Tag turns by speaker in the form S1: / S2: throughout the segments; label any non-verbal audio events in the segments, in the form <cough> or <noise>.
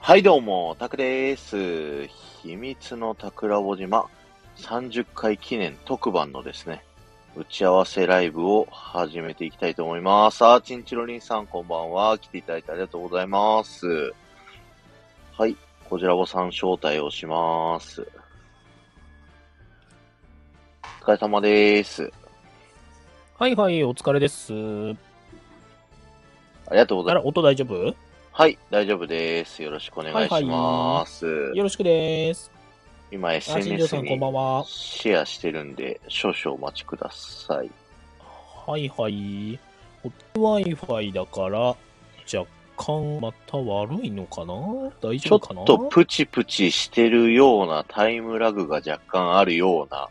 S1: はい、どうも、タクです。秘密の桜ラ島30回記念特番のですね、打ち合わせライブを始めていきたいと思います。あーちんちろりんさん、こんばんは。来ていただいてありがとうございます。はい、こちらぼさん招待をします。お疲れ様です。
S2: はいはい、お疲れです。
S1: ありがとうござ
S2: あ
S1: いま
S2: ら、音大丈夫
S1: す。はい、大丈夫です。よろしくお願いします。
S2: よろしくです。
S1: 今
S2: あ、新庄
S1: SNS
S2: さんこん
S1: に
S2: ばんは。
S1: シェアしてるんで、少々お待ちください。
S2: はいはい。ホット Wi-Fi だから、若干また悪いのかな大
S1: ちょ
S2: 丈夫
S1: っ
S2: かな
S1: とプチプチしてるようなタイムラグが若干あるような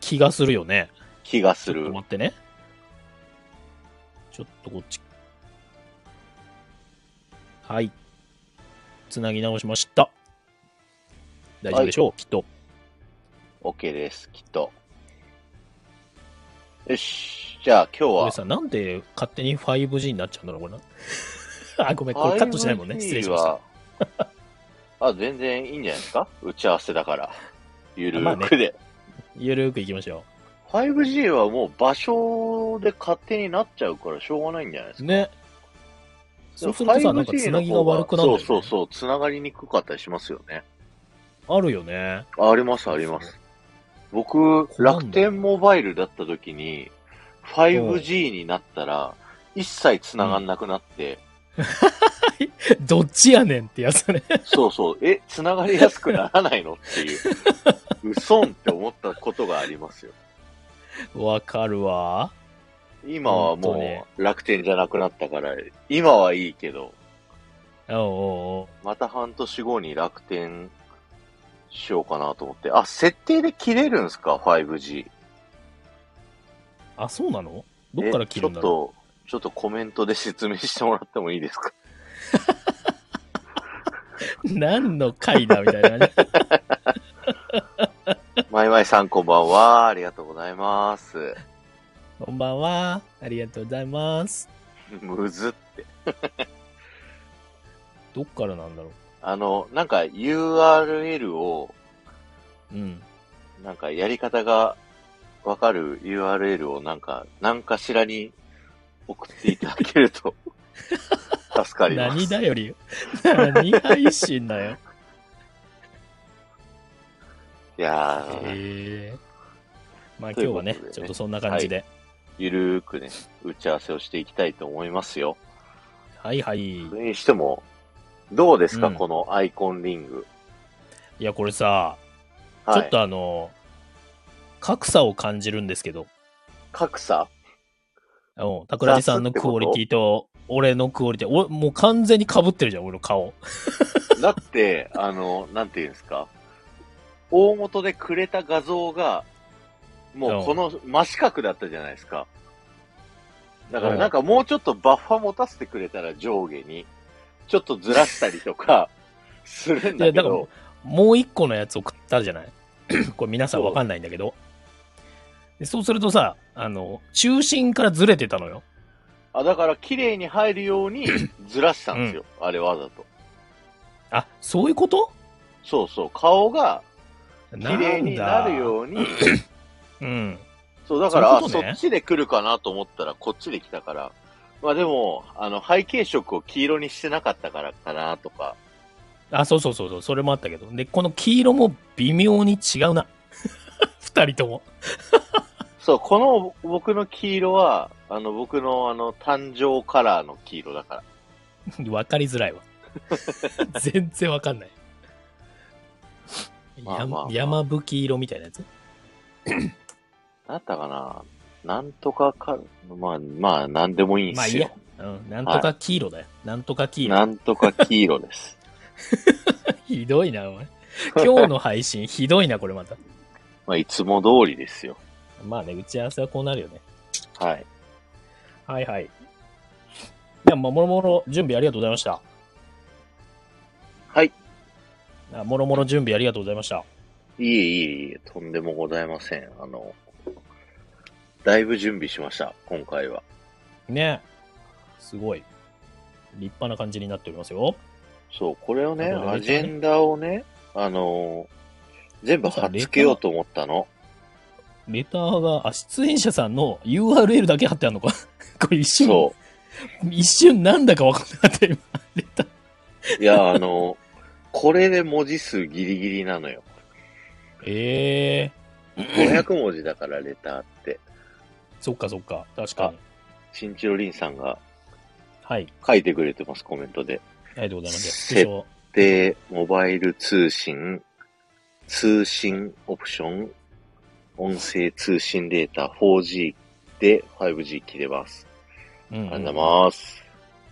S2: 気がするよね。
S1: 気がす
S2: ちょっと
S1: る。
S2: 待ってね。ちょっとこっち。はい。つなぎ直しました。大丈夫でしょう、きっと。
S1: OK です、きっと。よし。じゃあ今日
S2: こ
S1: は
S2: れ、さ、なんで勝手に 5G になっちゃうんだろう、これな。 <laughs> あ、ごめん、これカットしないもんね。
S1: 5G
S2: 失礼しました。
S1: は <laughs> あ、全然いいんじゃないですか打ち合わせだから。ゆる
S2: まあね
S1: ーくで。
S2: ゆるーくいきましょ
S1: 5G はもう場所で勝手になっちゃうからしょうがないんじゃないです
S2: う。
S1: か。
S2: ね。そうするとさ、なんかつなぎが悪くなる、
S1: そうそうそう、つながりにくかったりしますよね。
S2: う。あるよね。
S1: ああります、あります。僕、
S2: そうなんだよ
S1: 楽天モバイルだった時に、5G になったら、一切繋がんなくなって、
S2: <laughs> どっちやねんってやつね。 <laughs>
S1: そうそう、え、繋がりやすくならないのっていう、うそんって思ったことがありますよ。
S2: わかるわ。
S1: 今は
S2: 本当ね
S1: もう楽天じゃなくなったから、今はいいけど、
S2: おうお
S1: また半年後に楽天しようかなと思って、あ、設定で切れるんですか ?5G。
S2: うおうあ、そうなのどっから切るんだ
S1: えち
S2: ろ
S1: ょっと、ちょっとコメントで説明してもらってもいいですか
S2: う。 <laughs> 何の回だみたいなね。
S1: マイマイさんこんばんは。ありがとうございます。
S2: <laughs>
S1: <laughs>
S2: こんばんは。ありがとうございます。
S1: むずっ。
S2: どっからなんだろ
S1: あの、なんか URL を、
S2: う。うん。
S1: なんかやり方がわかる URL をなんか、何かしらに送っていただける
S2: <laughs>
S1: と、助かります。
S2: 何だより。 <laughs> 何配信だよ。
S1: いやー、
S2: へえ。まあ
S1: と
S2: 今
S1: いう
S2: 日
S1: こ
S2: は
S1: とでね
S2: ね、ちょっとそんな感じで。
S1: ゆるーくね、打ち合わせをしていきたいと思いますよ。
S2: はいはい。
S1: それにしても、どうですか、
S2: うん
S1: このアイコンリング。
S2: いや、これさ、
S1: はい、
S2: ちょっとあの、格差を感じるんですけど、
S1: 格差
S2: あの桜地さんのクオリティと、俺のクオリティ、俺、もう完全に被ってるじゃん、俺の顔。
S1: だって、あの、なんていうんですか、大元でくれた画像が、もうこの真四角だったじゃないですか。だから
S2: うん
S1: なんかもうちょっとバッファ持たせてくれたら上下に、ちょっとずらしたりとか、 <laughs> するんだけ
S2: いやだから
S1: ど、
S2: もう一個のやつ送ったじゃない <clears throat> これ皆さんわかんないんだけど。でそうするとさ、あの、中心からずれてたのよ。
S1: あだから綺麗に入るようにずらしたんですよ、あれわざと。
S2: あ、そういうこと
S1: そうそう、顔が綺
S2: なんだ。
S1: 麗になるように、
S2: うん。
S1: そう、だから、
S2: そういうこ
S1: そ
S2: とね
S1: っちで来るかなと思ったら、こっちで来たから。まあでも、あの、背景色を黄色にしてなかったからかなとか。
S2: あ、そうそうそうそう、それもあったけど。で、この黄色も微妙に違うな。 <laughs> 二人とも。
S1: そう、この僕の黄色は、あの、僕のあの、誕生カラーの黄色だから。
S2: わかりづらいわ。 <laughs> 全然わかんない。
S1: まあまあまあ
S2: や山吹色みたいなやつ
S1: なんだったかななんとかか、まあ、まあ、なんでもいいん
S2: まあ
S1: で
S2: い
S1: す
S2: いや
S1: よ。。
S2: うん。なんとか黄色だよ。なんとか黄色。
S1: なんとか黄色です。 <laughs>
S2: ひどいな、お前。今日の
S1: <laughs>
S2: 配信、ひどいな、これまた。
S1: まあ、いつも通りですよ。
S2: まあね、打ち合わせはこうなるよね。
S1: はい。
S2: はいはい。では、まあ、もろもろ準備ありがとうございました。
S1: はい。
S2: あもろもろ準備ありがとうございました。
S1: いえいえいえ、とんでもございません。あの、だいぶ準備しました、今回は。
S2: ね。すごい。立派な感じになっておりますよ。
S1: そう、これをね、
S2: あどれ
S1: ア
S2: だ
S1: ジ
S2: けね
S1: ェンダをね、あのー全部貼っつけようと思ったの。
S2: レターが、あ、出演者さんの URL だけ貼ってあるのか。 <laughs> これ一瞬、
S1: そ
S2: 一瞬なんだかわかんなかっ
S1: <laughs>
S2: た、今。レター。
S1: う。いや、あのーこれで文字数ギリギリなのよ。
S2: ええ
S1: 500文字だから、レターって。
S2: そっかそっか。確かに。
S1: 新ンチロリンさんが
S2: はい。
S1: 書いてくれてます、コメントで。
S2: ありがとうございます。スクショ。
S1: で、モバイル通信、通信オプション、音声通信データ 4G で 5G 切れます。
S2: うんうん
S1: ありがとうご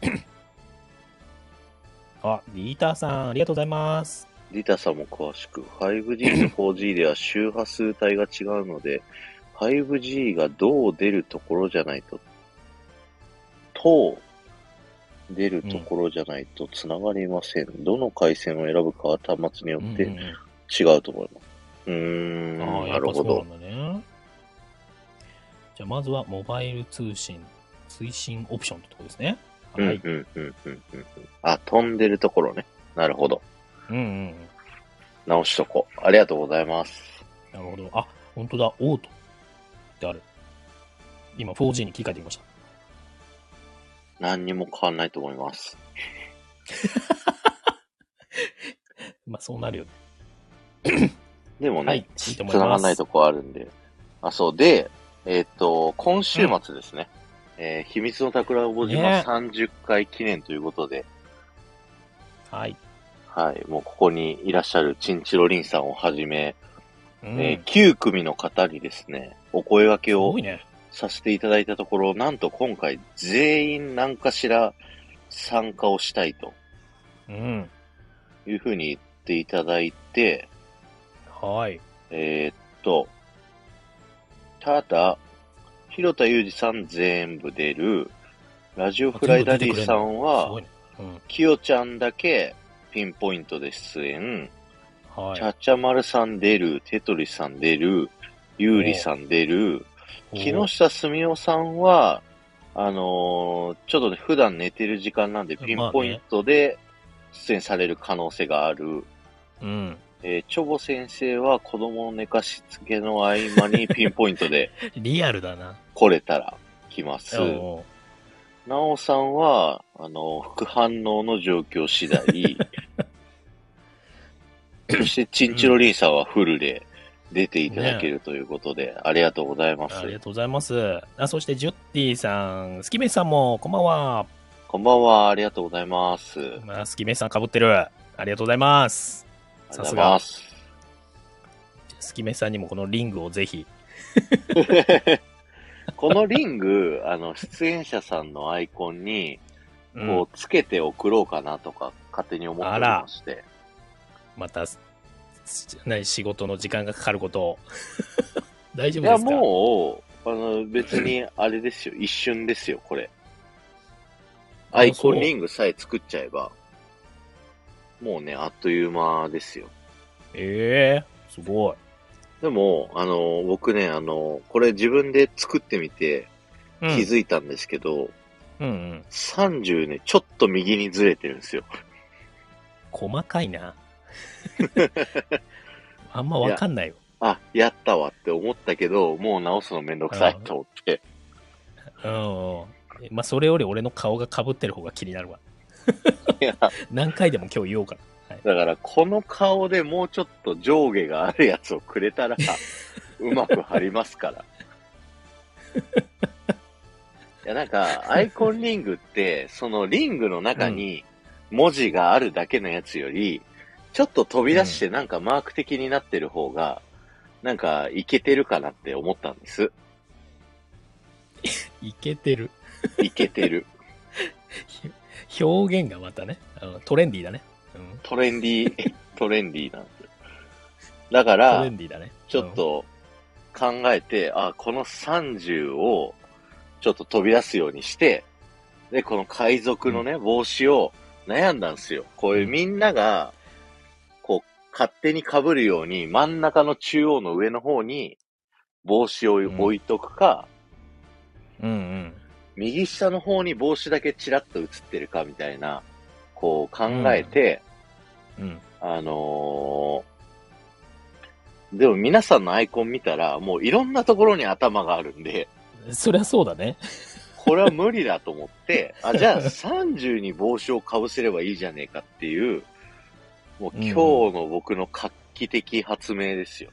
S1: ざいます。
S2: あ、リーターさん、ありがとうございます。
S1: リタさんも詳しく、5G と 4G では周波数帯が違うので、5G がどう出るところじゃないと、と、出るところじゃないと繋がりません。どの回線を選ぶかは端末によ
S2: うんう
S1: っ
S2: ん
S1: て
S2: う
S1: 違うと思います。うーん、
S2: ん、ああ、や
S1: な
S2: っ
S1: る
S2: ぱ
S1: ほ
S2: そう
S1: ど。
S2: なんだね。じゃあ、まずはモバイル通信、推進オプションってとこですね。
S1: うん
S2: はい。
S1: うんうんうんうん。あ、飛んでるところね。なるほど。
S2: うんうんうん。
S1: 直しとこう。ありがとうございます。
S2: なるほど。あ、本当だ、オートってある。今、4G に切り替えてみました。
S1: 何にも変わんないと思います。
S2: まあ、そうなるよね。
S1: でもね、
S2: はい。いいと思い
S1: 繋が
S2: ま
S1: んない
S2: す。
S1: とこあるんで。あ、そう。で、えっと、今週末ですね。えー秘密の桜ぼ島
S2: ね
S1: 30回記念ということで、
S2: はい。
S1: はい。もうここにいらっしゃるチンチロリンさんをはじめ、
S2: うん
S1: え9組の方にですね、お声掛け
S2: す
S1: を
S2: ごいね。
S1: させていただいたところ、なんと今回全員何かしら参加をしたいと
S2: うん。
S1: いうふうに言っていただいて、
S2: はい。
S1: えーっと、ただ、広田裕二さん全部出る、ラジオフライダリーさん
S2: すご
S1: は、
S2: いね。うん。
S1: きよちゃんだけピンポイントで出演、
S2: はい。
S1: ちゃちゃまるさん出る、テトリさん出る、ゆうりさん出る、木
S2: おー
S1: 下澄夫さんは、あのーちょっとね、普段寝てる時間なんで、ピンポイントで出演される可能性がある。
S2: うん。
S1: えーチョボ先生は子供の寝かしつけの合間にピンポイントで
S2: リアルだな。
S1: 来れたら来ます。
S2: <laughs> おー
S1: なおさんは、あの、副反応の状況次
S2: <laughs>
S1: 第。そして、チンチロリンさんはフルで出ていただけるということで、ありがとうございま
S2: ありが
S1: す。
S2: とうございます。あそして、ジュッティさん、スキメイさんも、こんばんは。
S1: こんばんは、ありがとうございます。
S2: まあ、スキメイさんかぶってる。ありがとうございます。
S1: ありがとうございます。
S2: スキメイさんにもこのリングをぜひ。
S1: このリング、あの、出演者さんのアイコンに、
S2: うん
S1: こう、つけて送ろうかなとか、勝手に思っておりまして。
S2: また、す何仕事の時間がかかることを。 <laughs> 大丈
S1: い
S2: 夫
S1: や、
S2: ですかう。
S1: もう、あの、別に、あれです
S2: <laughs>
S1: よ。一瞬ですよ、これ。アイコンリングさえ作っちゃえば、もうね、あっという間ですよ。
S2: ええすごい。
S1: でも、あの、僕ね、あの、これ自分で作ってみて気
S2: うん、
S1: づいたんですけど、
S2: うんうん。
S1: 30ね、ちょっと右にずれてるんですよ。
S2: 細か
S1: <laughs>
S2: いな。あんまわかんないよ。
S1: あ、やったわって思ったけど、もう直すのめんどくさいと思って。
S2: うんうん。まあ、それより俺の顔がかぶってる方が気になるわ。
S1: <laughs> いや、だ
S2: 何回でも今日言おうかな。はい、
S1: からこの顔でもうちょっと上下があるやつをくれた
S2: <laughs>
S1: ら、うまく貼りますから。いや、なんか、アイコンリングって、そのリングの中に文字があるだけのやつより、ちょっと飛び出してなんかマーク的になってる方が、なんか、いけてるかなって思ったんです。
S2: いけてる。 <laughs>
S1: いけてる。
S2: 表現がまたね、あのトレンディーだね。うん、
S1: トレンディー、トレンディーなんですよ。だか
S2: トレ
S1: ら、
S2: ンディーだね。
S1: ちょっと考えて、あ、この30をちょっと飛び出すようにして、で、この海賊のね、帽子を悩んだんですよ。こういうみんなが、こう、勝手に被るように、真ん中の中央の上の方に帽子を置いとくか、
S2: うん。うんうん。
S1: 右下の方に帽子だけチラッと映ってるかみたいな、こう考えて、
S2: うん。
S1: あのーでも皆さんのアイコン見たら、もういろんなところに頭があるんで、
S2: そりゃそうだね。
S1: これは無理だと思
S2: <laughs>
S1: って、あ、じゃあ30に帽子をかぶせればいいじゃねえかっていう、もう今日の僕の画期的発明ですよ。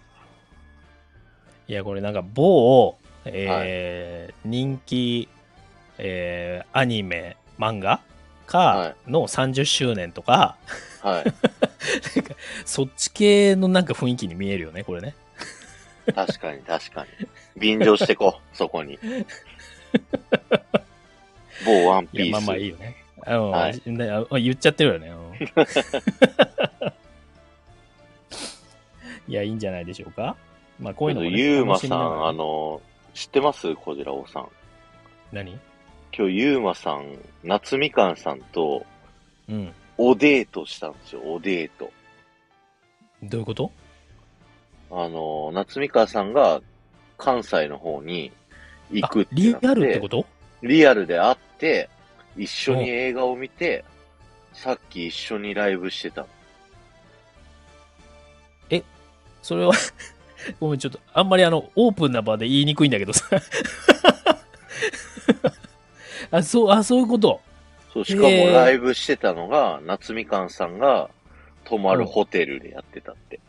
S2: いや、これなんか某、えー人気、えーアニメ、漫画
S1: は
S2: かの30周年とか、
S1: はい。
S2: そっち系のなんか雰囲気に見えるよね、これね。
S1: 確かに確かに。便乗してこ
S2: <laughs>
S1: う、そこに。某ワン
S2: い
S1: ピース。、
S2: やまあまあいいよね。あの
S1: はい
S2: ねあ言っちゃってるよね。うんいや、いいんじゃ <laughs> ないでしょうか。まあ、こういうのもね、
S1: ユーマさ
S2: 楽しみなが
S1: ん、
S2: ら
S1: あの、知ってますこじらおさん。
S2: 何
S1: 今日ユーマさん、夏みかんさんと、
S2: うん。
S1: おデートしたんですよ、おデート。
S2: どういうこと
S1: あの、夏みかんさんが関西の方に行くって
S2: あリ
S1: なって。
S2: アルってこと
S1: リアルで会って、一緒に映画を見て、さっき一緒にライブしてた。
S2: それは、 <laughs> ごめん、ちょっと、あんまりあの、オープンな場で言いにくいんだけどさ。 <laughs> あ、そう、あ、そういうこと。
S1: そう、しかも
S2: へー
S1: ライブしてたのが、夏みかんさんが泊まるホテルでやってた
S2: <laughs>
S1: って。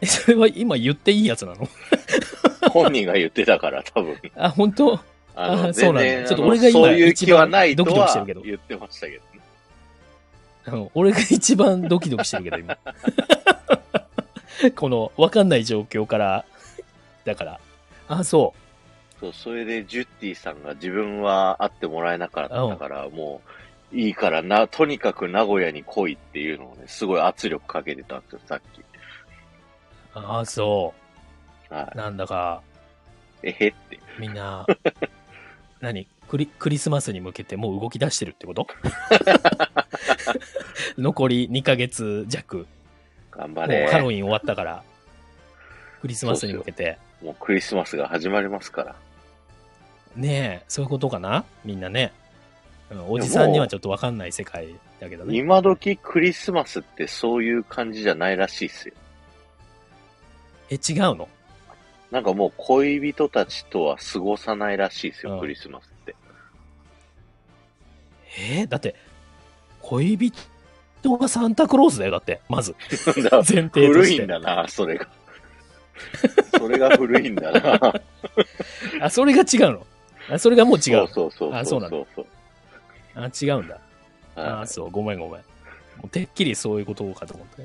S2: え、それは今言っていいやつなの
S1: 本人が言ってたから、多分。
S2: あ、本当
S1: あの、
S2: あ
S1: 全
S2: そうなんだ
S1: 然、
S2: ちょ
S1: あ
S2: っと
S1: の
S2: 俺が今
S1: そういう気はないと
S2: 一番ドキドキして
S1: は
S2: るけど
S1: 言ってましたけどね。
S2: あの俺が一番ドキドキしてるけど、今。 <laughs> この、わかんない状況から、だから。あ、そ
S1: そう、それでジュッティさんが自分は会ってもらえなかったから、もう、いいからな、とにかく名古屋に来いっていうのをね、すごい圧力かけてたんですよ、さっき。
S2: う。あ、そ
S1: は
S2: う。なんだか、
S1: い。えへって。
S2: みんな、何クリクリスマスに向けてもう動き出してるってこと <laughs> 残り2ヶ月弱。
S1: 頑
S2: も
S1: 張
S2: うハロウ
S1: れ。
S2: ィン終わったから、クリスマスに向けて。
S1: もうクリスマスが始まりますから。
S2: ねえ、そういうことかなみんなね。うんおじさんにはちょっとわかんない世界だけどね。
S1: 今時クリスマスってそういう感じじゃないらしいっすよ。
S2: え、違うの
S1: なんかもう恋人たちとは過ごさないらしいっす
S2: う
S1: よ、
S2: ん
S1: クリスマスって。
S2: えーだって、恋人がサンタクロースだよ、だって、まず。
S1: なんだ
S2: 前提と
S1: 古
S2: し
S1: い
S2: て。
S1: んだな、そ
S2: <laughs>
S1: れが。それが古いんだな。
S2: あ、それが違うの。あそれがもう違う。
S1: そうそうそうそう。
S2: あそうなんだ
S1: そうそう
S2: あ、違うんだ。
S1: はい
S2: あ、そう、ごめんごめん。もうてっきりそういうことかと思って。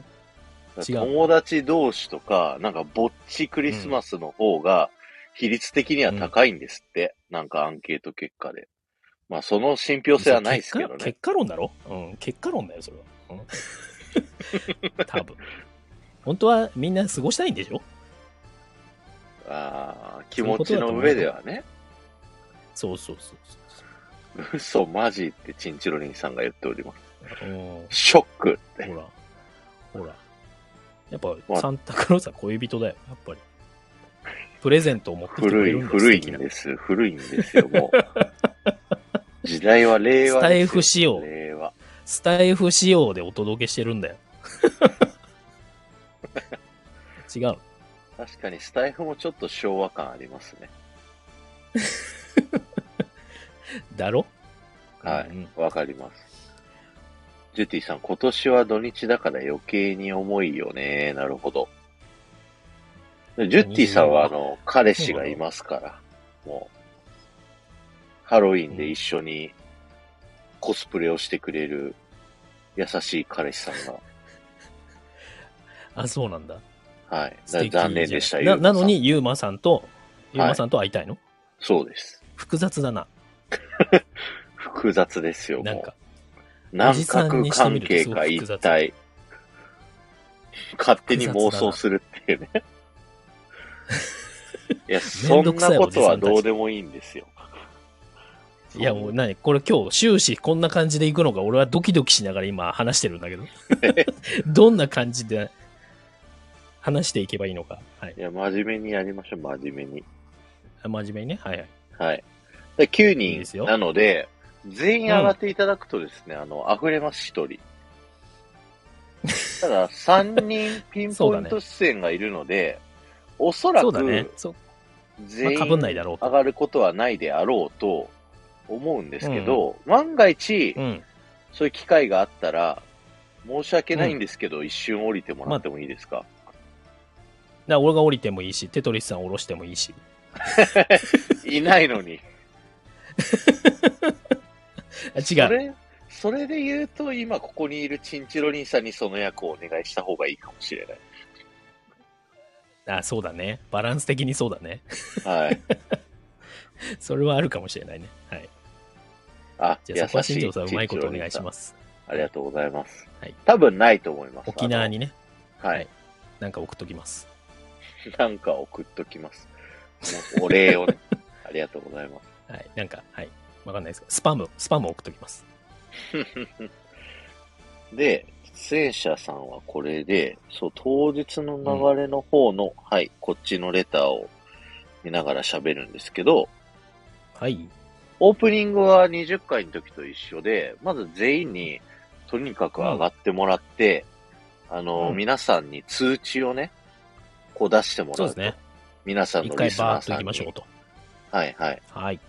S2: 違う
S1: 友達同士とか、なんかぼっちクリスマスの方が、比率的には高いんですって、なんかアンケート結果で。まあ、その信憑性はないですけど
S2: 結果
S1: ね
S2: 結。果論だろうん、結果論だよ、それは。
S1: <laughs>
S2: うん、多分。本当はみんな過ごしたいんでしょ
S1: ああ、気
S2: そういう
S1: 持
S2: こと
S1: ち
S2: だと思
S1: の
S2: う
S1: 上ではね。 <laughs>
S2: そうそうそうそ
S1: 嘘マジってチンチロリンさんが言っておりま
S2: う。うん
S1: す。ショックって。
S2: ほら、ほら。やっぱ、サンタクロースは恋人だよ、やっぱり。プレゼントを持ってきてく
S1: 古
S2: れ
S1: い、
S2: るんだ
S1: 古い
S2: 素敵
S1: ん
S2: な
S1: です。古いんですよ、も
S2: <laughs>
S1: う。時代は令和ですよ。
S2: スタイフ仕様
S1: 令和。
S2: スタイフ仕様でお届けしてる
S1: <laughs>
S2: んだよ。違う。
S1: 確かにスタイフもちょっと昭和感ありますね。
S2: だろ
S1: は
S2: うん
S1: い。わかります。ジュティさん、今年は土日だから余計に重いよね。なるほど。ジュッティさんは、あの、彼氏がいますから、もう、ハロウィンで一緒にコスプレをしてくれる優しい彼氏さん
S2: あ、そうなんだ。
S1: が、はい。
S2: 素
S1: だ
S2: 敵
S1: 残念でした
S2: じゃ
S1: よ。
S2: んななのに、ユーマさんと、ユーマさんと会いたいの、
S1: そうです。
S2: 複雑だな。
S1: 複雑ですよ、
S2: なん
S1: もう
S2: か。。お
S1: 南
S2: じさん
S1: 角
S2: にして
S1: 関
S2: みると
S1: 係
S2: すご
S1: か
S2: く複雑
S1: 一体。勝手に妄想するって
S2: <laughs>
S1: いうね。いや、そ
S2: めん
S1: ん
S2: どくさ
S1: ないこと
S2: お
S1: は
S2: じさんたち
S1: どうでもいいんですよ。
S2: いや、もう何これ今日終始こんな感じで行くのか、俺はドキドキしながら今話してるんだけ
S1: <laughs>
S2: ど。どんな感じで話していけばいいのか。はい。
S1: いや、真面目にやりましょう、真面目に。
S2: 真面目にね。はいはい。
S1: はい。で9
S2: いいです
S1: 人
S2: よ
S1: なので、全員上がっていただくとですね、あの、溢れます、一人。ただ、3人ピンポイント出演がいるの
S2: <laughs>
S1: で、おそら
S2: そうだね
S1: く。
S2: そう
S1: 全員
S2: まあ被んないだろうと
S1: 上がることはないであろうと思うんですけど、万が一、
S2: うん。
S1: そういう機会があったら、申し訳ないんですけど、一瞬降りてもらってもいいですか、
S2: だから俺が降りてもいいし、テトリスさん降ろしてもいいし。
S1: いないのに。
S2: あ
S1: そ
S2: <laughs> 違う。
S1: れ、それで言うと、今ここにいるチンチロリンさんにその役をお願いした方がいいかもしれない。
S2: あ、そうだね。バランス的にそうだね。 <laughs>
S1: はい。
S2: それはあるかもしれないね。はい。
S1: あ、
S2: <laughs> じゃあそこは新
S1: 優
S2: 庄
S1: し
S2: さん、うまいことお願いします。
S1: す。ありがとうございます。
S2: はい
S1: 多分ないと思います。
S2: 沖縄にね、
S1: あの。はい。
S2: なんか送っときます。
S1: なんか送っときます。もうお礼をね。
S2: <laughs>
S1: ありがとうございます。
S2: はい。なんか、はい。わかんないですけど、スパム、スパム送っときます。
S1: で、出演者さんはこれで、そう、当日の流れの方の、はい、こっちのレターを見ながら喋るんですけど、
S2: はい。
S1: オープニングは20回の時と一緒で、まず全員にとにかく上がってもらって、あの、
S2: うん
S1: 皆さんに通知をね、こう出しても
S2: そ
S1: ら
S2: う
S1: うと。
S2: ですね。
S1: 皆さん
S2: 一
S1: の
S2: 回
S1: リスナ
S2: バー
S1: ー
S2: ッと
S1: さ
S2: 行
S1: ん
S2: き
S1: に。
S2: ましょうと。
S1: はいはい。
S2: はい。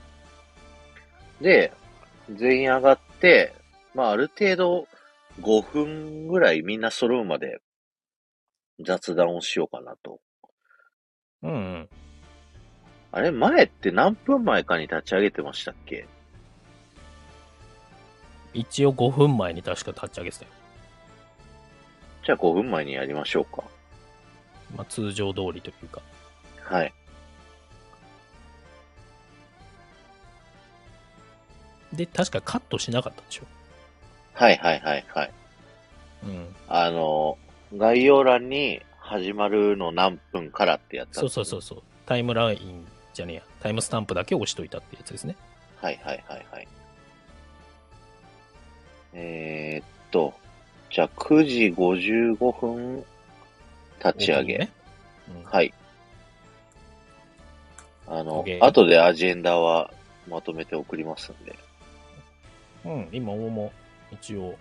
S1: で、全員上がって、まあある程度5分ぐらいみんな揃うまで雑談をしようかなと。
S2: うんうん。
S1: あれ前って何分前かに立ち上げてましたっけ
S2: 一応5分前に確か立ち上げてたよ。
S1: じゃあ5分前にやりましょうか。
S2: まあ、通常通りというか。
S1: はい。
S2: で、確かカットしなかったでしょ。
S1: はいはいはいはい。
S2: うん。
S1: あの、概要欄に始まるの何分からってやったん
S2: そう
S1: です
S2: そ
S1: ね、
S2: うそうそう。タイムラインじゃねえや。タイムスタンプだけ押しといたってやつですね。
S1: はいはいはいはい。えー、っと、じゃあ9時55分立ち上げ。
S2: オープニングね。
S1: はい。あの、
S2: OK
S1: 後でアジェンダはまとめて送りますんで。
S2: うん。うん、今、大も一応、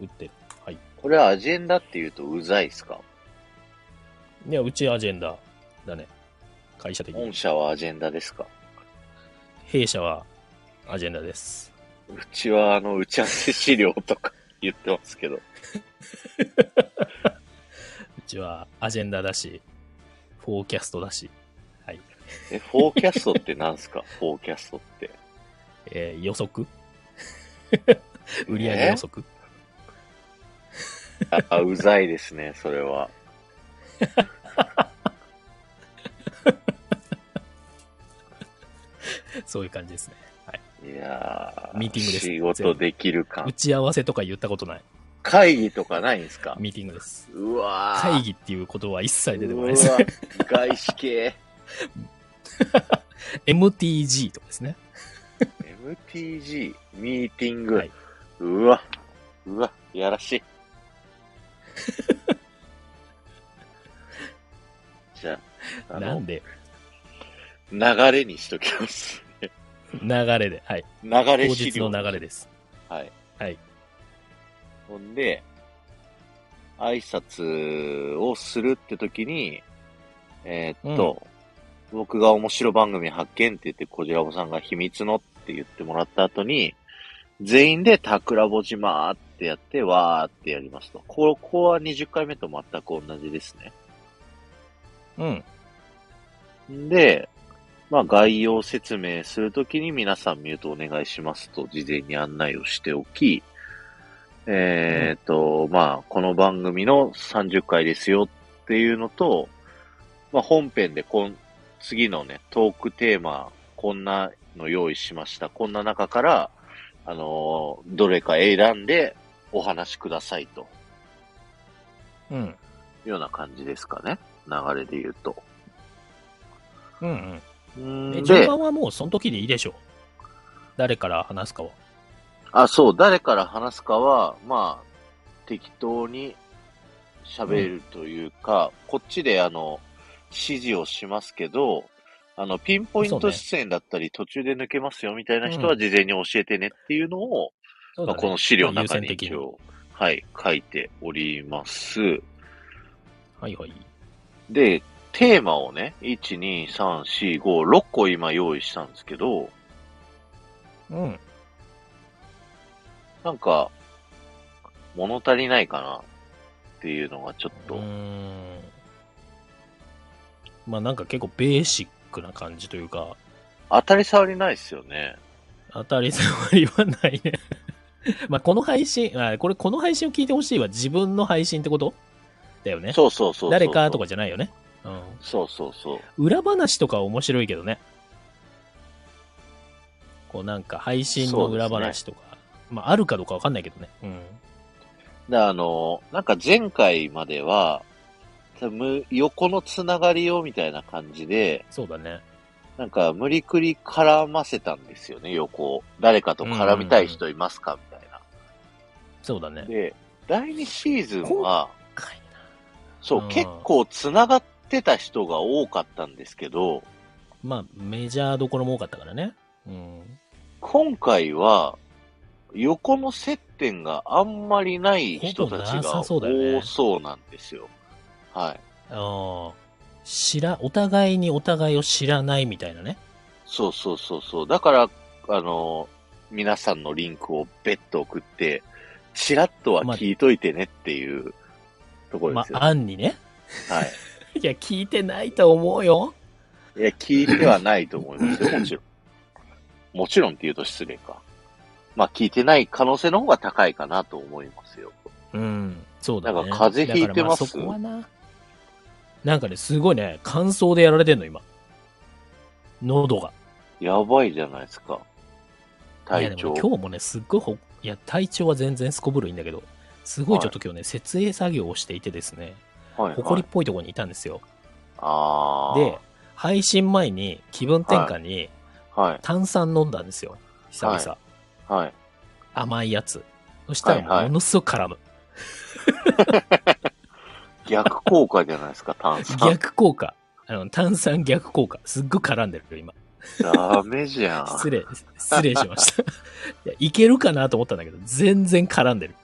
S2: 打ってる。はい。
S1: これはアジェンダっていうとうざいっすか
S2: いや、うちアジェンダだね。会社的に。
S1: 本社はアジェンダですか
S2: 弊社はアジェンダです。
S1: うちはあの、打ち合わせ資料とか <laughs> 言ってますけど。
S2: うちはアジェンダだし、フォーキャストだし、はい。
S1: え、フォーキャストってなんす
S2: <laughs>
S1: かフォーキャストって。
S2: えー予測 <laughs> 売り上げ予測、
S1: あ、うざいですね、それは。
S2: そういう感じですね。
S1: いやー
S2: ミーティングです
S1: 仕事できる
S2: 打
S1: 感。
S2: ち合わせとか言ったことない。
S1: 会議とかないんすか
S2: ミーティングです。
S1: うわー。
S2: 会議っていうことは一切出てこないで
S1: う
S2: す。 <laughs>
S1: わ外資系。
S2: MTG とかですね。
S1: MTG、ミーティング。
S2: はい、
S1: うわ、うわ、やら
S2: <laughs>
S1: しい。じゃあ、あ
S2: な
S1: の
S2: ん、で、
S1: 流れにしときます。
S2: 流れで、はい。
S1: 流
S2: 当
S1: れ資
S2: 日
S1: 料。
S2: の流れです。
S1: はい。
S2: はい。
S1: ほんで、挨拶をするって時に、えーっと、僕が面白番組発見って言って、こじらぼさんが秘密のって言ってもらった後に、全員で桜ぼ島ってやって、わーってやりますと。ここは20回目と全く同じですね。
S2: うん。
S1: んで、まあ概要説明するときに皆さんミュートお願いしますと事前に案内をしておき、えっ、と、まあこの番組の30回ですよっていうのと、まあ本編でこん次のね、トークテーマ、こんなの用意しました。こんな中から、あのーどれか選んでお話しくださいと
S2: うん。
S1: いうような感じですかね。流れで言うと。
S2: うん、うん。え、
S1: ん
S2: 順
S1: で
S2: 番はもうその時でいいでしょう。誰から話すかは。
S1: あ、そう、誰から話すかは、まあ、適当に喋るというか、こっちであの、指示をしますけど、あの、ピンポイン
S2: そ
S1: ト
S2: うね
S1: 出演だったり、途中で抜けますよみたいな人
S2: う
S1: は
S2: ん
S1: 事前に教えてねっていうのを、
S2: そう
S1: ま
S2: だ
S1: あ、
S2: ね
S1: この資料の中に
S2: 優先的
S1: 一
S2: に
S1: 応、はい、書いております。
S2: はいはい。
S1: で、テーマをね、1、2、3、4、5、6個今用意したんですけど、
S2: うん。
S1: なんか、物足りないかなっていうのがちょっ
S2: う
S1: と、
S2: ーん。まあなんか結構ベーシックな感じというか、
S1: 当たり障りないですよね。
S2: 当たり障りはないね。 <laughs> まあこの配信、あこれこの配信を聞いてほしいは自分の配信ってことだよね。
S1: そうそうそうそう。
S2: 誰かとかじゃないよね。うん。
S1: そうそうそう。
S2: 裏話とか面白いけどね。こうなんか配信の裏話とか。まああるかどうかわかんないけどね。うん。
S1: で、あの、なんか前回までは、多分む横のつながりをみたいな感じで、
S2: そうだね。
S1: なんか無理くり絡ませたんですよね、横を。誰かと絡みたい人いますかみたいな。
S2: そうだね。
S1: で、第2シーズンは、
S2: 深い
S1: そうう、
S2: ん
S1: 結構つながってた人が多かったんですけど、
S2: なまあメジャーどころも多かったからね。うん。
S1: 今回は、横の接点があんまりない人たちが
S2: ほぼなさそうだよね
S1: 多そうなんですよ。はい。
S2: ああ。知ら、お互いにお互いを知らないみたいなね。
S1: そうそうそうそう。だから、あの、皆さんのリンクを別途送って、チラッとは聞いといてねっていうところ
S2: ま
S1: ですよ、
S2: あ、案にね。 <laughs>
S1: はい。
S2: いや、聞いてないと思うよ。
S1: いや、聞いてはないと思いますよ、もちろん。もちろんって言うと失礼か。まあ、聞いてない可能性の方が高いかなと思いますよ。
S2: うん。そうだね。
S1: なんか風邪ひいてます
S2: だからあそこはな。なんかね、すごいね、感想でやられてんの、今。喉が。
S1: やばいじゃないですか。
S2: いや
S1: 体
S2: でも
S1: 調
S2: ね。今日もね、すっごいほ、いや、体調は全然すこぶるいいんだけど、すごいちょっと今日ね、設営作業をしていてですね、
S1: はい
S2: 埃っ
S1: はい
S2: ぽいところにいたんですよ。
S1: あー
S2: で、、配信前に気分転換に
S1: はい、
S2: 炭酸飲んだんですよ。久々。
S1: ははい。
S2: 甘いやつ。そしたら
S1: はいは
S2: も
S1: い
S2: うものすごく絡む。
S1: 逆効果じゃないです
S2: <laughs>
S1: か、炭酸。
S2: 逆効果。あの、炭酸逆効果。すっごい絡んでるよ、今。
S1: ダメじゃん。
S2: 失礼、失礼しました。い <laughs> や、いけるかなと思ったんだけど、全然絡
S1: <laughs>
S2: んでる。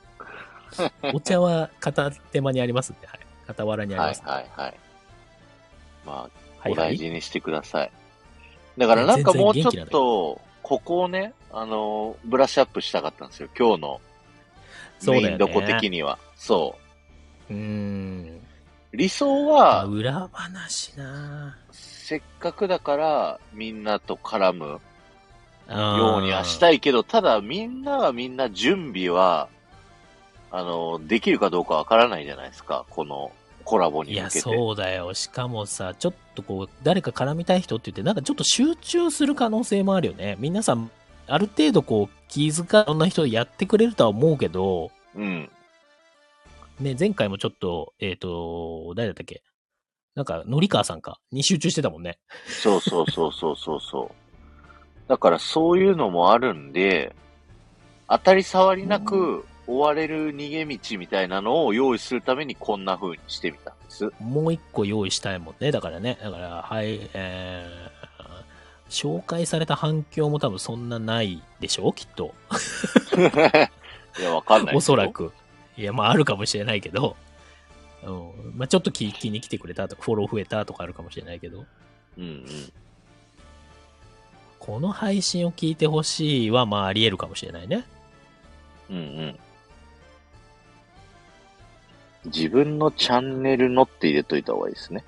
S2: お茶は片手間にありますんで、はい。傍らにあり
S1: は
S2: ま
S1: い
S2: すんで。
S1: はいはい。まあ、
S2: は
S1: お
S2: いは
S1: 大
S2: い。
S1: 事にしてください。だからなんかもうちょ
S2: 全然元気なん
S1: っ
S2: だけ
S1: と、ここをね、あの、ブラッシュアップしたかったんですよ。今日の
S2: そう
S1: メ
S2: だ
S1: イ
S2: よ
S1: ン
S2: ね。
S1: どこ的には。そう,、
S2: うーん。
S1: 理想
S2: あ、
S1: は、
S2: 裏話な
S1: せっかくだから、みんなと絡む
S2: あ
S1: ようにはしたいけど、ただみんながみんな準備は、あの、できるかどうかわからないじゃないですか。このコラボに
S2: い
S1: 向
S2: や、
S1: けて。
S2: そうだよ。しかもさ、ちょっとこう、誰か絡みたい人って言って、なんかちょっと集中する可能性もあるよね。皆さん、ある程度こう、気遣い、いろんな人やってくれるとは思うけど、
S1: うん。
S2: ね、前回もちょっと、えっ、と、誰だったっけなんか、のりかわさんか、に集中してたもんね。
S1: そうそうそうそうそうそう。だからそういうのもあるんで、当たり障りなく追われる逃げ道みたいなのを用意するためにこんな風にしてみたんです。
S2: もう一個用意したいもんね。だからね、だから、はい、えー、紹介された反響も多分そんなないでしょきっと。
S1: いや、わかんない。
S2: おそら。く。いや、まあ、あるかもしれないけど、うん。まあ、ちょっと聞きに来てくれたとか、フォロー増えたとかあるかもしれないけど、
S1: うんうん。
S2: この配信を聞いてほしいは、まあ、あり得るかもしれないね。
S1: うんうん。自分のチャンネルのって入れといた方がいいですね。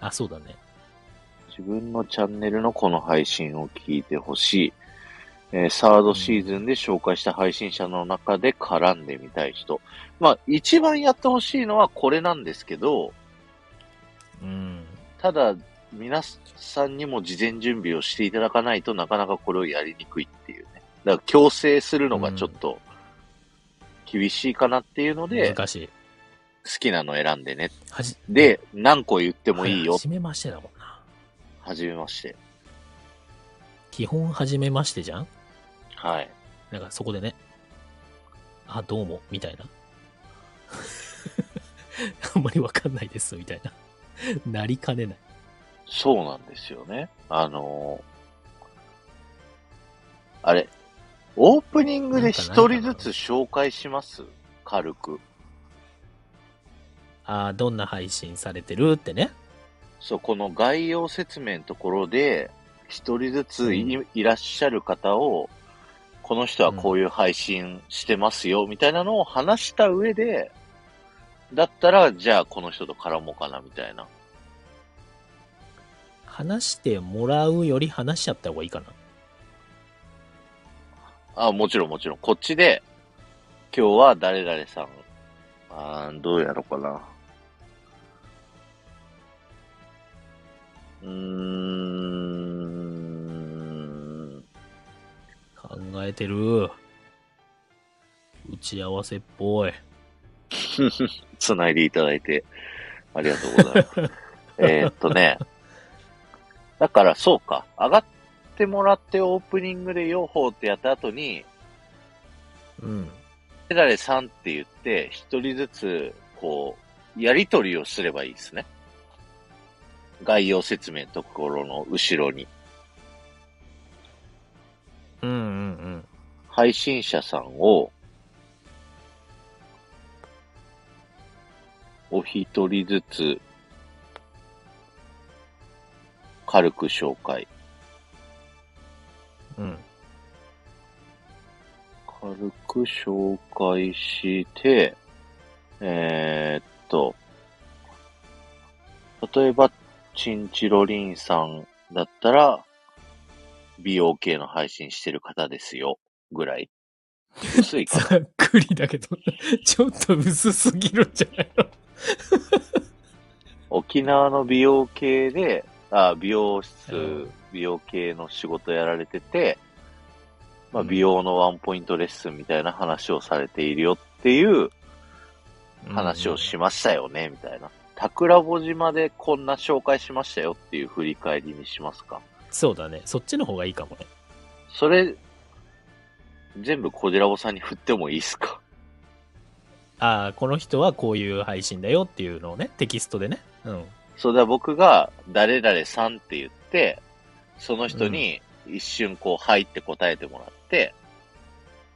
S2: あ、そうだね。
S1: 自分のチャンネルのこの配信を聞いてほしい。えーサードシーズンで紹介した配信者の中で絡んでみたい人。まあ、一番やってほしいのはこれなんですけど、
S2: うん。
S1: ただ、皆さんにも事前準備をしていただかないとなかなかこれをやりにくいっていうね。だから強制するのがちょっと厳しいかなっていうので、好
S2: 難しい。
S1: きなの選んでね。
S2: はじ、
S1: で、何個言ってもいいよ
S2: は。じめましてだもんな。
S1: はじめまして。
S2: 基本、はじめましてじゃん
S1: はい。
S2: なんか、そこでね、あ、どうも、みたいな。 <laughs> あんまりわかんないです、みたいな。なりかねない。
S1: そうなんですよね。あのーあれ、オープニングで一人ずつ紹介します軽く。
S2: ああ、どんな配信されてるってね。
S1: そう、この概要説明のところで、一人ずつい,、いらっしゃる方を、この人はこういう配信してますよ、みたいなのを話した上で、だったら、じゃあこの人と絡もうかな、みたいな。
S2: 話してもらうより話しちゃった方がいいかな。
S1: あ、もちろんもちろん。こっちで、今日は誰々さん、あーどうやろうかな。うーん。
S2: 考えてる。打ち合わせっぽい。
S1: つないでいただいて、ありがとうございます。えーっとね。だから、そうか。上がってもらってオープニングで用法ってやった後に、
S2: うん。
S1: 誰々さんって言って、一人ずつ、こう、やりとりをすればいいですね。概要説明のところの後ろに。
S2: うんうんうん。
S1: 配信者さんを、お一人ずつ、軽く紹介。
S2: うん。
S1: 軽く紹介して、えーっと、例えば、チンチロリンさんだったら、美容系の配信してる方ですよ、ぐらい。薄
S2: <laughs>
S1: いかな
S2: ざっくりだけど、 <laughs> ちょっと薄すぎるんじゃないの
S1: 沖縄の美容系で、あ美容室、
S2: うん
S1: 美容系の仕事やられてて、まあ、
S2: うん
S1: 美容のワンポイントレッスンみたいな話をされているよっていう話をしましたよね、みたいな。桜穂島でこんな紹介しましたよっていう振り返りにしますか。
S2: そうだね。そっちの方がいいかもね。
S1: それ、全部小寺尾さんに振ってもいいですか <laughs>
S2: ああ、この人はこういう配信だよっていうのをね、テキストでね。うん。
S1: それでは僕が誰々さんって言って、その人に一瞬こう、はいって答えてもらって、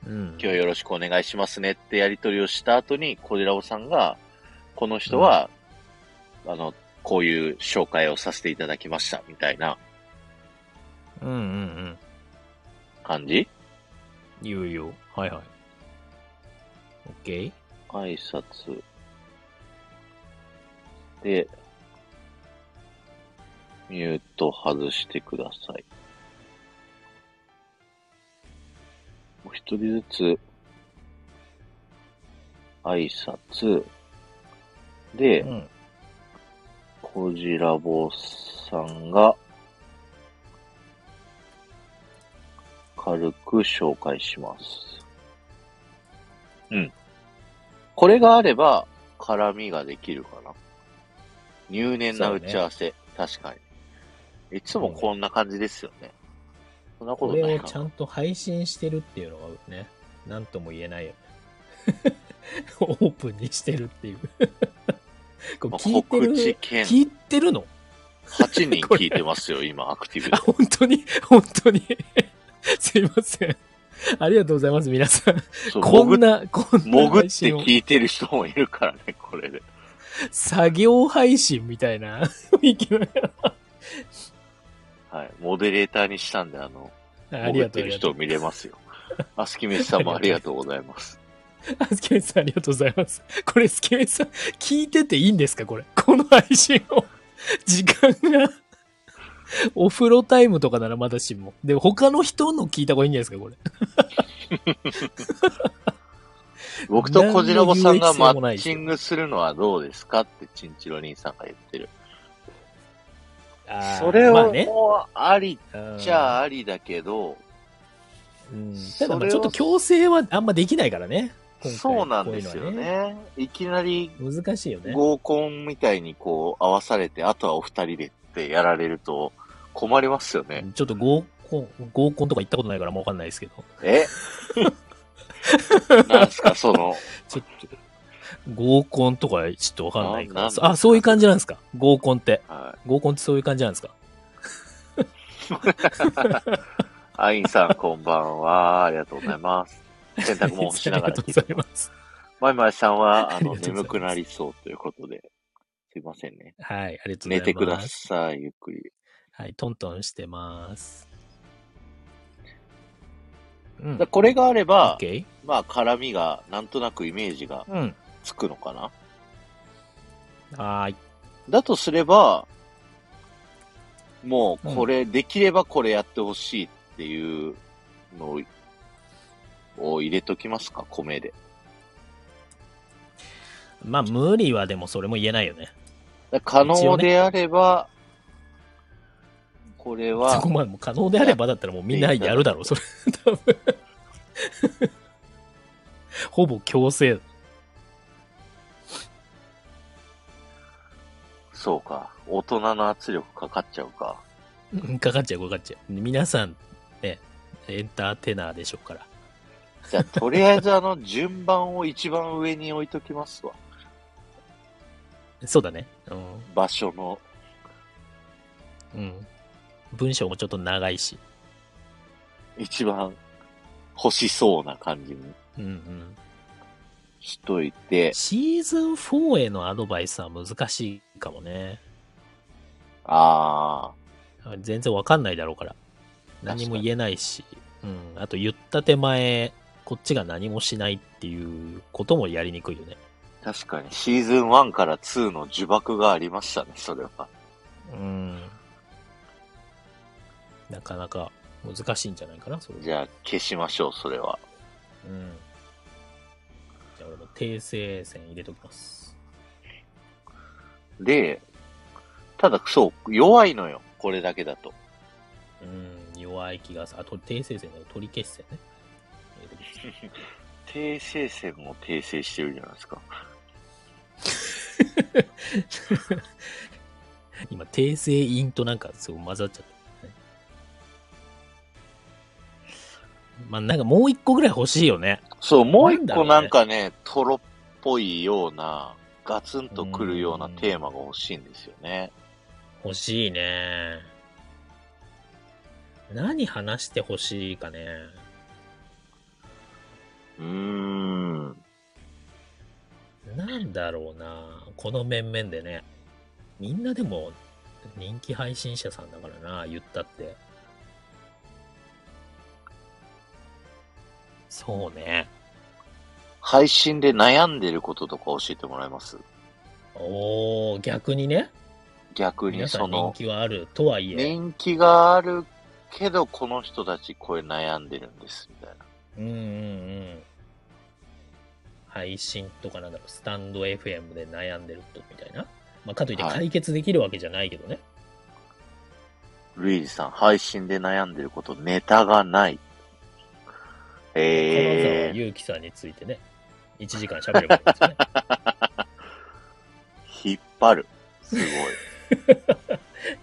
S2: うん。
S1: 今日よろしくお願いしますねってやり取りをした後に、小寺尾さんが、この人は、あの、こういう紹介をさせていただきました、みたいな
S2: うんうんうん。
S1: 感じ
S2: 言うよ。はいはい。オッケー
S1: 挨拶。で、ミュート外してください。もう一人ずつ、挨拶。で、
S2: うん。
S1: コジラボさんが、軽く紹介します。うん。これがあれば、絡みができるかな。入念な打ち合わせ。確かに。いつもこんな感じですよね。そんなこ
S2: こと
S1: な
S2: れ
S1: い
S2: をち
S1: か
S2: ゃ
S1: な。
S2: んと配信してるっていうのはね、なんとも言えないよね。 <laughs> オープンにしてるっていう。 <laughs> こう
S1: まあ
S2: 聞いて
S1: 告知
S2: る
S1: 券
S2: 聞いてるの <laughs>
S1: 8人聞いてますよ、今、アクティブで
S2: あ、。本当に本当に <laughs> すいません。ありがとうございます、皆さん。
S1: そう
S2: こ
S1: 潜
S2: ん
S1: っ
S2: な、こんな
S1: 潜って
S2: 配信を。
S1: 聞いてる人もいるからね、これで。
S2: 作業配信みたいな <laughs> 雰囲気の
S1: はい。モデレーターにしたんで、あの、
S2: あり
S1: 潜
S2: が
S1: っ
S2: と
S1: て
S2: う。
S1: る
S2: ありが
S1: 人
S2: と
S1: を
S2: う
S1: 見れますよ。あ、スキメシさんもありがとうございます。
S2: あスケベさん、ありがとうございます。これ、スケベさん、聞いてていいんですかこれ。 <laughs> この配信を。 <laughs> 時間が。 <laughs> お風呂タイムとかならまだしも。で、他の人の聞いた方がいいんじゃないですかこれ。
S1: <laughs> 僕と小白ぼさんが
S2: 何
S1: マ
S2: の有益性もない
S1: ッチングするのはどうですかってチンチロリンさんが言ってる。
S2: あー
S1: それ
S2: まあ
S1: を
S2: ね。
S1: もうありじゃ
S2: あ
S1: あありだけど、
S2: ー。うんただ、ま
S1: それ
S2: あ
S1: を
S2: ちょっと強制はあんまできないからね。今回
S1: そうなんです
S2: こ
S1: よ
S2: ういうのは
S1: ね。いきなり
S2: 難しいよね。
S1: 合コンみたいにこう合わされて、あとはお二人でってやられると困りますよね。
S2: ちょっと合コン、合コンとか行ったことないからもうわかんないですけど。
S1: え <laughs> なんすか、その、
S2: ちょっと。合コンとかちょっとわかんないけど
S1: あなんだ
S2: あ、そういう感じなんですか合コンって。
S1: は
S2: 合コンってそういう感じなんですか
S1: い。アインさん、こんばんは。ありがとうございます。洗濯物をしなが
S2: <laughs> あり
S1: ら
S2: がとう
S1: 聞い
S2: ご
S1: て
S2: ざいます。
S1: マイマイさんは、あの、
S2: ありがとうございます
S1: 眠くなりそうということで、すいませんね。
S2: はい、ありがとうございます。
S1: 寝てください、ゆっくり。
S2: はい、トントンしてます。うん。
S1: だこれがあれ
S2: オッ
S1: ば、
S2: ケー
S1: まあ、絡みが、なんとなくイメージが
S2: うん。
S1: つくのかな。
S2: はーい。
S1: だとすれば、もう、これ、できればこれやってほしいっていうのをを入れときますか、米で。
S2: まあ、無理はでもそれも言えないよね。
S1: だ可
S2: 一応
S1: 能
S2: ね
S1: であれば、これ
S2: そ
S1: は
S2: こ、までも可能であればだったらもうみんなやるだろう、それ。多分 <laughs> ほぼ強制だ。
S1: そうか、大人の圧力かかっちゃうか。
S2: うんかかっちゃう、かかっちゃう。皆さん、ね、エンターテイナーでしょうから。
S1: じゃあ、とりあえずあの、順番を一番上に置いときますわ。
S2: そうだね。うん。
S1: 場所の。
S2: うん。文章もちょっと長いし。
S1: 一番欲しそうな感じに
S2: うんうん。
S1: しといて、
S2: シーズン4へのアドバイスは難しいかもね。
S1: あ
S2: 全然わかんないだろうから。何も言えないし。うん。あと言った手前、こっちが何もしないっていうこともやりにくいよね。
S1: ー、確かにシーズン1から2の呪縛がありましたね、それは。
S2: うん。なかなか難しいんじゃないかな、それは
S1: じゃあ、消しましょう、それは。
S2: うん。じゃあ俺も訂正線入れときます。
S1: で、ただ、そう、弱いのよ、これだけだと。
S2: うん、弱い気がする。あと、訂正線だよ。取り消し線ね。入れときます
S1: 訂正線も訂正してるじゃないですか。
S2: 今、訂正印となんか、すごい混ざっちゃった、ね。まあ、なんかもう一個ぐらい欲しいよね。
S1: そう、もう一個な
S2: な
S1: ん
S2: だろうね
S1: んかね、トロっぽいような、ガツンとくるようなテーマが欲しいんですよね。
S2: 欲しいね。何話して欲しいかね。
S1: うーん。
S2: なんだろうな。この面々でね。みんなでも人気配信者さんだからな、言ったって。そうね。
S1: 配信で悩んでることとか教えてもらえます
S2: おー、逆にね。
S1: 逆に
S2: 皆さ
S1: そ
S2: ん人
S1: の、
S2: 気はあるとはいえ。
S1: 人気があるけど、この人たちこれ悩んでるんです、みたいな。
S2: うんうんうん。配信とかなんだろう、スタンド FM で悩んでるとみたいな。まあ、かといって
S1: はい
S2: 解決できるわけじゃないけどね。
S1: ルイージさん、配信で悩んでること、ネタがない。
S2: 金沢
S1: えー、
S2: 祐希さんについてね、1時間喋ればいいですよね。
S1: 引っ張る。すごい。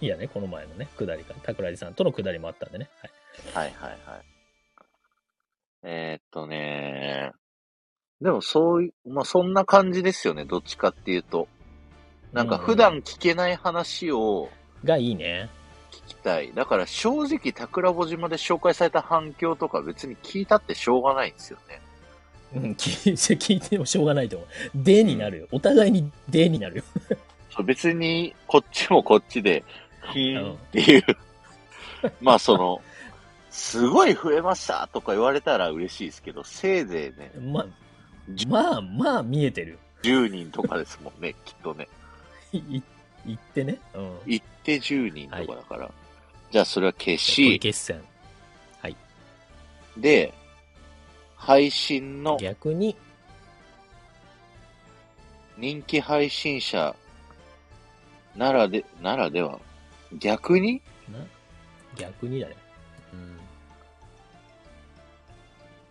S2: いやね、この前のね、くだりが、桜井さんとのくだりもあったんでね。はい、
S1: はいはいはい。えーっとねでもそういう、まあそんな感じですよね、どっちかっていうと。なんか普段聞けない話を
S2: がいいね。
S1: 聞きたい。だから正直、桜穂島で紹介された反響とか別に聞いたってしょうがないんですよね。
S2: うん、聞い聞いてもしょうがないと思う。でになるよ。お互いにでになるよ。
S1: そう別にこっちもこっちで、ふー
S2: うん
S1: んっていう。 <laughs> まあその、すごい増えましたとか言われたら嬉しいですけど、せいぜいね、
S2: まあ、まあまあ見えてる。
S1: 10人とかですもんね、きっとね。
S2: い言ってね。うん。
S1: 行って10人とかだから。じゃあそれは消し、
S2: 決戦。
S1: で、配信の
S2: 逆に、
S1: 人気配信者ならで、ならでは、逆に
S2: な逆にだね。うん。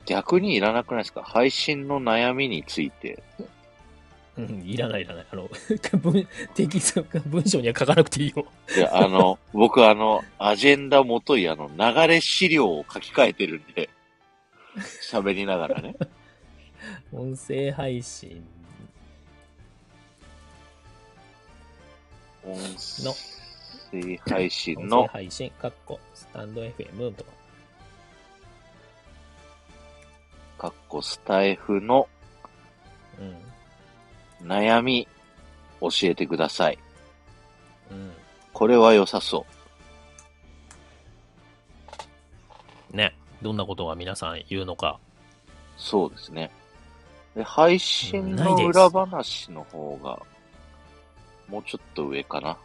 S1: 逆にいらなくないですか配信の悩みについて。
S2: うん、いらないいらない。あの、 <laughs> 文、テキスト、文章には書かなくていいよ。
S1: いや、あ
S2: <laughs>
S1: の、僕あの、アジェンダもといあの、流れ資料を書き換えてるんで、
S2: <laughs>
S1: 喋りながらね。
S2: 音声配信
S1: 音
S2: の
S1: 声配信
S2: 音声
S1: の
S2: 配信、かっこ、スタンド FM とか。
S1: かっこスタイフの
S2: うん。
S1: 悩み教えてください。
S2: うん。
S1: これは良さそ
S2: ね。どんなことが皆さん言うのか。
S1: う。そうですね。で配信
S2: ない
S1: の
S2: です
S1: 裏話の方が、もうちょっと上かな。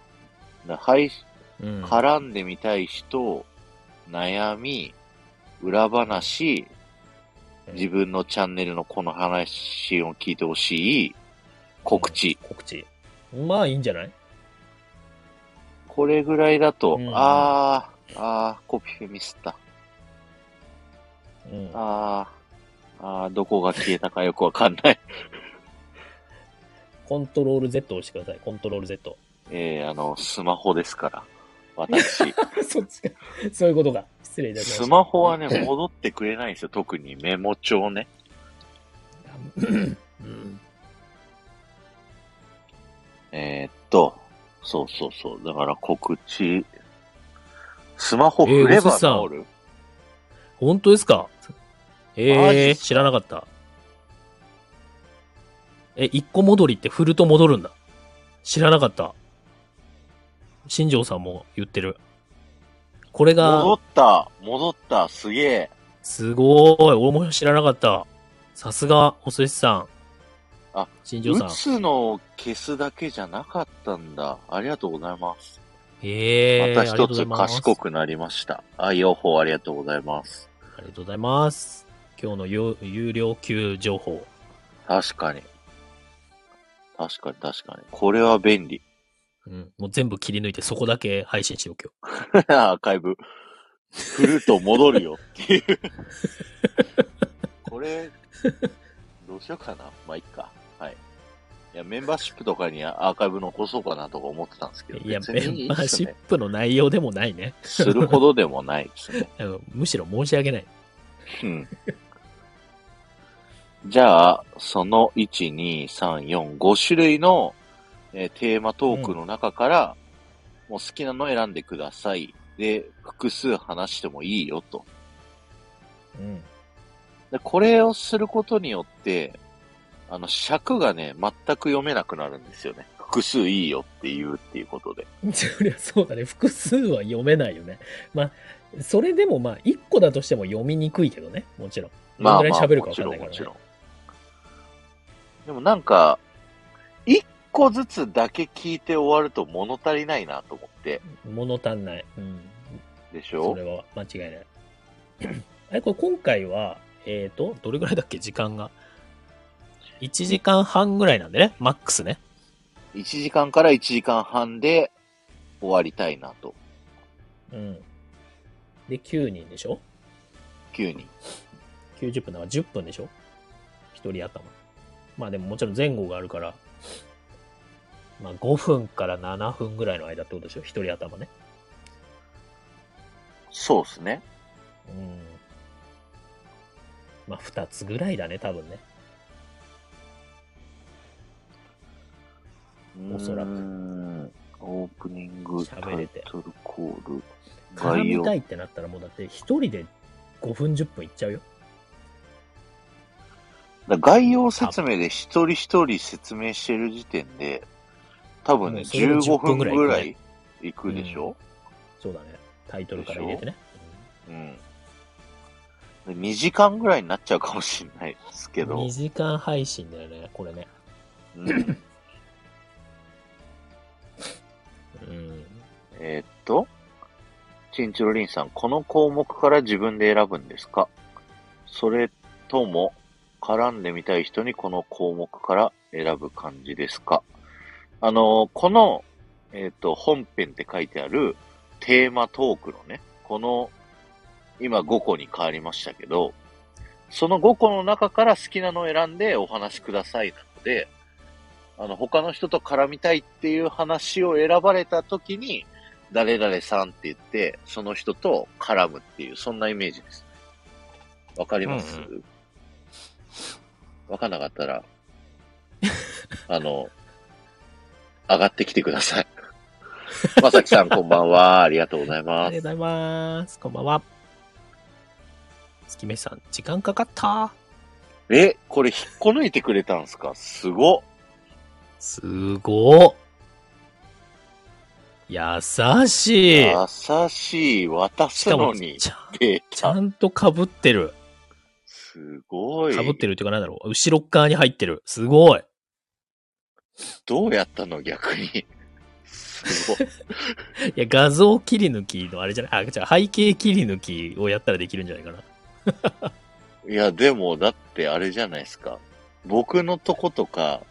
S1: だ配信
S2: うん。
S1: 絡んでみたい人、悩み、裏話、自分のチャンネルのこの話を聞いてほしい、告知。
S2: 告知。まあ、いいんじゃない
S1: これぐらいだと、
S2: うん
S1: あー、あー、コピペミスった。
S2: うん。
S1: あー、あー、どこが消えたかよくわかんない。
S2: コントロール Z を押してください。コントロール Z。
S1: えー、あの、スマホですから。私。
S2: <laughs> そっちか。そういうことか。失礼いたしました。
S1: スマホはね、戻ってくれないんですよ。特にメモ帳ね。
S2: うん。
S1: えー、っと、そうそうそう。だから告知。スマホ振
S2: えー
S1: れ
S2: お
S1: ば
S2: すさん
S1: 治る、
S2: 本当ですか
S1: マジ
S2: ええ
S1: っ
S2: ー、
S1: すか
S2: 知らなかった。え、一個戻りって振ると戻るんだ。知らなかった。新庄さんも言ってる。これ
S1: 戻
S2: が
S1: っ、た戻ったすげえ
S2: すごーい。俺も知らなかった。さすが、お寿司さん。
S1: あ、
S2: 新庄
S1: 打
S2: さん。
S1: つのを消すだけじゃなかったんだ。ありがとうございます。
S2: ええー、
S1: また一つ
S2: く
S1: 賢くなりました。あ、用法ありがとうございます。
S2: ありがとうございます。今日の有有料級情報。
S1: 確かに。確かに確かに。これは便利。
S2: うん。もう全部切り抜いてそこだけ配信しよう、今
S1: <laughs> アーカイブ。振ると戻
S2: <laughs>
S1: るよっていう。これ、どうしようかな。まあ、いっか。はい。いや、メンバーシップとかにアーカイブ残そうかなとか思ってたんですけど、
S2: 日。いや、
S1: 別
S2: メ
S1: にい
S2: ン
S1: い
S2: バ
S1: っ
S2: ー
S1: す
S2: シ
S1: ね
S2: ッ。プの内容でもないね。
S1: するほどでもないですね。
S2: うんむしろ申し訳ない。
S1: うん。じゃあ、その1、2、3、4、5種類の、えーテーマトークの中から、もう好きなの選んでください。で、複数話してもいいよと。
S2: うん。
S1: で、これをすることによって、あの、尺がね、全く読めなくなるんですよね。複数いいよって言うっていうことで。
S2: <laughs> そりゃそうだね。複数は読めないよね。まあ、それでもまあ、一個だとしても読みにくいけどね。もちろん。
S1: まあ
S2: どん
S1: ま
S2: ぐ
S1: あ、
S2: らい喋るか
S1: も
S2: わ
S1: ち
S2: か
S1: ろ
S2: んなんい
S1: も
S2: からね
S1: ちろん。でもなんか、一個ずつだけ聞いて終わると物足りないなと思って。
S2: 物足んない。うん。
S1: でし
S2: そ
S1: ょ
S2: れは間違いない。 <clears throat> あれ、これ今回は、えっ、と、どれぐらいだっけ時間が。1時間半ぐらいなんでね。マックスね。
S1: ?1 時間から1時間半で終わりたいなと。
S2: うん。で、9人でしょ
S1: 9人。
S2: 90分だから10分でしょ ?1 人頭。まあでももちろん前後があるから、まあ5分から7分ぐらいの間ってことでしょ ?1 人頭ね。
S1: そうですね。
S2: うん。まあ2つぐらいだね、多分ね。おそらく
S1: うーん。オープニング、タ
S2: 喋れ
S1: イ
S2: て
S1: トルコール、
S2: 絡
S1: 概
S2: み
S1: 要
S2: たいってなったらもうだって1人で5分10分いっちゃうよ。
S1: だから概要説明で一人一人説明してる時点で、多分ね、
S2: うんそれでも
S1: 15
S2: 10
S1: 分
S2: 分ぐらい
S1: ぐらいいくでしょ、
S2: そうだね。タイトルから入れてね。
S1: うん、で ?2 時間ぐらいになっちゃうかもしれないですけど
S2: 2。時間配信だよね、これね。
S1: うん、
S2: うん。
S1: えーっと、チンチロリンさん、この項目から自分で選ぶんですかそれとも、絡んでみたい人にこの項目から選ぶ感じですかあの、この、えーっと、本編って書いてあるテーマトークのね、この、今5個に変わりましたけど、その5個の中から好きなのを選んでお話しくださいなので、あの、他の人と絡みたいっていう話を選ばれた時に、誰々さんって言って、その人と絡むっていう、そんなイメージです。わかります
S2: う
S1: わ、かんなかったら、あの、上がってきてください。 <laughs> まさきさん、こんばんは。ありがとうござい
S2: あ
S1: ま
S2: り
S1: す。
S2: がとうございます。こんばんは。月目さん、時間かかった
S1: え、これ引っこ抜いてくれたんすかすごっ。
S2: すごっ優しい
S1: 優しい、渡
S2: し
S1: す
S2: かも
S1: の
S2: ち
S1: に。
S2: ゃん、
S1: デー
S2: ちゃ
S1: タ。
S2: んと被ってる。
S1: すごい。
S2: 被ってるっていうかなんだろう。後ろっ側に入ってる。すごい。
S1: どうやったの逆に。すごい。
S2: いや、画像切り抜きのあれじゃないあ、じゃあ背景切り抜きをやったらできるんじゃないかな。
S1: いや、でも、だってあれじゃないですか。僕のとことか、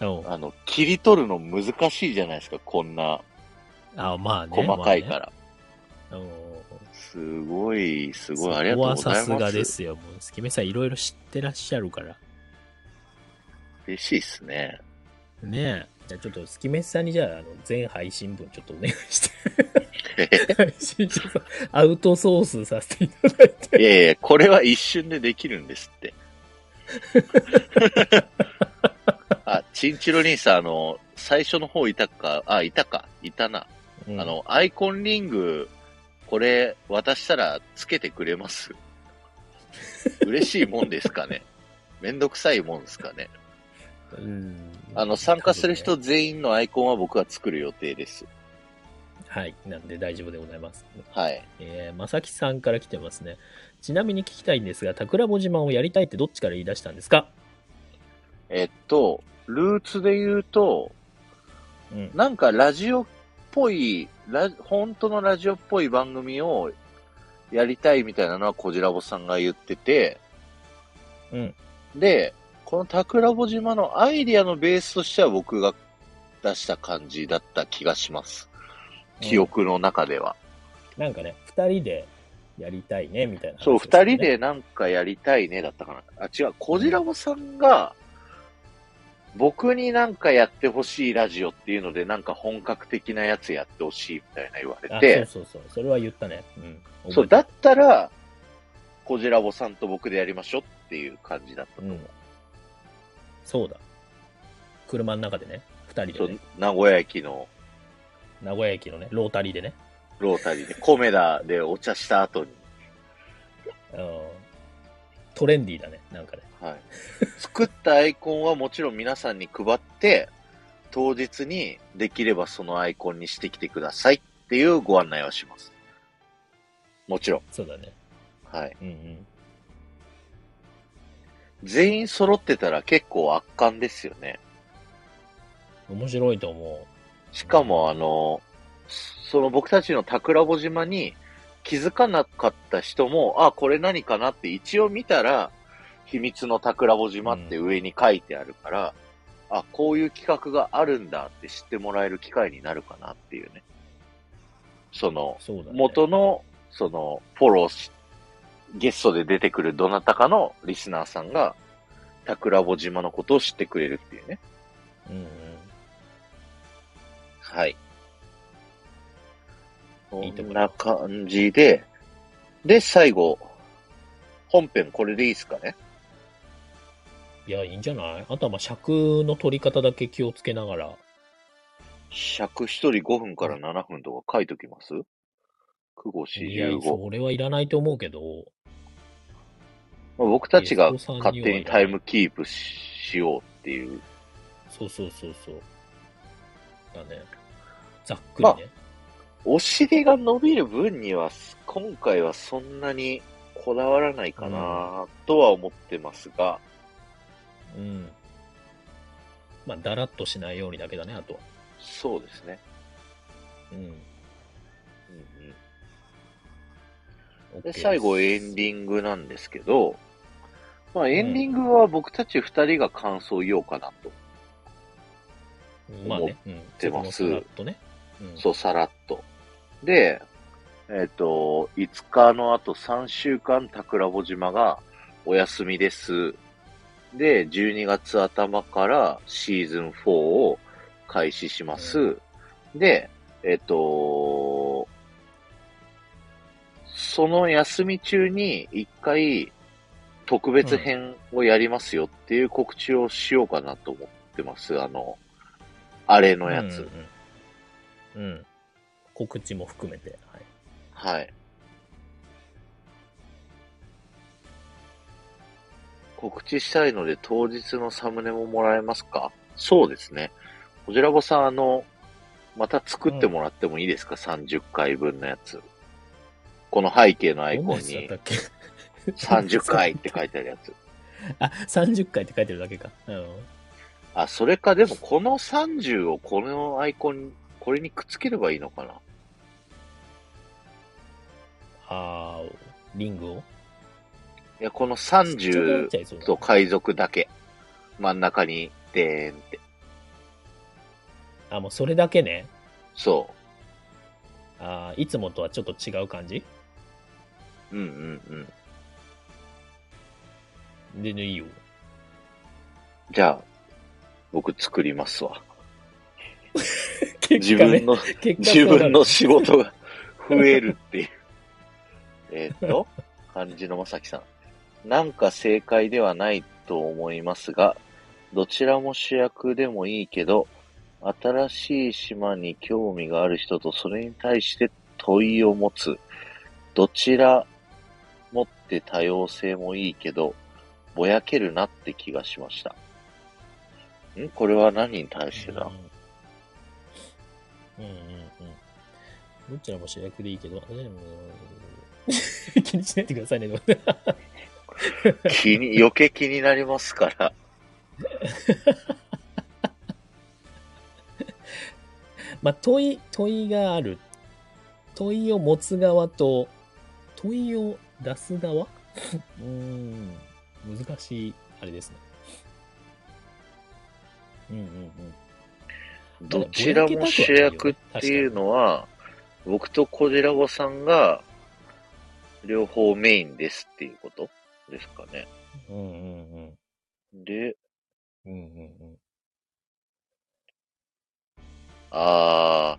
S2: うん。
S1: あの、切り取るの難しいじゃないですか、こんな
S2: あ、まあね。。
S1: 細かいからら。
S2: うん
S1: すごい、す
S2: そ
S1: ごい、ありが
S2: こと
S1: うご
S2: は
S1: ざいま
S2: さ
S1: す。
S2: すがで。すよ。もう、スケメさんいろいろ知ってらっしゃるから。
S1: 嬉しいっすね。
S2: ねえ。じゃあちょっと、スキメさんにじゃあ、あの、全配信分ちょっとお願い
S1: <laughs>
S2: して。配信者さん、アウトソースさせていただいて。
S1: いやいや、これは一瞬でできるんですって。あ、チンチロリンさん、あの、最初の方いたか、あ、いたか、いたな。あの、アイコンリング、これ、渡したらつけてくれます嬉しいもんですかねめんどくさいもんですかね
S2: うん、うん、
S1: あの、参加する人全員のアイコンは僕は作る予定です。
S2: はい。なんで大丈夫でございます。
S1: はい。
S2: えー、まさきさんから来てますね。ちなみに聞きたいんですが、桜子島をやりたいってどっちから言い出したんですか
S1: えっと、ルーツで言うと、
S2: うん。
S1: なんかラジオっぽい、ラ本当のラジオっぽい番組をやりたいみたいなのはこじらぼさんが言ってて、
S2: うん。
S1: で、この桜ぼ島のアイディアのベースとしては僕が出した感じだった気がします。記憶の中では。
S2: なんかね、二人でやりたいね、みたいな話
S1: そう、
S2: をしてた
S1: 二
S2: ね、
S1: 人でなんかやりたいねだったかな。あ、違う、こじらぼさんが、僕になんかやってほしいラジオっていうので、なんか本格的なやつやってほしいみたいな言われ
S2: あ
S1: て、
S2: そうそうそう。それは言ったね。うん。
S1: そう、
S2: 覚
S1: だったら、コジラボさんと僕でやりましょうっていう感じだったと思う。
S2: うんえてるそうだ。車の中でね、二人
S1: そ
S2: で、ね
S1: う、、名古屋駅の
S2: 名古屋駅のね、ロータリーでね。
S1: ロータリーで、コメダでお茶した後に、
S2: うん。トレンディーだね、なんかね。
S1: はい。作ったアイコンはもちろん皆さんに配って、当日にできればそのアイコンにしてきてくださいっていうご案内はします。もちろん。
S2: そうだね。
S1: はい。
S2: うんうん。
S1: 全員揃ってたら結構圧巻ですよね。
S2: 面白いと思
S1: しかもあの、その僕たちの桜穂島に気づかなかった人も、あ、これ何かなって一応見たら、秘密の桜穂島って上に書いてあるから、あ、こういう企画があるんだって知ってもらえる機会になるかなっていうね。その
S2: う。、そうだね。
S1: 元の、その、フォローし、ゲストで出てくるどなたかのリスナーさんが、桜穂島のことを知ってくれるっていうね。
S2: うんうん。
S1: はい。こ
S2: いいとこ
S1: ん
S2: ろ
S1: な感じで、で、最後、本編これでいいですかね
S2: いや、いいんじゃないあとはまあ尺の取り方だけ気をつけながら。
S1: 尺一人5分から7分とか書いときます九五四
S2: いや
S1: 十、五。
S2: それはいらないと思うけど。
S1: まあ僕たちが
S2: ゲストさんには
S1: 勝手にタイムキープししようっていう。
S2: そうそうそうそう。だね。ざっくり
S1: まあ
S2: ね。
S1: お尻が伸びる分には、今回はそんなにこだわらないかなとは思ってますが、
S2: うん。まあ、だらっとしないようにだけだね、あとは。
S1: そうですね。
S2: うん。
S1: うんうん
S2: OK
S1: で、
S2: す
S1: 最後エンディングなんですけど、まあエンディングは僕たち二人が感想を言おうかなと。
S2: まあね。うん。
S1: てます
S2: そこのさらっとね。うん。
S1: そう、さらっと。で、えっ、と、5日の後3週間桜穂島がお休みです。で、12月頭からシーズン4を開始します。
S2: う
S1: で、えっ、と、その休み中に一回特別編をやりますよっていう告知をしようかなと思ってます。あの、あれのやつ。
S2: うんうんうん。告知も含めて。はい。
S1: はい。告知したいので当日のサムネももらえますかそうですね。こじらぼさん、あの、また作ってもらってもいいですか、?30 回分のやつ。この背景のアイ
S2: どん
S1: コ
S2: な
S1: ン
S2: やつだっ
S1: に
S2: たっけ
S1: 30回って書いてあるやつ。
S2: <laughs> あ、30回って書いてるだけか。うん。
S1: あ、それか、でもこの30をこのアイコン、これにくっつければいいのかな
S2: あー、リングを
S1: いや、この
S2: ちっちゃくなっ
S1: 30
S2: ちゃいそうだ
S1: と海賊だけ、真ん中に、でーんって。
S2: あ、もうそれだけね。
S1: そ
S2: あーいつもとはちょっと違う感じ
S1: う。うんうんうん。
S2: 全然いいよ。
S1: じゃあ、僕作りますわ。
S2: 結
S1: <laughs> 自
S2: 果ね
S1: 分、の、
S2: 結果
S1: 自
S2: そうな
S1: 分の仕事が増えるっていう。 <laughs> えーっと、漢字のまさきさん。なんか正解ではないと思いますが、どちらも主役でもいいけど、新しい島に興味がある人とそれに対して問いを持つ。どちらもって多様性もいいけど、ぼやけるなって気がしました。んこれは何に対して
S2: <laughs>
S1: だ
S2: うんうんうん。どっちらも主役でいいけど、私らも <laughs> うん気にしないでくださいね。でも
S1: 気に、余計気になりますから。
S2: まあ、問い、問いがある。問いを持つ側と、問いを出す側 <laughs> うーん。難しい、あれですね。うんうんうん。
S1: どちらも主役っていうのは、僕とコジラボさんが、両方メインですっていうことですかね。
S2: うんうんうん。
S1: で、
S2: うんうん
S1: あ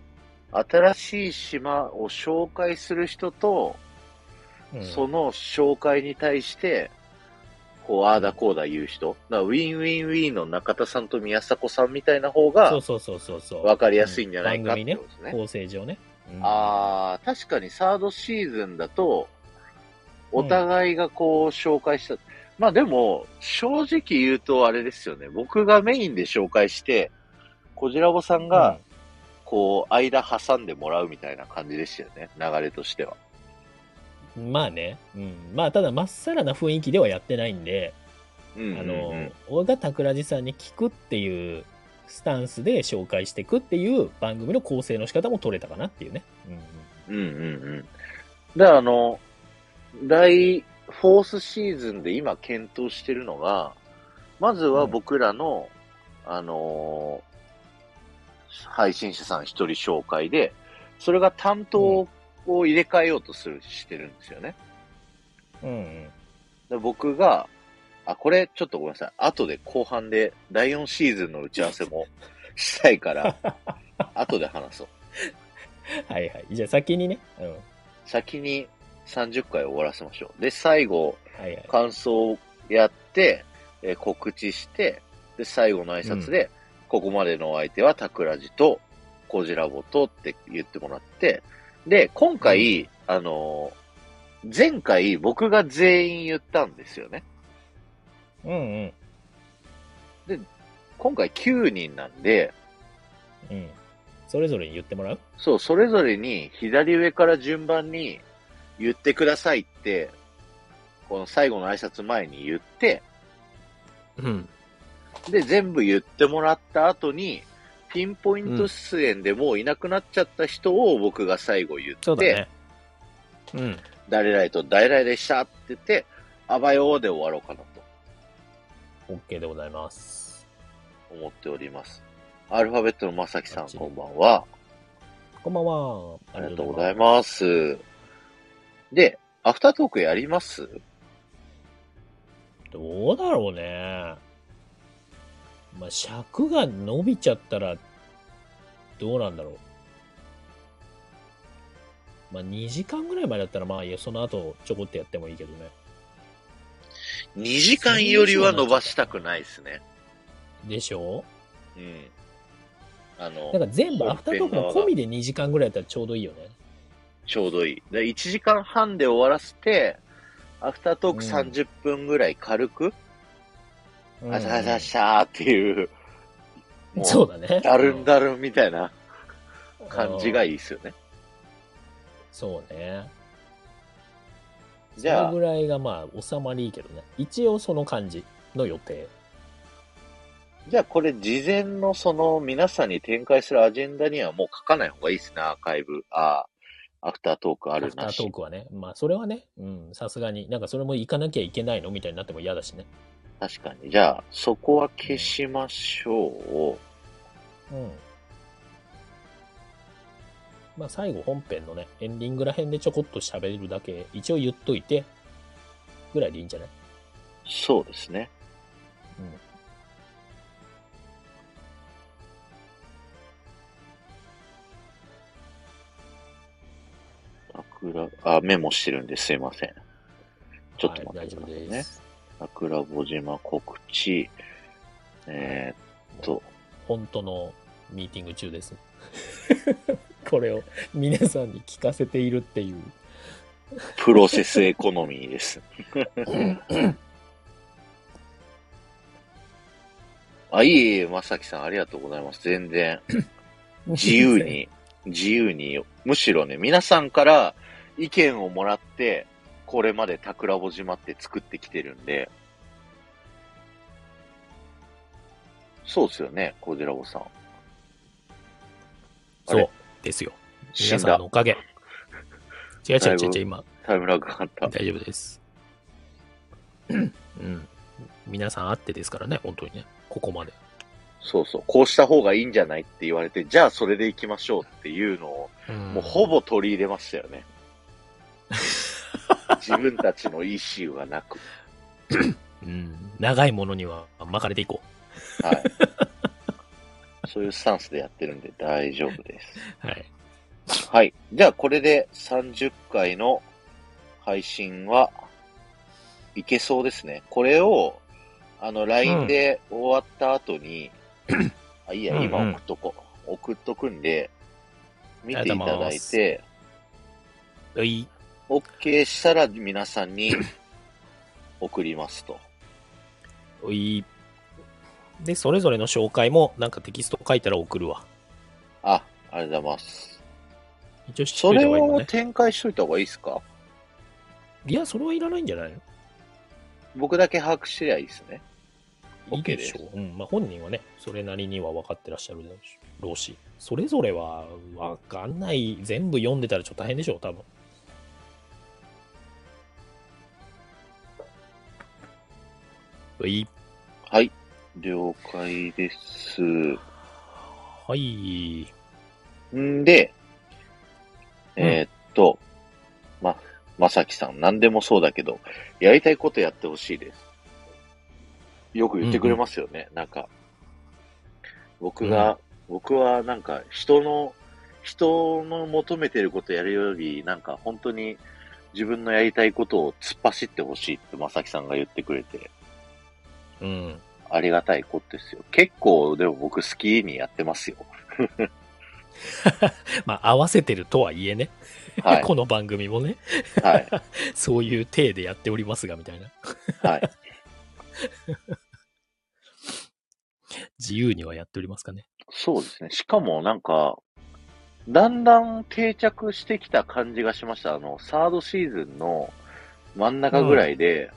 S1: ー、新しい島を紹介する人と、
S2: うん。
S1: その紹介に対して、こう、ああだこうだ言う人。だからウィンウィンウィンの中田さんと宮迫さんみたいな方
S2: そ
S1: が
S2: う、そうそうそうそう。
S1: わかりやすいんじゃないかって
S2: 番組
S1: こと
S2: ね
S1: ですね。
S2: 構成上ね。うん
S1: ああ、確かにサードシーズンだと、お互いがこう紹介した。まあでも、正直言うとあれですよね。僕がメインで紹介して、こじらぼさんが、こう、間挟んでもらうみたいな感じでしたよね。流れとしては。
S2: うんまあね、うん、まあただまっさらな雰囲気ではやってないんで、
S1: うんうんうん、
S2: あの、俺が桜地さんに聞くっていうスタンスで紹介していくっていう番組の構成の仕方も取れたかなっていうね。うんうん
S1: うんうんうん。で、あの、第、フォースシーズンで今検討してるのが、まずは僕らの、あのー配信者さん一人紹介で、それが担当を入れ替えようとする、してるんですよね。
S2: うん
S1: で僕が、あ、これちょっとごめんなさい。後で後半で第4シーズンの打ち合わせもしたいから、後で話そう。
S2: はいはい。じゃあ先にね。うん。
S1: 先に30回終わらせましょう。で、最後、
S2: はいはい。
S1: 感想をやって、えー告知して、で、最後の挨拶で、ここまでのお相手はタクラジと、コジラボとって言ってもらって、で、今回、あのー前回僕が全員言ったんですよね。
S2: うんうん。
S1: 今回9人なんで、
S2: うん。それぞれに言ってもらう
S1: そう、それぞれに左上から順番に言ってくださいって、この最後の挨拶前に言って、
S2: うん。
S1: で、全部言ってもらった後に、ピンポイント出演でもういなくなっちゃった人を僕が最後言って、。
S2: うん。
S1: 誰々と誰々でしたって言って、あばよーで終わろうかなと
S2: OK でございます。
S1: 思っております。アルファベットのまさきさん、
S2: バッチリ
S1: こんばんは。
S2: こんばんは。
S1: ありがとうございます。で、アフタートークやります
S2: す。どうだろうね。まあ、尺が伸びちゃったら、どうなんだろう。まあ、2時間ぐらい前だったら、まあ、いや、その後、ちょこっとやってもいいけどね。
S1: ?2 時間よりは伸ばしたくないですね。
S2: でしょ
S1: うん。あの
S2: だから全部アフタートークも込みで2時間ぐらいだったらちょうどいいよね。
S1: ちょうどいい。で、1時間半で終わらせて、アフタートーク
S2: うん
S1: 30分ぐらい軽く、
S2: うん
S1: あしゃあしゃあしゃーっていう、もう
S2: そうだね。
S1: だるんだるんみたいな感じが
S2: いい。
S1: いいですよね。
S2: そうね。
S1: じゃあ
S2: それぐらいがまあ収まりいいけどね。一応その感じの予定。
S1: じゃあこれ事前のその皆さんに展開するアジェンダにはもう書かない方がいいですね、アーカイブ。ああ、アフタートークあ
S2: ア
S1: る
S2: フタ
S1: な
S2: ートー
S1: し。
S2: クはね。まあそれはね、うん、さすがに。なんかそれも行かなきゃいけないのみたいになっても嫌だしね。
S1: 確かに。じゃあそこは消しましょ。
S2: うん。まあ最後本編のね、エンディングら辺でちょこっと喋るだけ、一応言っといて、ぐらいでいいんじゃないう
S1: そうですね。
S2: うん。
S1: 桜、あ、メモしてるんですいません。ちょっと待ってくださ
S2: はいい、大丈夫
S1: ね
S2: で。す。
S1: 桜坊島告知。えーっと、
S2: 本当のミーティング中です。 <laughs> これを皆さんに聞かせているっていう。
S1: プロセスエコノミー
S2: <laughs>
S1: です。あ、いえいえ、まさきさん、ありがとうございます。全然、自由。に、自由に、むしろね、皆さんから意見をもらって、これまで桜ぼ島って作ってきてるんで、そうですよね、コジラボさん。あ
S2: そ
S1: れ
S2: うですよ。
S1: 死
S2: 皆
S1: ん
S2: さん
S1: だ
S2: のお。かげ。違う違う違う違
S1: だ
S2: う、
S1: い
S2: 今、
S1: タイムラグがあった。
S2: 大丈夫です。うん。皆さんあってですからね、本当にね。ここまで。
S1: そうそう、こうした方がいいんじゃないって言われて、じゃあそれで行きましょうっていうのを、
S2: うん
S1: もうほ。ぼ取り入れましたよ
S2: <laughs>
S1: ね。自分たちの意思はなく。
S2: うん。長いものには巻かれていこ
S1: はい。そういうスタンスでやってるんで大丈夫です。
S2: う。はい。
S1: はい。じゃあ、これで30回の配信はいけそうですね。これを、あの、LINE で終わった後
S2: <clears throat>
S1: に、あ、いいや、今
S2: うんうん
S1: 送っとこう。送っとくんで、見ていただいて、
S2: うい。
S1: OK したら皆さんに送りますと。
S2: うい。で、それぞれの紹介も、なんかテキスト書いたら送るわ。
S1: あ、ありがとうございます。
S2: 一応知っ
S1: そ
S2: とい
S1: れ
S2: た方がいいの
S1: を
S2: ね。
S1: 展開しといた方がいいですか
S2: いや、それはいらないんじゃないの
S1: 僕だけ把握してりゃいいですね。
S2: いいでし
S1: OK
S2: ょう。うん。まあ、本人はね、それなりには分かってらっしゃるでしろうし、それぞれは分かんない、全部読んでたらちょっと大変でしょう、多分。はい。
S1: はい。了解です。
S2: はい。
S1: んで、
S2: うん
S1: えーっと、ま、まさきさん、何でもそうだけど、やりたいことやってほしいです。よく言ってくれますよね、なんか。僕が、僕はなんか、人の、人の求めてることやるより、なんか本当に自分のやりたいことを突っ走ってほしいってまさきさんが言ってくれて、
S2: うん。
S1: ありがたいことですよ。結構、でも僕好きにやってますよ。
S2: まあ、合わせてるとはいえね、。
S1: はい
S2: <laughs> この番組もね、
S1: はい。
S2: そういう体でやっておりますが、みたいな。
S1: はい。
S2: 自由にはやっておりますかね。
S1: そうですね。しかもなんか、だんだん定着してきた感じがしました。あの、サードシーズンの真ん中ぐらいで、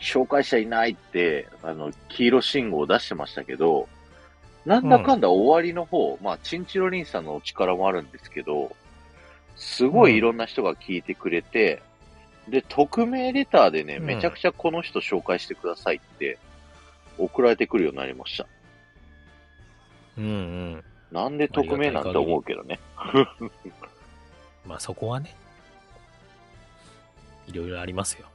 S1: 紹介者いないって、あの、黄色信号を出してましたけど、なんだかんだ終わりの方、まあ、チンチロリンさんのお力もあるんですけど、すごいいろんな人が聞いてくれて、で、匿名レターでね、
S2: うん
S1: めちゃくちゃこの人紹介してくださいって送られてくるようになりました。
S2: うんうん。
S1: なんで匿名なんて思うけどね。
S2: まあ、そこはね、いろいろありますよ。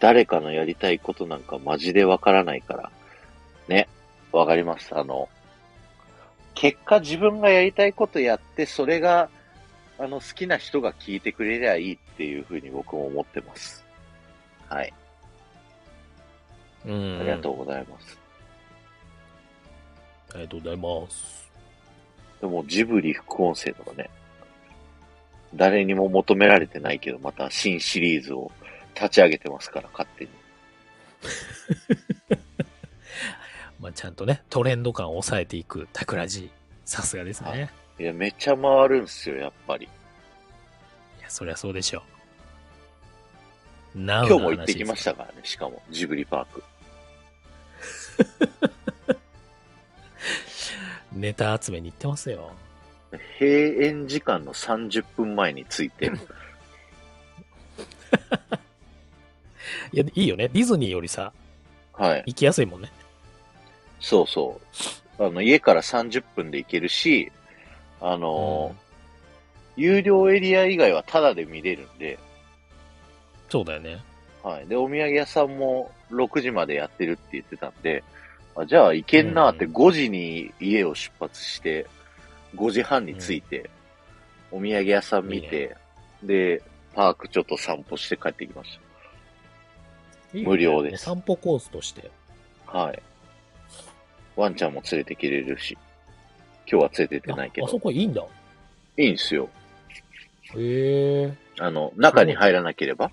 S1: 誰かのやりたいことなんかマジでわからないから。ね。わかります。あの、結果自分がやりたいことやって、それが、あの、好きな人が聞いてくれりゃいいっていうふうに僕も思ってます。はい。
S2: うん、
S1: ありがとうございます。
S2: ありがとうございます。
S1: でもジブリ副音声とかね、誰にも求められてないけど、また新シリーズを立ち上げてますから、勝手に。
S2: まあ、ちゃんとね、トレンド感を抑えていく桜地。さすがですね。
S1: はい
S2: い
S1: いや、めっちゃ回るんすよ、やっぱり。
S2: や、そりゃそうでしょう。な
S1: 今日も行ってきましたからね、しかも、ジブリパーク。
S2: ネタ集めに行ってますよ。
S1: 閉園時間の30分前に着いて、
S2: いや、いいよね。ディズニーよりさ、
S1: はい。
S2: 行きやすいもんね。
S1: そうそう。あの、家から30分で行けるし、あの、有料エリア以外はタダで見れるんで、
S2: そうだよね。
S1: はい。で、お土産屋さんも6時までやってるって言ってたんで、あじゃあ行けんなって
S2: うん
S1: 5時に家を出発して、5時半に着いて、お土産屋さん見て、で、パークちょっと散歩して帰ってきまし
S2: いいよね
S1: 無料です
S2: 散歩コースとして。
S1: た。はい。ワンちゃんも連れてきれるし、今日は連れてってないけ
S2: ああそ
S1: ど、
S2: こいいんだ。
S1: いいんすよ。
S2: へえ。
S1: あの、中に入らなければ、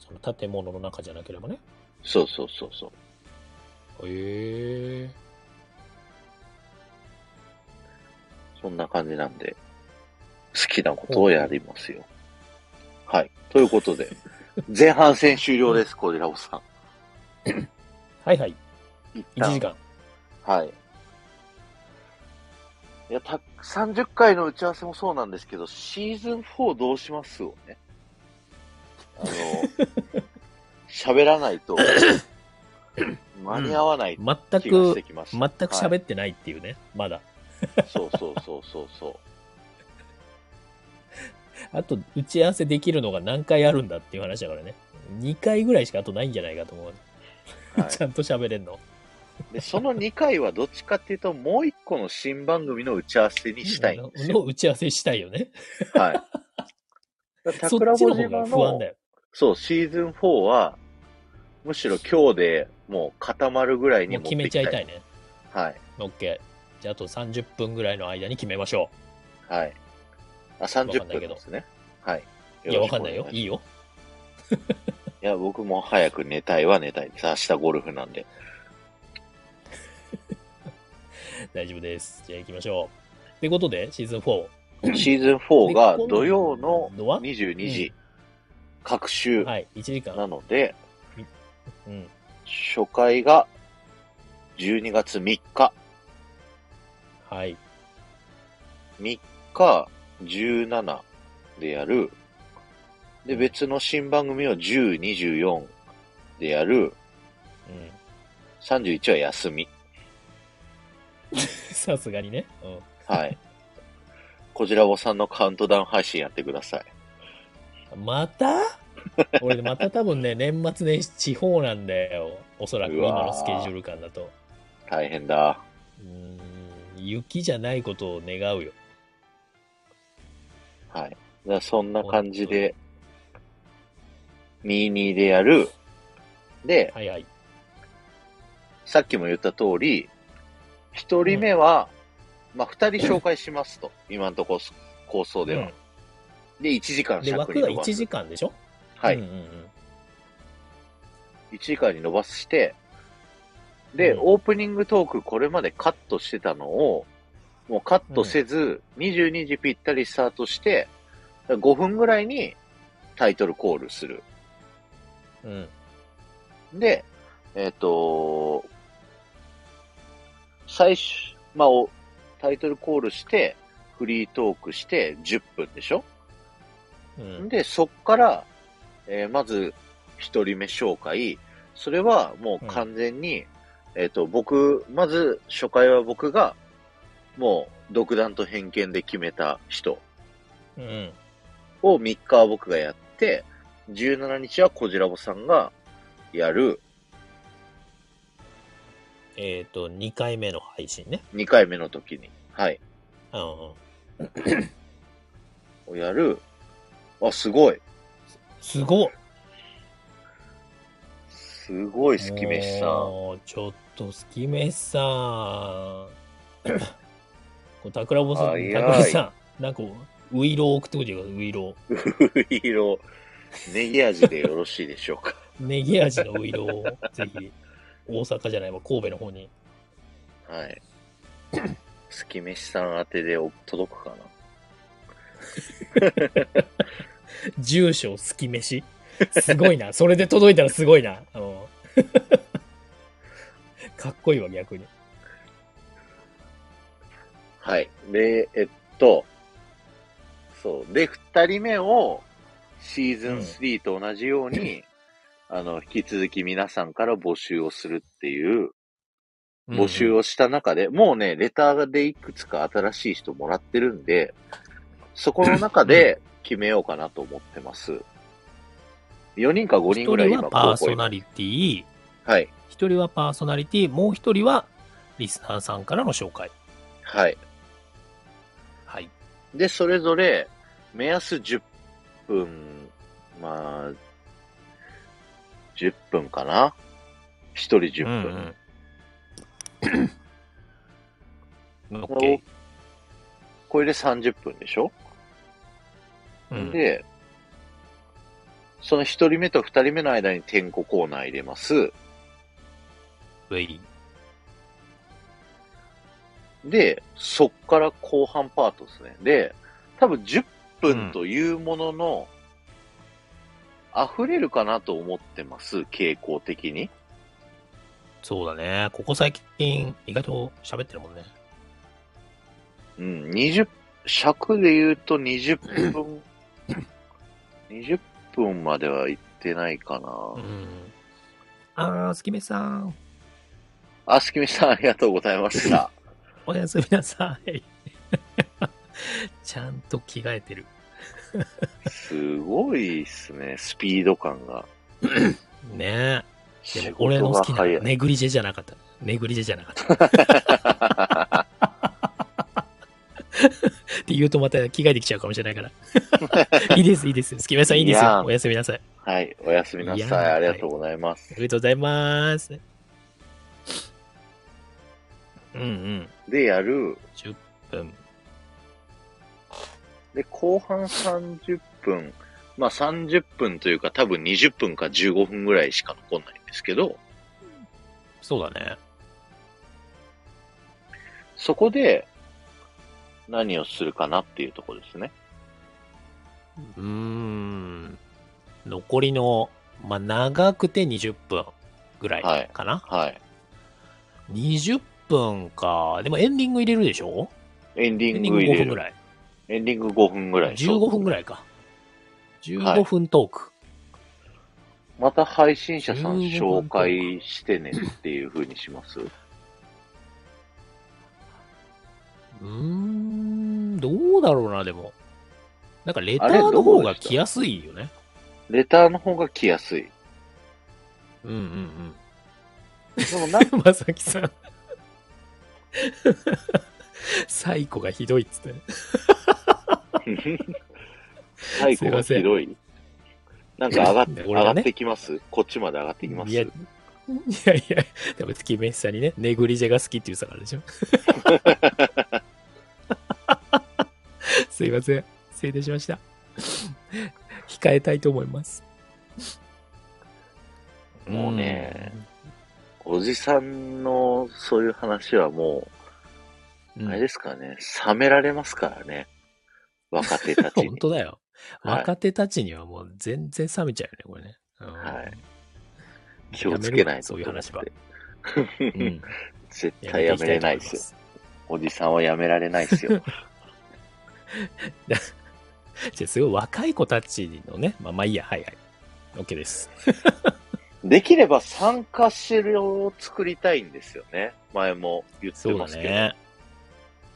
S2: その建物の中じゃなければね。
S1: そうそうそうそう。
S2: へえ。
S1: そんな感じなんで、好きなことをやりますよ。はい。ということ
S2: <laughs>
S1: で、前半戦終了です、コジラボさ
S2: はいはい。
S1: ん。一
S2: 1時間。
S1: はい。いや、た、30回の打ち合わせもそうなんですけど、シーズン4どうしますをね。あの、
S2: <laughs>
S1: 喋らないと、間に合わない気
S2: 全
S1: がし
S2: く
S1: て、きました。
S2: 全く
S1: はい
S2: 喋ってないっていうね。まだ。
S1: そうそうそうそうそう。
S2: あと、打ち合わせできるのが何回あるんだっていう話だからね。2回ぐらいしかあとないんじゃないかと思う。 <laughs>
S1: はい
S2: ちゃんと喋れんの。
S1: で、その2回はどっちかっていうと、もう一個の新番組の打ち合わせにしたいんです
S2: の
S1: よ。
S2: 打ち合わせしたいよね。
S1: はい。だ
S2: そっ
S1: から桜
S2: ちの
S1: 子
S2: 方
S1: 島
S2: が不安
S1: の
S2: だ、よ。
S1: そう、シーズン4は、むしろ今日でもう固まるぐらいに
S2: もう
S1: 持っ
S2: 決
S1: て
S2: め
S1: き
S2: ち
S1: た
S2: ゃ
S1: い。
S2: いたいね。
S1: はい。
S2: OK。じゃあ、あと30分ぐらいの間に決めましょ
S1: はい。あ、
S2: わか
S1: 30
S2: んない
S1: 分
S2: けど
S1: ですね。はい。
S2: う。いや、わかんないよ
S1: ろ。しくお願
S2: い
S1: し
S2: いよ。
S1: ますいや、僕も早く寝たいは寝たいです。明日ゴルフなんで。
S2: 大丈夫です。じゃあ行きましょう。ってことで、シーズン4。
S1: シーズン4が
S2: で今度
S1: 土曜の
S2: のは
S1: 22時、各週
S2: はい、1時間。
S1: なので、
S2: うん。
S1: 初回が12月3日、
S2: はい。
S1: 3日17でやる。で、別の新番組を10、24でやる。
S2: うん。
S1: 31は休み。
S2: <laughs> さすがにね。うん。 <laughs>
S1: はい。こちらおさんのカウントダウン配信やってください。
S2: また <laughs> 俺また多分ね、年末年始地方なんだよ。おそらく
S1: うわー
S2: 今のスケジュール感だと。
S1: 大変だ。
S2: うーん、雪じゃないことを願うよ。
S1: はい。じゃあそんな感じで、22でやる。で、
S2: はいはい。
S1: さっきも言った通り、1人目は、まあ、2人紹介しますと。今のところ構想では。で、1時間
S2: うんで、
S1: 尺
S2: 枠
S1: に
S2: が
S1: 伸ば
S2: 1
S1: す
S2: 時。間でしょ
S1: は
S2: うん
S1: い。
S2: うんうん
S1: 1時間に伸ばして、で、
S2: うん
S1: オープニングトークこれまでカットしてたのを、もうカットせず、22時ぴったりスタートして、5分ぐらいにタイトルコールする。
S2: うん。
S1: で、えっ、と最初、まあ、おタイトルコールして、フリートークして10分でしょ
S2: うん。
S1: で、そっから、えーまず、一人目紹介。それはもう完全に、えっ、と、僕、まず初回は僕が、もう独断と偏見で決めた人
S2: うん。
S1: を3日は僕がやって、17日はこじらぼさんがやる
S2: えっ、と、2回目の配信ね。
S1: 2回目の時に、はい、
S2: うんうん。
S1: をやる。あ、すごい。
S2: すごい
S1: すごい好き飯さん。
S2: もうちょっと、スキメさん。こう桜坊さん、
S1: 早い
S2: 桜さん、なんか、ウイロー送っておいてください、ウイロ
S1: <laughs> 色、ネギ味でよろしいでしょうか。
S2: ー。ネギ味のウイローを、ぜひ、大阪じゃないわ、神戸の方に。
S1: はい。すき飯さん宛てでお届くかな。
S2: 住所、すき飯。すごいな。それで届いたらすごいな。あの <laughs> かっこいいわ、逆に。
S1: はい。で、えっと、そう。で、二人目をシーズン
S2: うん
S1: 3と同じように、あの、引き続き皆さんから募集をするっていう、募集をした中で、もうね、レターでいくつか新しい人もらってるんで、そこの中で決めようかなと思ってます。4人か5人ぐらい
S2: 一人
S1: 今
S2: はパー
S1: 候補
S2: ソ
S1: いま
S2: ナリティ、
S1: すはい。
S2: 一人はパーソナリティ、もう一人はリスナーさんからの紹介。
S1: はい。
S2: はい。
S1: で、それぞれ、目安10分、まあ、10分かな一人10分。
S2: うんうん。オ
S1: こ
S2: ッ
S1: れを
S2: ケ
S1: これで30分でしょ、
S2: ー。うん
S1: で、その一人目と二人目の間に点呼コーナー入れます。
S2: うい
S1: で、そっから後半パートですね。で、多分10分というものの、溢れるかなと思ってます、傾向的に。
S2: そうだね。ここ最近、意外と喋ってるもんね。
S1: うん、20、尺で言うと20分、20分までは行ってないか
S2: う
S1: な。
S2: ん。あー、すきめさん、
S1: あ、すきみさんありがとうございました。
S2: おやすみなさい。 <laughs> ちゃんと着替えてる。
S1: すごいっすね、スピード感が。
S2: ねえ。で
S1: 仕
S2: も俺の
S1: 事
S2: 好
S1: が
S2: きな
S1: 早い。
S2: ネグリジェじゃなかった。ネグリジェじゃなかった。
S1: <laughs>
S2: って言うとまた着替えてきちゃうかもしれないから。いい <laughs> です、いいです。すきめさんいいです
S1: いや
S2: よ
S1: ー。
S2: おやすみなさい。
S1: はい、おやすみないさ
S2: や
S1: い。
S2: ー
S1: ありがとうございます。
S2: ありがとうございます。うんうん。
S1: で、やる。
S2: 10分。
S1: で、後半30分。まあ30分というか多分20分か15分ぐらいしか残んないんですけど、
S2: そうだね。
S1: そこで何をするかなっていうところですね。
S2: うーん。残りの、まあ、長くて20分ぐらいかな。
S1: はい。
S2: 20分か。でもエンディング入れるでしょ
S1: エンデ
S2: エ
S1: ィ
S2: ン
S1: ン
S2: ディン
S1: グ
S2: グ
S1: 入
S2: 5
S1: れ
S2: 分ぐ
S1: る。
S2: らい。
S1: エンディング5分ぐらい。
S2: 15分ぐら
S1: い。
S2: いか。15分トーク。
S1: また配信者さん紹介してねっていう風にします。
S2: うーん、どうだろうな、でも。なんかレタ
S1: あれ
S2: ーの
S1: どう
S2: 方
S1: で
S2: が
S1: した
S2: 来やすいよね。
S1: レターの方が来やすい。
S2: うんうん
S1: でもなん
S2: うん。ま <laughs> さきさん。サイコがひどいっつってね。
S1: 最後がひどい。 <laughs> なんか上がっ,、
S2: ね
S1: 上
S2: 俺は
S1: が
S2: ね
S1: ってきますこっちまで上がってきます
S2: いや、いやいや、でも、月メッサにね、ネグリジェが好きって言ってたからでしょ。
S1: <laughs>
S2: すいません。失礼いたしました。控えたいと思います。
S1: もうねおじさんのそういう話はも
S2: う
S1: う、
S2: ん、
S1: あれですからね、冷められますからね。若手たち
S2: <laughs> 本
S1: に。
S2: 当だよ。
S1: はい
S2: 若手たちにはもう全然冷めちゃうよね、これね。うん
S1: はい気をつけないと
S2: やめるわそういう話は。うん
S1: 絶対やめれないですよ。おじさんはやめられないですよ。
S2: よ。じゃあ、すごい若い子たちのね、まあまあいいや、はいはい。OK です。
S1: できれば参加資料を作りたいんですよね。前も言って
S2: そうだ
S1: ますけど。
S2: ね。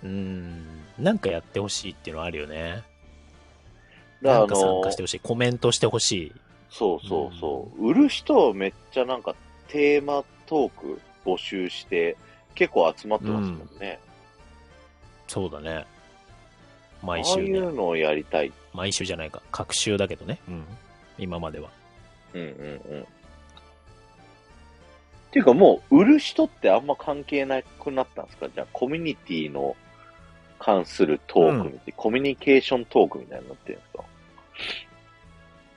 S2: うん。なんかやってほしいっていうのはあるよね。
S1: だから
S2: な
S1: あ
S2: んか参加して
S1: の、
S2: ほしい。コメントしてほしい。
S1: そうそうそう。売る人めっちゃなんかテーマトーク募集して結構集まってますもんね。
S2: そうだね。毎
S1: ああ
S2: 週
S1: い
S2: ね。
S1: うのをやりたい。
S2: 毎週じゃないか。各週だけどね。うん。今までは。
S1: うんうんうん。ていうかもう、売る人ってあんま関係なくなったんですかじゃあ、コミュニティの関するトークみたいな、コミュニケーショントークみたいになってるんですか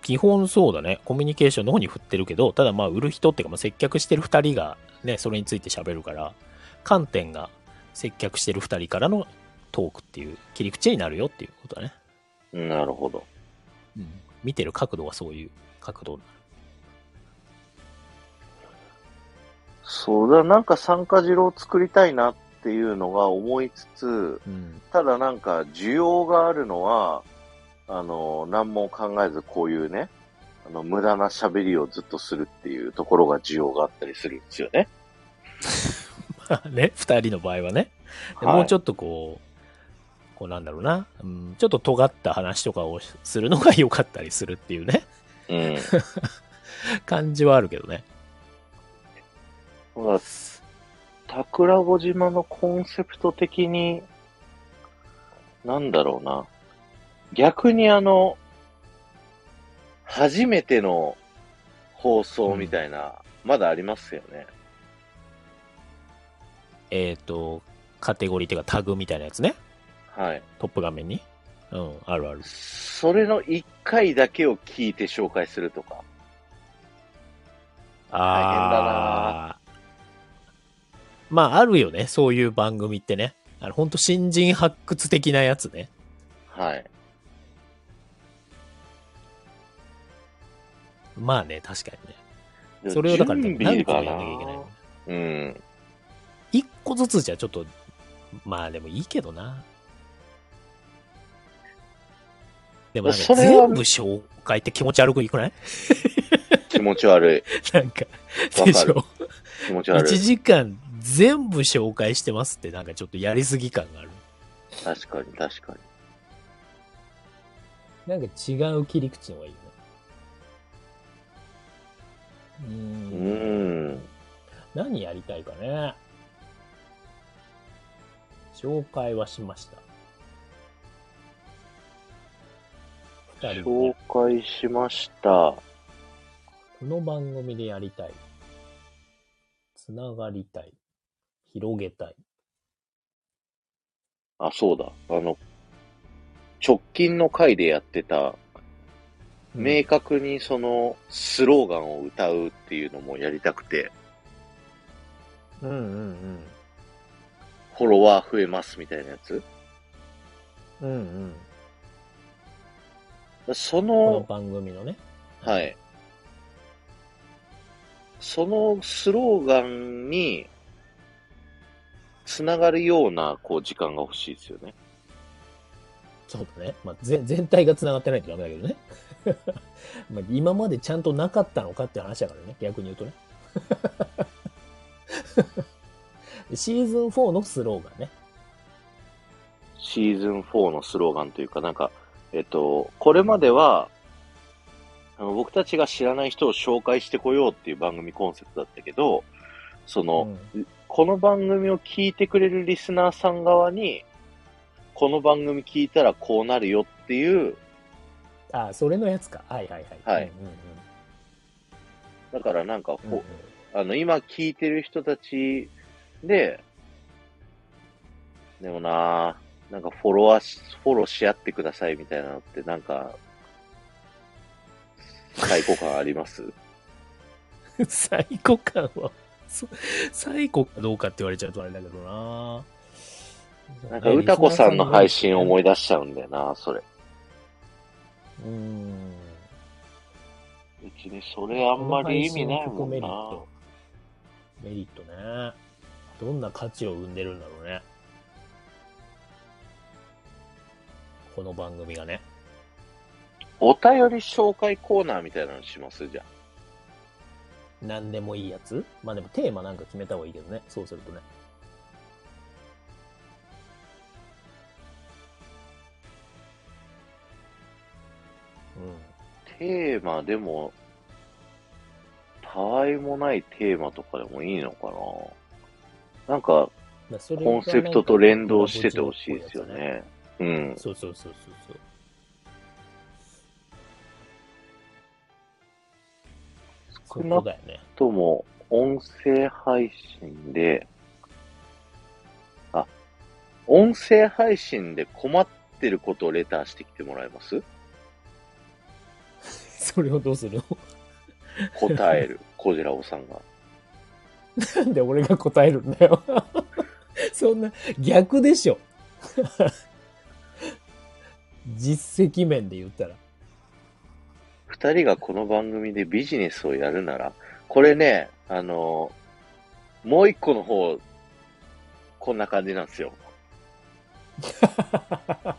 S2: 基本そうだね。コミュニケーションの方に振ってるけど、ただまあ、売る人っていうか、まあ、接客してる二人がね、それについて喋るから、観点が接客してる二人からのトークっていう切り口になるよっていうことだね。
S1: なるほど。
S2: うん。見てる角度はそういう角度。
S1: そうだ、なんか参加汁を作りたいなっていうのが思いつつ、
S2: うん。
S1: ただなんか需要があるのは、あの、何も考えずこういうね、あの、無駄な喋りをずっとするっていうところが需要があったりするんですよね。
S2: まあ <laughs> ね、二人の場合はね。でもうちょっとこう、こうなんだろうな、うん、ちょっと尖った話とかをするのが良かったりするっていうね、 <laughs>
S1: はい、うん。
S2: 感じはあるけどね。
S1: ほら、桜子島のコンセプト的に、なんだろうな。逆にあの、初めての放送みたいな、まだありますよね。
S2: えっ、と、カテゴリーっていうかタグみたいなやつね、
S1: はい。
S2: トップ画面に。うん、あるある。
S1: それの1回だけを聞いて紹介するとか。
S2: あーまあ、あるよね、そういう番組ってね。あの、ほんと新人発掘的なやつね。
S1: はい。
S2: まあね、確かにね。それをだから、
S1: 準備
S2: 何個
S1: が
S2: も
S1: な
S2: やんなきゃいけないもんね。
S1: うん。
S2: 一個ずつじゃちょっと、まあでもいいけどな。でもなんか
S1: それは
S2: 全部紹介って気持ち悪くいく <laughs> ない
S1: 気持ち悪い。
S2: なんか、
S1: わ
S2: で
S1: か
S2: し
S1: る
S2: ょ
S1: 気持ち悪
S2: ?1
S1: い。
S2: 時間全部紹介してますってなんかちょっとやりすぎ感がある。
S1: 確かに、確かに。
S2: なんか違う切り口の方がいいよね。うー。
S1: うんーん。
S2: 何やりたいかね。紹介はしました。二人でね
S1: 紹介しました。
S2: この番組でやりたい。つながりたい。広げたい。
S1: あ、そうだ。あの、直近の回でやってた、明確にそのスローガンを歌うっていうのもやりたくて、
S2: うんうん
S1: フォロワー増えますみたいなやつ。
S2: うん。うんうん。
S1: そ
S2: この
S1: の、
S2: 番組のね。
S1: はい。そのスローガンに、つながるような、こう、時間が欲しいですよね。
S2: そうだね。まあ、全全体がつながってないとダメだけどね。 <laughs> まあ今までちゃんとなかったのかって話だからね。逆に言うとね。 <laughs> シーズン4のスローガンね。
S1: シーズン4のスローガンというか、なんか、えっと、これまでは、あの僕たちが知らない人を紹介してこようっていう番組コンセプトだったけど、その、
S2: うん
S1: この番組を聞いてくれるリスナーさん側に、この番組聞いたらこうなるよっていう、
S2: ああ、それのやつか。はいはいはい。
S1: はい
S2: うんうん
S1: だからなんか、
S2: うんうん
S1: ほあの、今聞いてる人たちで、でもなぁ、なんかフォロワーし、フォローし合ってくださいみたいなのって、なんか、最高感あります <laughs>
S2: <laughs> 最古感は、そ最古かどうかって言われちゃうとあれだけどな
S1: なんか、歌子さんの配信を思い出しちゃうんだよなそれ。
S2: うーん。
S1: うちにそれあんまり意味ないもんな
S2: この配信を聞くメリット。メリットね。どんな価値を生んでるんだろうね。この番組がね。
S1: お便り紹介コーナーみたいなのしますじゃ
S2: 何でもいいやつまあでもテーマなんか決めた方がいいけどね。そうするとね。
S1: あ。
S2: うん。
S1: テーマでも、たわいもないテーマとかでもいいのかななんか、
S2: だからそれが
S1: コンセプトと連動しててほしいですよね。うん。
S2: そうそうそうそうそう。
S1: 少
S2: そ
S1: な
S2: こだよね。
S1: とも音声配信で、あ、音声配信で困ってることをレターしてきてもらえます
S2: <laughs> それをどうする <laughs> の
S1: 答
S2: <laughs>
S1: える、こじらおさんが。
S2: なんで俺が答えるんだよ。 <laughs> そんな、逆でしょ。 <laughs> 実績面で言ったら。
S1: 二人がこの番組でビジネスをやるなら、これね、あの、もう一個の方、こんな感じなんですよ。
S2: <laughs> まあ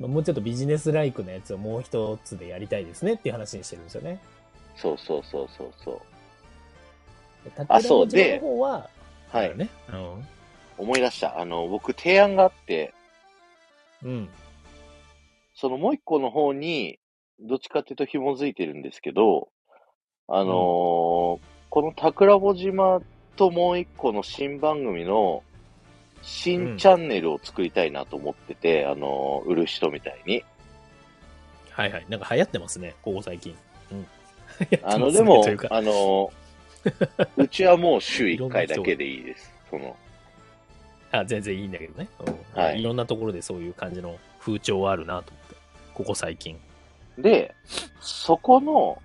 S2: もうちょっとビジネスライクなやつをもう一つでやりたいですねっていう話にしてるんですよね。
S1: そうそうそうそうそう。
S2: あ、
S1: そ
S2: そうう
S1: で
S2: で。の方は、
S1: は
S2: だよ
S1: い。
S2: ね。うん。
S1: 思い出した。あの、僕提案があって、
S2: うん。
S1: そのもう一個の方に、どっちかっていうと紐づいてるんですけど、あのーこの桜穂島ともう一個の新番組の
S2: う
S1: 新
S2: ん
S1: チャンネルを作りたいなと思ってて、あのー売る人みたいに。
S2: はいはい。なんか流行ってますね、ここ最近。うん。流行って
S1: <laughs>
S2: ますね
S1: あの、でも
S2: という、か
S1: あのーうちはもう週1回だけでいい
S2: <laughs>
S1: です。その、
S2: あ、全然いいんだけどね。うん。
S1: はい
S2: い。ろんなところでそういう感じの風潮はあるなと思って。ここ最近。
S1: で、そこの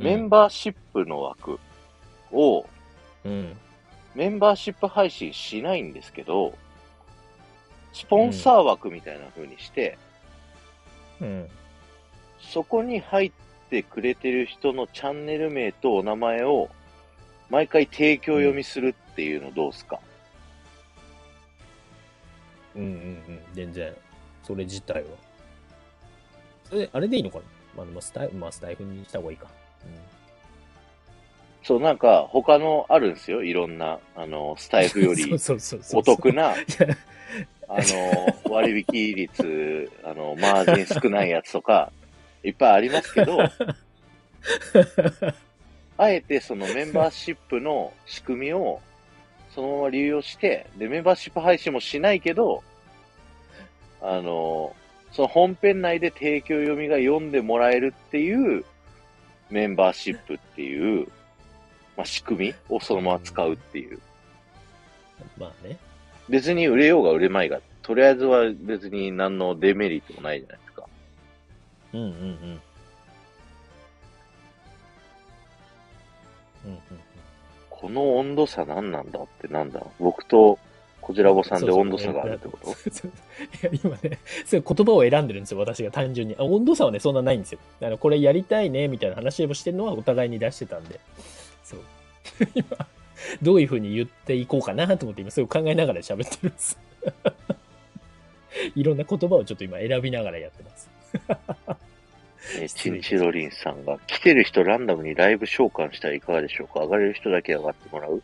S1: メンバーシップの枠を、
S2: うん。うん。
S1: メンバーシップ配信しないんですけど、スポンサー枠みたいな風にして、
S2: うん。
S1: そこに入ってくれてる人のチャンネル名とお名前を毎回提供読みするっていうのどうすか、
S2: うんうんうん、全然。それ自体は。それ、あれでいいのかなまあ、でもスタイまあ、スタイフにした方がいいか。
S1: そう、なんか他のあるんですよ。いろんな、あの、スタイフよ
S2: <laughs> そ
S1: り
S2: うそうそうそう
S1: お得な、
S2: いや
S1: あの、割引率、あの、マージン少ないやつとか、いっぱいありますけ
S2: <laughs>
S1: ど、あえてそのメンバーシップの仕組みをそのまま流用して、で、メンバーシップ配信もしないけど、あの、その本編内で提供読みが読んでもらえるっていうメンバーシップっていう、まあ、仕組みをそのまま使うっていう。
S2: まあね。
S1: 別に売れようが売れまいが、とりあえずは別に何のデメリットもないじゃないですか。
S2: うんうんうん。うんうん
S1: この温度差何なんだってなんだ僕とこちらぼさんで温度差があるってこと
S2: そうそういや今ね、そういう言葉を選んでるんですよ、私が単純に。あ温度差はね、そんなないんですよ。あのこれやりたいね、みたいな話をしてるのはお互いに出してたんで。そう。 <laughs> 今、どういうふうに言っていこうかなと思って、今、それを考えながら喋ってるんです。 <laughs> いろんな言葉をちょっと今選びながらやってます。
S1: えーチ
S2: 失礼
S1: ン
S2: いた
S1: チ
S2: しました
S1: ロリンさんが、来てる人ランダムにライブ召喚したらいかがでしょうか上がれる人だけ上がってもらう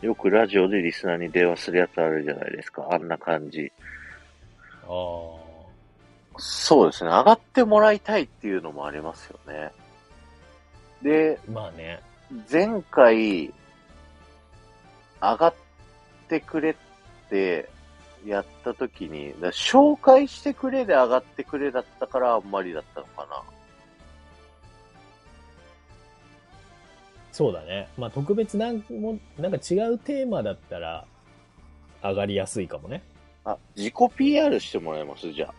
S1: よくラジオでリスナーに電話するやつあるじゃないですか。あんな感じ。
S2: ああ。
S1: そうですね。上がってもらいたいっていうのもありますよね。で、
S2: まあね。
S1: 前回、上がってくれってやった時に、だから紹介してくれで上がってくれだったからあんまりだったのかな。
S2: そうだね。まあ特別なんも、なんか違うテーマだったら、上がりやすいかもね。
S1: あ、自己 PR してもらえますじゃあ。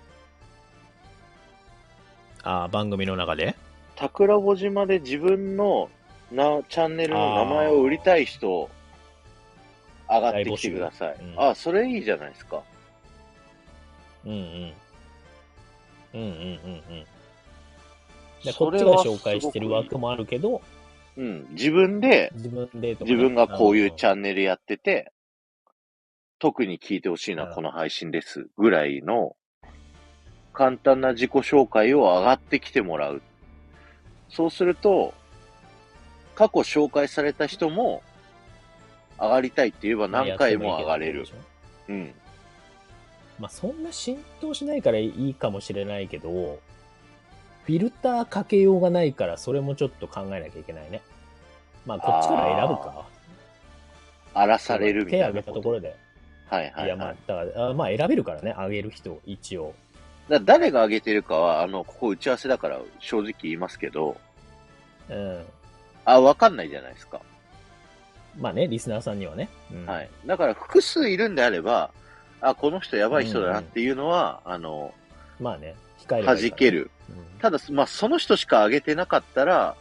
S2: ああ、番組の中で
S1: 桜穂島で自分のなチャンネルの名前を売りたい人、上がってきてください
S2: 大。募集うん
S1: あ、それいいじゃないですか。
S2: うんうん。うんうんうんうん。でこ
S1: そ
S2: っ
S1: れ
S2: ちが
S1: は
S2: 紹介してる
S1: す
S2: 枠
S1: ごく
S2: もあるけど、
S1: いい。うん、自分で、
S2: 自分でとか
S1: 自
S2: ね、
S1: 分がこういうチ
S2: ャ
S1: ャンネルやってて、特に聞いてほしいのはこの配信です。ぐらいの、簡単な自己紹介を上がってきてもらう。そうすると、過去紹介された人も、上がりたいって言えば何回も上がれる。。うん。
S2: まあそんな浸透しないからいいかもしれないけど、フィルターかけようがないから、それもちょっと考えなきゃいけないね。まあこっちから選ぶか。
S1: 荒らされるみたいな。
S2: 手挙げたところで。
S1: はいはいい、
S2: や、
S1: は
S2: ま
S1: い
S2: あ。、だから、あまあ、選べるからね、上げる人、一応。
S1: だ誰が上げてるかは、あの、ここ打ち合わせだから正直言いますけど、
S2: うん。
S1: あ、わかんないじゃないですか。
S2: まあね、リスナーさんにはね。うん
S1: はい。だから複数いるんであれば、あ、この人やばい人だなっていうのは、あの、
S2: まあね、控えればいいから
S1: 弾け。る。
S2: うん
S1: ただ、まあ、その人しか上げてなかったら、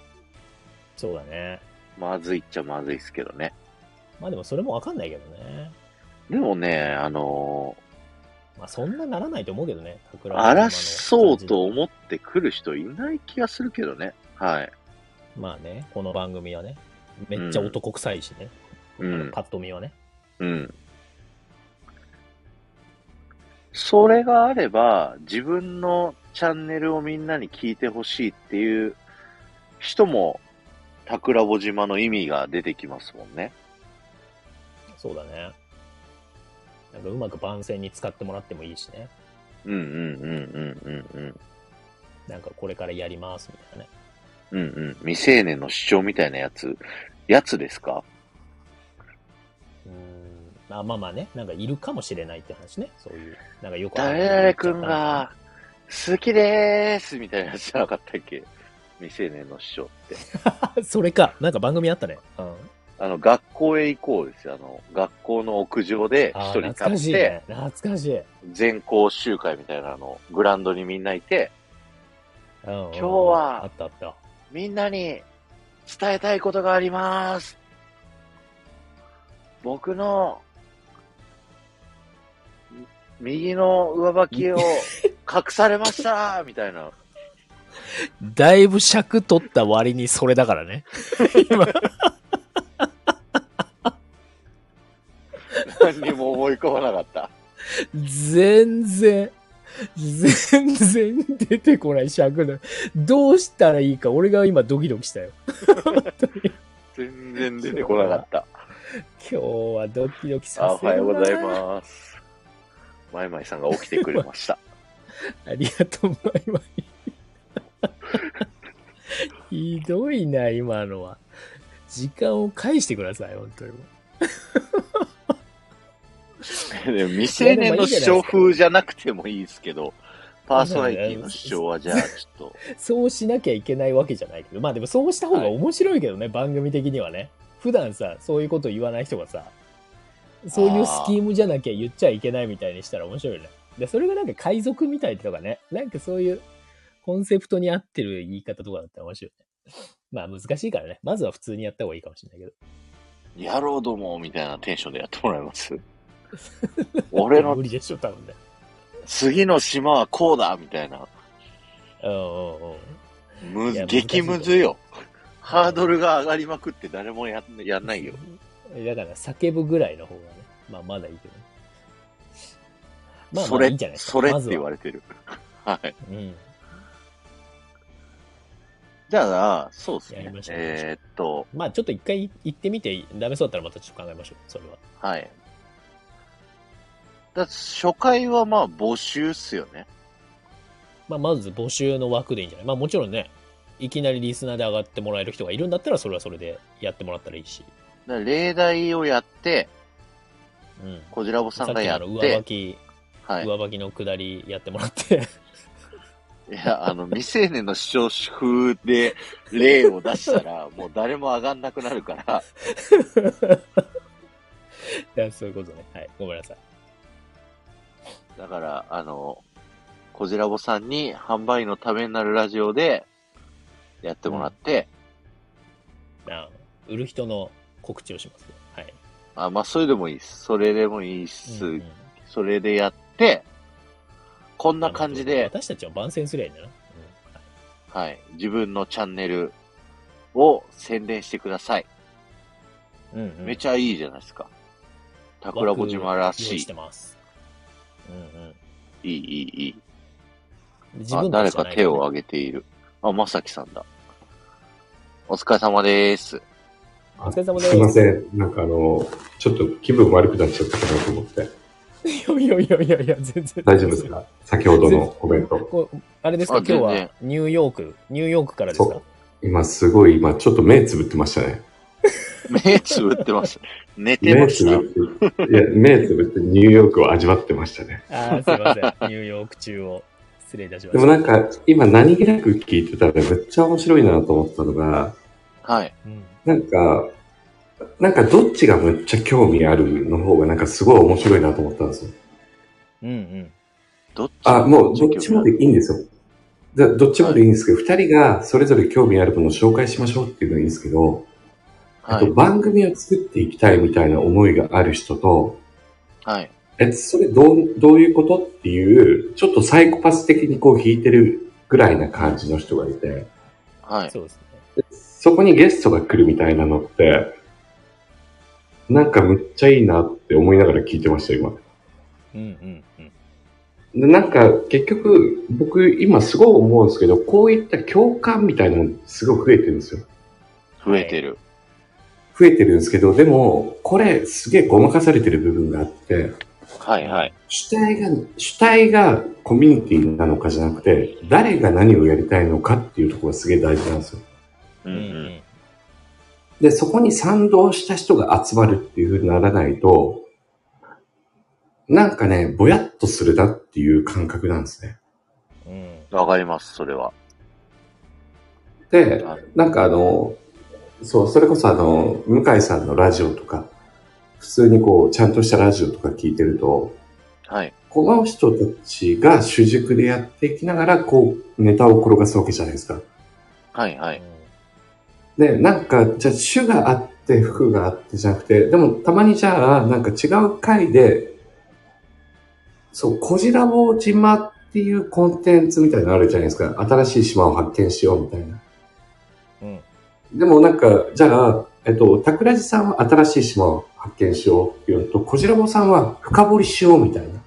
S2: そうだね。
S1: まずいっちゃまずいですけどね。
S2: まあでもそれもわかんないけどね。
S1: でもね、あの
S2: まあそんなならないと思うけどね、桜庭の
S1: 争うと思ってくる人いない気がするけどね。はい。
S2: まあね、この番組はね、めっちゃ男臭いしね、
S1: うん。
S2: パッと見はね。
S1: うん。それがあれば、自分のチャンネルをみんなに聞いてほしいっていう人も、桜穂島の意味が出てきますもんね。
S2: そうだね。なんかうまく番宣に使ってもらってもいいしね。
S1: うんうんうんうんうんうん。
S2: なんかこれからやりますみたいなね。
S1: うんうん。未成年の主張みたいなやつ、やつですか
S2: うーん。まあまあまあね、なんかいるかもしれないって話ね。そういう、なんかよくわかんない
S1: 誰々くんが、好きでーすみたいなやつじゃなかったっけ未成年の主張って。
S2: それか、なんか番組あったね。うん。
S1: あの、学校へ行こうですよ。あの、学校の屋上で
S2: あ
S1: 一人
S2: あ懐
S1: 立って、
S2: かしいね。懐かしい。うん
S1: 全校集会みたいなの、グラウンドにみんないて、
S2: 今
S1: 日は
S2: あったあった。
S1: みんなに伝えたいことがあります。僕の、み右の上履きを隠されま <laughs> したみたいな。
S2: だいぶ尺取った割にそれだからね。今、
S1: 何にも思い込まなかった。
S2: 全然、全然出てこない尺だ。どうしたらいいか、俺が今ドキドキしたよ。
S1: 全然出てこなか <laughs> った。
S2: 今日はドキドキ
S1: あ
S2: さ
S1: お
S2: せるな
S1: はようございます。マイマイさんが起きてくれま <laughs> した。
S2: ありがとう、マイマイ。ひどいな、今のは。時間を返してください、本当に。
S1: でも未成年の主張風じゃなくてもいいですけど、パーソナリティの主張はじゃあちょっと。
S2: そうしなきゃいけないわけじゃないけど、まあでもそうした方が面白いけどね、番組的にはね。普段さ、そういうこと言わない人がさ、そういうスキームじゃなきゃ言っちゃいけないみたいにしたら面白いよね。で、それがなんか海賊みたいとかね、なんかそういうコンセプトに合ってる言い方とかだったら面白いよね。まあ難しいからね。まずは普通にやった方がいいかもしれないけど。
S1: やろうどもみたいなテンションでやってもらいます
S2: <laughs>
S1: 俺の
S2: 無理でしょ、多分ね。
S1: 次の島はこうだみたいな。
S2: うんうんうん。
S1: む
S2: いや
S1: 激ムズよ。ハードルが上がりまくって誰もややんないよ。
S2: だから叫ぶぐらいの方がね、まあまだいいけどね。まあ
S1: そ
S2: まあ
S1: れ
S2: いいんじゃないですか。
S1: それっ
S2: ま
S1: て
S2: ずは
S1: 言われてる。はい。
S2: うん。
S1: じゃあ、そうです
S2: やり
S1: ね
S2: ま。しょう
S1: えーっと、
S2: まあちょっと一回行ってみて、ダメそうだったらまたちょっと考えましょう、それは。
S1: はい。だ初回はまあ募集っすよね。
S2: まあまず募集の枠でいいんじゃないまあもちろんね、いきなりリスナーで上がってもらえる人がいるんだったら、それはそれでやってもらったらいいし。
S1: だから例題をやって、
S2: うん。
S1: こじらぼさんがやっ
S2: さっきのあの上
S1: て
S2: 履、き、
S1: はい。
S2: 上履きの下りやってもらって。
S1: いや、あの、未成年の主張風で例を出した
S2: <laughs>
S1: ら、もう誰も上がんなくなるから、
S2: いやそういうことね。はい。ごめんなさい。
S1: だから、あの、こじらぼさんに販売のためになるラジオでやってもらって、
S2: あ売る人の告知をしますよ。はい。
S1: あまあ、それでもいいっす。それでもいいっす。
S2: うんうん
S1: それでやって、こんな感じで、
S2: 私たちは番宣すりゃいいんだな。うんはい
S1: はい、自分のチャンネルを宣伝してください。
S2: うんうん
S1: めちゃいいじゃないですか。桜子島ら
S2: 用
S1: し
S2: 意
S1: い
S2: して。ます。うんうん。
S1: いい、いい、いい。
S2: 自
S1: あ、
S2: 分た
S1: 誰
S2: ちじゃ
S1: か
S2: ない
S1: 手を挙げている。あ、まさきさんだ。お疲れ様です。 <laughs>
S2: お疲れ様です
S3: すいません。なんかあの、ちょっと気分悪くなっちゃったかなと思って。
S2: いやいやいやいや、全然。
S3: 大丈夫ですか先ほどのコメント。
S2: こうあれです
S1: あ
S2: か今日
S1: 全然
S2: はニューヨーク、ニューヨークからです
S3: そ
S2: か
S3: う今すごい、今ちょっと目つぶってましたね。
S1: 目つぶって
S3: <laughs>
S1: ます。寝て
S3: 目
S1: ま
S3: つ
S1: した。
S3: ぶって、いや、目つぶってニューヨークを味わってましたね。
S2: あ
S3: <laughs>
S2: あ、すいません。ニューヨーク中を失礼いたしま
S3: で
S2: し
S3: も
S2: た。
S3: なんか、今何気なく聞いてたらめっちゃ面白いなと思ったのが、
S1: はい。
S2: うん
S3: なんか、なんかどっちがむっちゃ興味あるの方がなんかすごい面白いなと思ったんですよ。
S4: うんうん。
S1: どっち
S3: あ、もうどっちもでいいんですよ。じゃあどっちもでいいんですけど、二、人がそれぞれ興味あるものを紹介しましょうっていうのがいいんですけど、
S1: は
S3: あと
S1: い。
S3: 番組を作っていきたいみたいな思いがある人と、
S1: はい。
S3: え、それどう、どういうことっていう、ちょっとサイコパス的にこう引いてるぐらいな感じの人がいて、
S1: はい。
S2: そうですね。
S3: そこにゲストが来るみたいなのって、なんかむっちゃいいなって思いながら聞いてました、今。
S4: うんうんうん。
S3: でなんか結局僕今すごい思うんですけど、こういった共感みたいなのすごい増えてるんですよ。
S1: 増えてる。
S3: 増えてるんですけど、でもこれすげえごまかされてる部分があって、
S1: はい、はい。
S3: 主体が、主体がコミュニティなのかじゃなくて、誰が何をやりたいのかっていうところがすげえ大事なんですよ。
S1: う
S4: うんん
S1: う。
S4: うんん。
S3: で、そこに賛同した人が集まるっていうふうにならないと、なんかね、ぼやっとするなっていう感覚なんですね。
S4: うん。
S1: わかります、それは。
S3: で、
S1: はい
S3: なんかあの、そう、それこそあの、向井さんのラジオとか、普通にこう、ちゃんとしたラジオとか聞いてると、
S1: はい。
S3: この人たちが主軸でやっていきながら、こう、ネタを転がすわけじゃないですか。
S1: はい、はい。
S3: で、なんか、じゃあ種があって、服があってじゃなくて、でもたまにじゃあ、なんか違う回で、そう、小じらぼう島っていうコンテンツみたいなのあるじゃないですか。新しい島を発見しようみたいな。
S4: うん。
S3: でもなんか、じゃあ、えっと、桜地さんは新しい島を発見しようっていうのと、小じらぼうさんは深掘りしようみたいな。
S4: うん。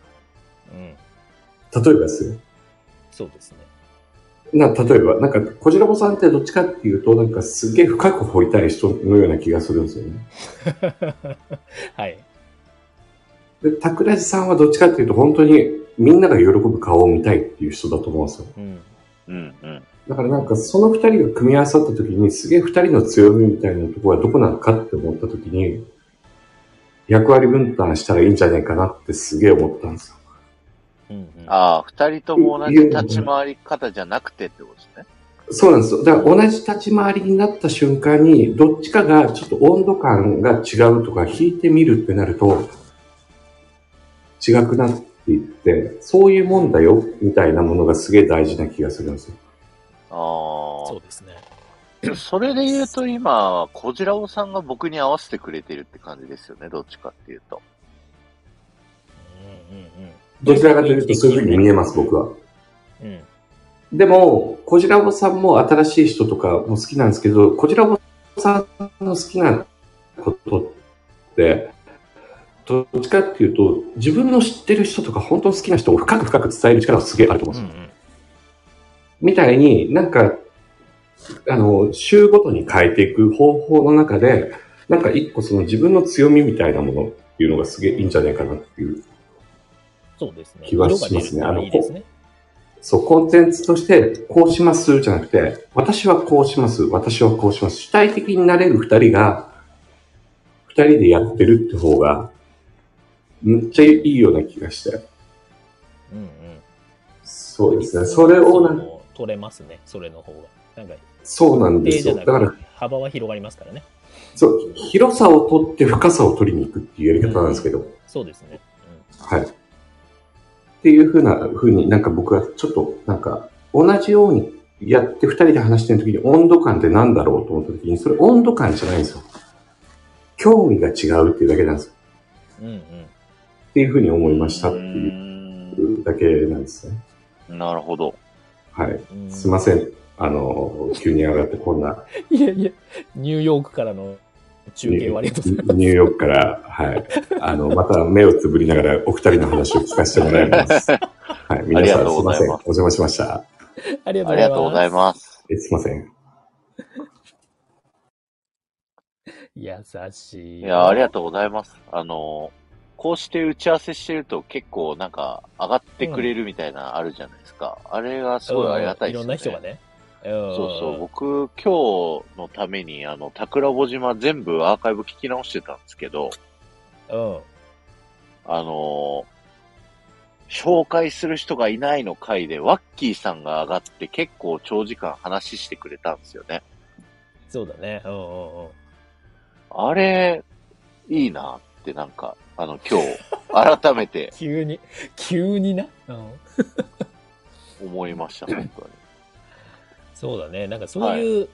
S3: 例えばですよ。
S4: そうですね。
S3: な、例えば、なんか、小じらぼうさんってどっちかっていうと、なんかすげえ深く掘りたい人のような気がするんですよね。
S4: はい。
S3: で、桜地さんはどっちかっていうと、本当にみんなが喜ぶ顔を見たいっていう人だと思うんですよ。
S4: うん。
S1: うん、うん。
S3: だからなんか、その二人が組み合わさった時に、すげえ二人の強みみたいなところはどこなのかって思った時に、役割分担したらいいんじゃないかなってすげえ思ったんですよ。
S4: うんうん。
S1: ああ、二人とも同じ立ち回り方じゃなくてってことですね。
S3: そうなんですよ。だから同じ立ち回りになった瞬間に、どっちかがちょっと温度感が違うとか引いてみるってなると、違くなっていって、そういうもんだよ、みたいなものがすげえ大事な気がするんですよ。
S1: あ
S2: そうですね。
S1: あ。それで言うと今、こじらおさんが僕に合わせてくれてるって感じですよね、どっちかっていうと。
S4: うんうん
S3: どちらかというとそういうふうに見えます、僕は。
S4: うん。うん。
S3: でも、こじらぼさんも新しい人とかも好きなんですけど、こじらぼさんの好きなことって、どっちかっていうと、自分の知ってる人とか本当の好きな人を深く深く伝える力がすげえあると思
S4: う
S3: うんですよ。
S4: ん
S3: みたいになんか、あの、週ごとに変えていく方法の中で、なんか一個その自分の強みみたいなものっていうのがすげえいいんじゃないかなっていう。
S4: そうですね。
S3: 気はしますね
S4: 色が出るのがいいですね。
S3: そう、コンテンツとして、こうしますじゃなくて、私はこうします、私はこうします。主体的になれる二人が、二人でやってるって方が、むっちゃいいような気がして。
S4: うんうん。
S3: そうですね。それをなん、
S4: 取れますね。それの方が。なんか、
S3: そうなんで
S4: 例
S3: す
S4: じゃ
S3: よ。
S4: な
S3: だから
S4: く、て、幅は広がりますからね。
S3: そう、広さを取って深さを取りに行くっていうやり方なんですけど、
S4: そうですね。
S3: はい。っていうふうな、ふうになんか僕はちょっと、なんか、同じようにやって二人で話してる時に温度感ってなんだろうと思った時に、それ温度感じゃないんですよ。興味が違うっていうだけなんですよ。
S4: うんうんうん。
S3: っていうふうに思いましたっていう
S1: う
S3: だけなんですね。
S1: ーんなるほど。
S3: はい。
S4: うん
S3: すいません。あの、急に上がってこんな、
S2: いやいや、ニューヨークからの中継をありがとうございます。
S3: ニューヨークから、はい。あの、また目をつぶりながらお二人の話を聞かせてもらいます。はい。皆
S1: ありが
S3: さん
S1: と
S3: す
S1: う
S3: い
S1: ご
S3: ま
S1: ざ
S3: せ
S1: い
S3: ん。お
S1: ます
S3: 邪魔しました。
S2: ありが
S1: ありがとうござい
S2: す。
S1: ます。
S3: えすいません。
S2: 優しい。
S1: いや、ありがとうございます。あの、こうして打ち合わせしてると結構なんか上がってくれるみたいなあるじゃないですか。あれがすごいありがたい
S4: い
S1: です
S4: ろ
S1: よ
S4: ん
S1: ね。
S4: な人がね。そう
S1: そうそう。僕、今日のために、あの、桜穂島全部アーカイブ聞き直してたんですけど、
S4: うん。
S1: あの紹介する人がいないの回で、ワッキーさんが上がって結構長時間話してくれたんですよね。
S4: そうだね。うんうんうん。
S1: あれ、いいなってなんか、あの、今
S4: <laughs>
S1: 日、改めて
S2: 急に、急にな。うん。
S1: 思いました、本当に。
S4: そうだね。なんかそういう、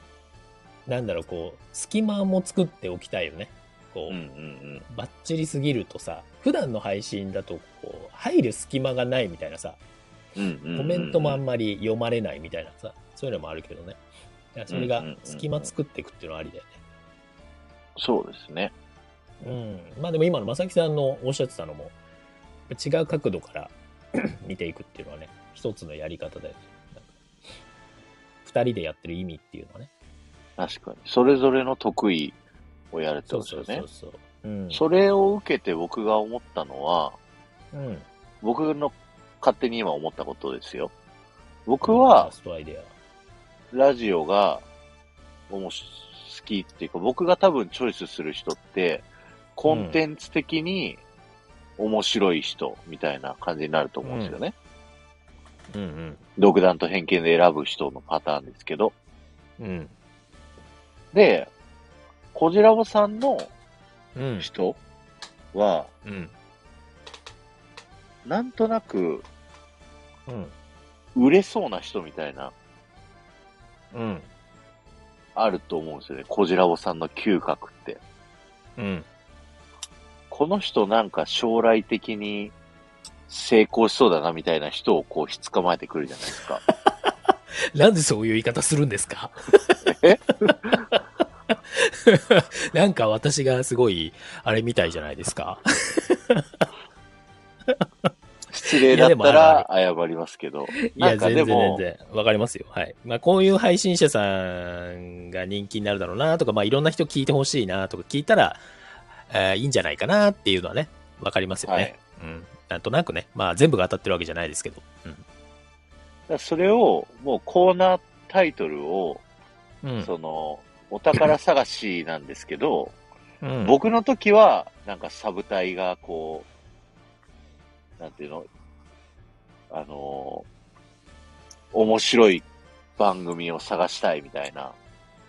S4: なんだろう、こう、隙間も作っておきたいよね。こ
S1: う
S4: う、
S1: んうん
S4: バッチリすぎるとさ、普段の配信だと、こう、入る隙間がないみたいなさ、
S1: うん。うんうんうん
S4: コメントもあんまり読まれないみたいなさ、そういうのもあるけどね。だからそれが隙間作っていくっていうのはありだよね。
S1: そうですね。
S4: うん、まあでも今の正木さんのおっしゃってたのも違う角度から <clears throat> 見ていくっていうのはね一つのやり方だよねなんか二人でやってる意味っていうのはね
S1: 確かに。それぞれの得意をやるって
S4: そう
S1: こと
S4: そ
S1: で
S4: う
S1: す
S4: そう。
S1: よね
S4: そううん
S1: それを受けて僕が思ったのは、
S4: うん
S1: 僕の勝手に今思ったことですよ。僕
S4: ファ
S1: は
S4: ーストアイデ
S1: ラジオがおもし好きっていうか、僕が多分チョイスする人って、コンテンツ的に面白い人みたいな感じになると思うんですよね。
S4: アうん
S1: 独断と偏見で選ぶ人のパターンですけど。
S4: うんうん
S1: で、コジラボさんの
S4: うん
S1: 人は、
S4: うん
S1: なんとなく
S4: うん
S1: 売れそうな人みたいな、
S4: うん
S1: あると思うんですよね。コジラボさんの嗅覚って。
S4: うん
S1: この人なんか将来的に成功しそうだなみたいな人をこう、ひつかまえてくるじゃないですか。
S2: なんでそういう言い方するんですか
S1: え
S2: <laughs> なんか私がすごい、あれみたいじゃないですか。
S1: <laughs> 失礼だったら謝りますけど。
S2: い
S1: な
S2: や、
S1: んか
S2: 全
S1: で
S2: 然
S1: も
S2: 全、然。わかりますよ。はい。まあ、こういう配信者さんが人気になるだろうなとか、まあ、いろんな人聞いてほしいなとか聞いたら、えーいいんじゃないかなっていうのはね、わかりますよ
S1: はい。
S2: ね。うん。なんとなくね、まあ、全部が当たってるわけじゃないですけど。
S1: だからそれを、もうコーナータイトルを、
S4: うんうん
S1: その、お宝探しなんですけど、
S4: うん
S1: 僕の時は、なんかサブ隊がこう、なんていうのあのー面白い番組を探したいみたいな。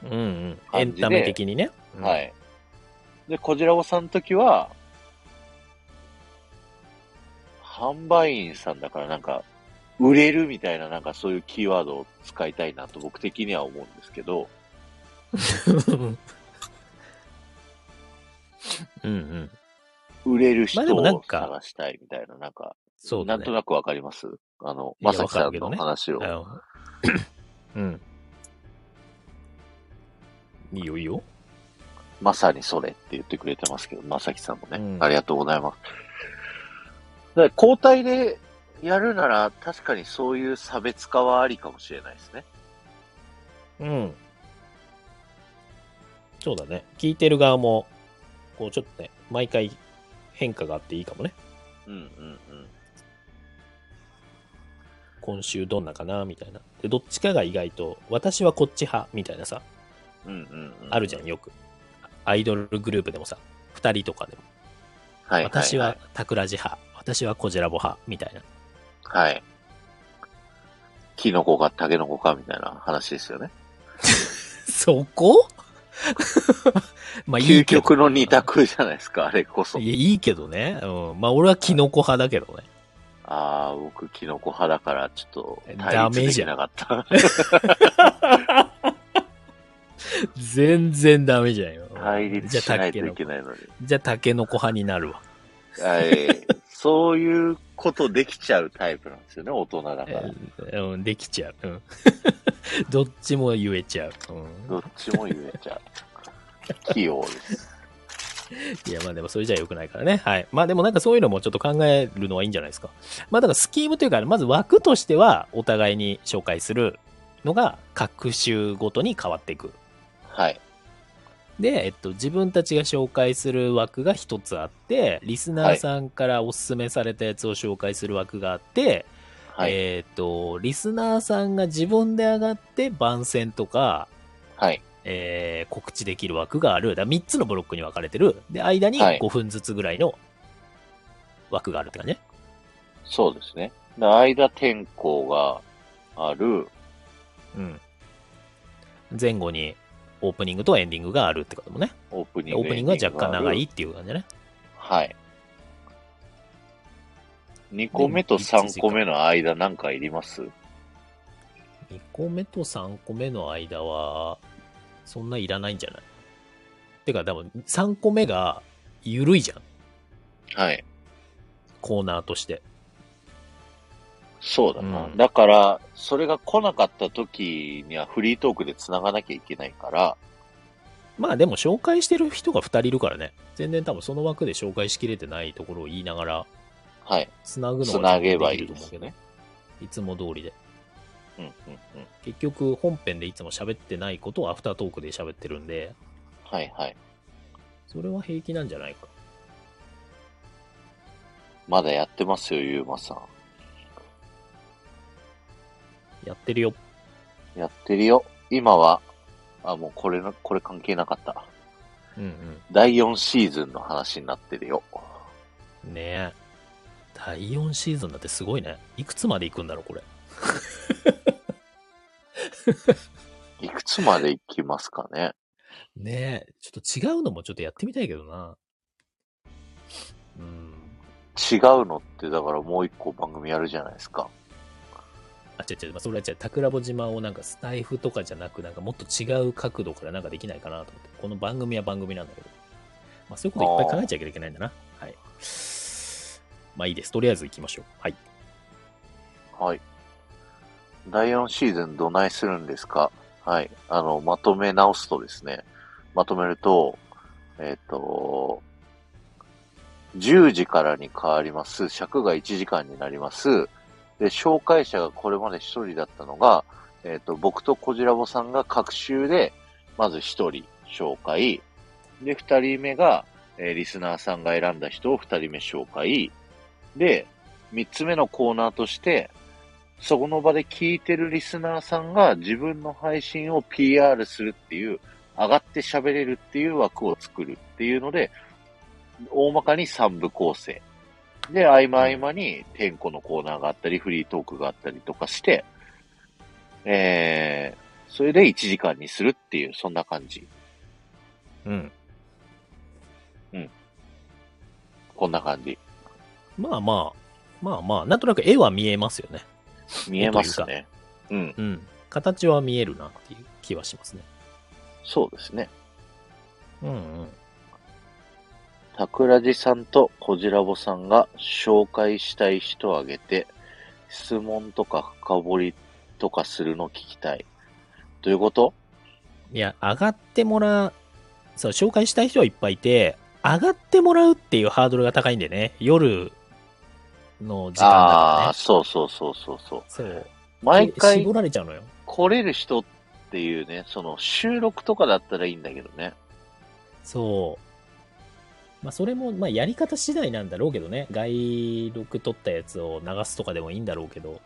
S4: うんうん
S1: 感
S2: エ
S1: じ
S2: ン
S1: で
S2: タメ的にね。
S1: はいい。で、こじらぼさんの時は、販売員さんだからなんか、売れるみたいななんかそういうキーワードを使いたいなと僕的には思うんですけど、
S2: <laughs> うん
S4: うんうん
S1: 売れる人
S2: まあでもなん
S1: を
S2: か
S1: 探したいみたいな、なんか、
S2: そう
S1: な
S2: だ
S1: ん
S2: ね
S1: と。なくわかりますあの、
S4: いや
S1: まさきさんの
S4: わかるけどね
S1: 話を。
S4: うん
S2: いいよいいよ。
S1: まさにそれって言ってくれてますけど、まさきさんもね、
S4: うん
S1: ありがとうございます。だから交代でやるなら、確かにそういう差別化はありかもしれないですね。
S4: うん。そうだね。聞いてる側も、こうちょっとね、毎回変化があっていいかもね。
S1: うんうんうん。
S4: 今週どんなかなみたいな。で、どっちかが意外と、私はこっち派みたいなさ、
S1: うんうんうん、
S4: あるじゃん、よく。アイドルグループでもさ、二人とかでも。
S1: はいいい
S4: 私はタクラジ派、私はコジラボ派みたいな。
S1: はい。キノコかタケノコかみたいな話ですよね。
S2: そ
S4: <laughs>
S2: こまあ、いい
S1: 究
S2: けど
S1: 極の二択じゃないですか、あれこそ。
S2: いや、いいけどね。うん。まあ、俺はキノコ派だけどね。
S1: ああ、僕キノコ派だから、ちょっと、
S2: ダ
S1: 対立
S2: メ
S1: で
S2: じ
S1: き
S2: ゃん
S1: なかった。
S2: 全然ダメじゃんよ。
S1: 対立しないといけ
S2: い。
S1: ない
S2: <laughs>
S1: のに。
S2: じゃあ、タケノコ派になるわ。
S1: はい。そういうことできちゃうタイプなんですよね、大人だから。
S2: うん、できちゃう。うん。 <laughs> どっちも言えちゃう。う
S1: どっちも言えちゃう。器用です。
S2: ん。いや、まあでもそれじゃ良くないからね。はい。まあでもなんかそういうのもちょっと考えるのはいいんじゃないですか。まあだからスキームというか、まず枠としてはお互いに紹介するのが各週ごとに変わっていく。
S1: はい。
S2: で、えっと、自分たちが紹介する枠が一つあって、リスナーさんからおすすめされたやつを紹介する枠があって、
S1: はい。
S2: えっと、リスナーさんが自分で上がって番宣とか、
S1: はい。
S2: えー告知できる枠がある。だ3つのブロックに分かれてる。で、間に
S1: はい
S2: 5分ずつぐらいの枠があるって感じね。
S1: そうですね。で間転校がある。
S2: うん。前後にオープニングとエンディングがあるってこともね。
S1: オーププニン
S2: オ
S1: グ。
S2: ープニングは若干長
S1: エンディン
S2: い
S1: グ
S2: っていう感じね。
S1: がある。はい。2個目と3個目の間なんかいります
S2: 2個目と3個目の間は、そんないらないんじゃないてか、多分3個目が緩いじゃん。
S1: はい。
S2: コーナーとして。
S1: そうだな。
S2: うん
S1: だから、それが来なかった時にはフリートークで繋がなきゃいけないから、
S2: まあでも紹介してる人が2人いるからね。全然多分その枠で紹介しきれてないところを言いながら、
S1: はい。
S2: つなぐの
S1: 繋
S2: は
S1: げば
S2: で
S1: い
S2: き
S1: い
S2: ると
S1: で
S2: 思う
S1: す
S2: けど、
S1: ね。
S2: いつも通りで。
S1: うんうんうん。
S2: 結局本編でいつも喋ってないことをアフタートークで喋ってるんで、
S1: はいはい。
S2: それは平気なんじゃないか。
S1: まだやってますよ、ゆうまさん。
S2: やってるよ。
S1: やってるよ。今は、あ、もうこれの、これ関係なかった。
S2: うん
S1: 第4シーズンの話になってるよ。
S2: うん。ねえ。第4シーズンだってすごいね。いくつまで行くんだろう、これ。
S1: いくつまで行きますかね。
S2: ねえ。ちょっと違うのもちょっとやってみたいけどな。うん。
S1: 違うのって、だからもう一個番組やるじゃないですか。
S2: あ、違う違う。まあ、それは違う。桜穂島をなんかスタイフとかじゃなく、なんかもっと違う角度からなんかできないかなと思って。この番組は番組なんだけど。まあ、そういうこといっぱい考えちゃいけないんだな。はい。まあいいです。とりあえず行きましょう。はい。
S1: はい。第4シーズンどないするんですかはい。あの、まとめ直すとですね、まとめると、えっ、と、10時からに変わります。尺が1時間になります。で、紹介者がこれまで1人だったのが、えっ、と、僕とこじらぼさんが各週で、まず1人紹介。で、2人目が、えーリスナーさんが選んだ人を2人目紹介。で、3つ目のコーナーとして、そこの場で聞いてるリスナーさんが自分の配信を PR するっていう、上がって喋れるっていう枠を作るっていうので、大まかに3部構成。で、合間合間に、点呼のコーナーがあったり、フリートークがあったりとかして、えー、それで1時間にするっていう、そんな感じ。
S2: うん。
S1: こんな感じ。
S2: まあまあ、まあまあ、なんとなく絵は見えますよね。
S1: 見えますね。うん、
S2: うん。形は見えるなっていう気はしますね。
S1: そうですね。
S2: うんうん。
S1: 桜地さんとこじらぼさんが紹介したい人を挙げて、質問とか深掘りとかするの聞きたい。どういうこと
S2: いや、上がってもらう、そう、紹介したい人はいっぱいいて、上がってもらうっていうハードルが高いんでね、夜の時間だか
S1: あ
S2: ら
S1: あー、
S2: ね。
S1: そうそうそうそうそう。
S2: そう。
S1: 毎回
S2: 絞られちゃうのよ。
S1: 来れる人っていうね、その収録とかだったらいいんだけどね。
S2: そう。まあ、それも、まあ、やり方次第なんだろうけどね。外録撮ったやつを流すとかでもいいんだろうけど。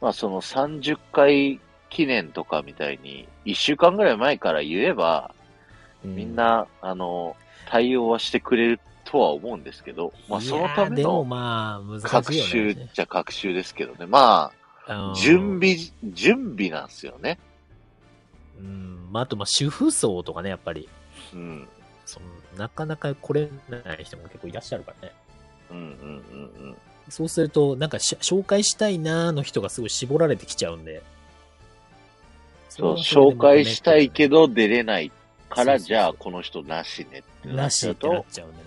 S1: まあその30回記念とかみたいに、1週間ぐらい前から言えば、
S2: う
S1: みん、な、あの、対応はしてくれるとは思うんですけど、まあそのた
S2: いやー
S1: め
S2: で
S1: の
S2: も、まあ、難
S1: 各
S2: しいよね。
S1: 週っちゃ各週ですけどね。ま
S2: う
S1: あ、
S2: ん
S1: 準備、準備なんですよね。
S2: うん、まあ、あと、まあ、主婦層とかね、やっぱり、
S1: うん。
S2: そのなかなか来れない人も結構いらっしゃるからね。
S1: うんうんうんうん。
S2: そうすると、なんかし、紹介したいなーの人がすごい絞られてきちゃうんで。
S1: そう、紹介したいけ
S2: ど、
S1: ど出れないから、
S2: そうそうそう
S1: じゃあこの人なしねってな
S2: な
S1: っち
S2: し
S1: ゃ
S2: っ
S1: う
S2: てなっ
S1: と
S2: ちゃうんでね。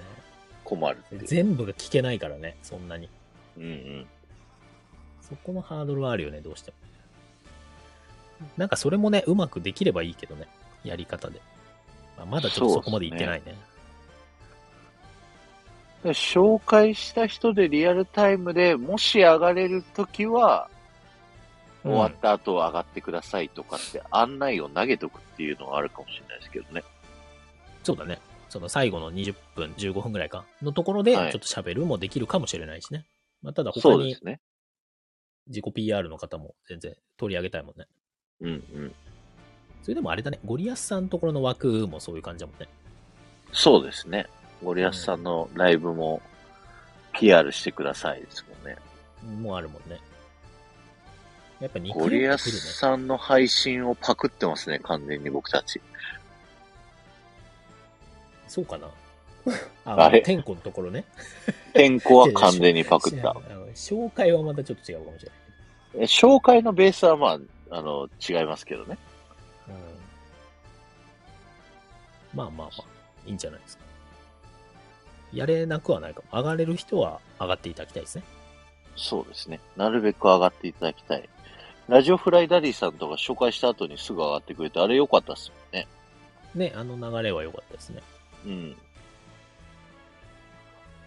S1: 困るっていう。
S2: 全部が聞けないからね、そんなに。
S1: うんうん。
S2: そこのハードルはあるよね、どうしても。なんかそれもね、うまくできればいいけどね、やり方で。まあ、まだちょっとそこまでいってないね。
S1: 紹介した人でリアルタイムでもし上がれるときは、
S2: うん
S1: 終わった後上がってくださいとかって案内を投げとくっていうのはあるかもしれないですけどね。
S2: そうだね。その最後の20分、15分ぐらいかのところで、ちょ
S1: は
S2: っ
S1: い
S2: と喋るもできるかもしれないしね。まあ、ただ他
S1: そうで
S2: に
S1: すね。
S2: 自己 PR の方も全然取り上げたいもんね。
S1: うんうん。
S2: それでもあれだね、ゴリアスさんのところの枠もそういう感じだもんね。
S1: そうですね。森保さんのライブも PR してくださいですもんね。
S2: もうあるもんね。やっぱ似通っ
S1: ゴ
S2: てく
S1: リ
S2: るね
S1: ア。スさんの配信をパクってますね、完全に僕たち。
S2: そ
S1: <laughs>
S2: うかな
S5: あ
S1: あれ
S5: 天子のところね。
S1: 天候は完全にパクった。
S2: あの紹介はまたちょっと違うかもしれ
S1: え紹介のベースはまあ、あの、違いますけどね。
S2: ない。うん、まあまあまあ、いいんじゃないですか。やれなくはないかも。上がれる人は上がっていただきたいですね。
S1: そうですね。なるべく上がっていただきたい。ラジオフライダディさんとか紹介した後にすぐ上がってくれて、あれ良かったっすよね。
S2: ね、あの流れは良かったですね。
S1: うん。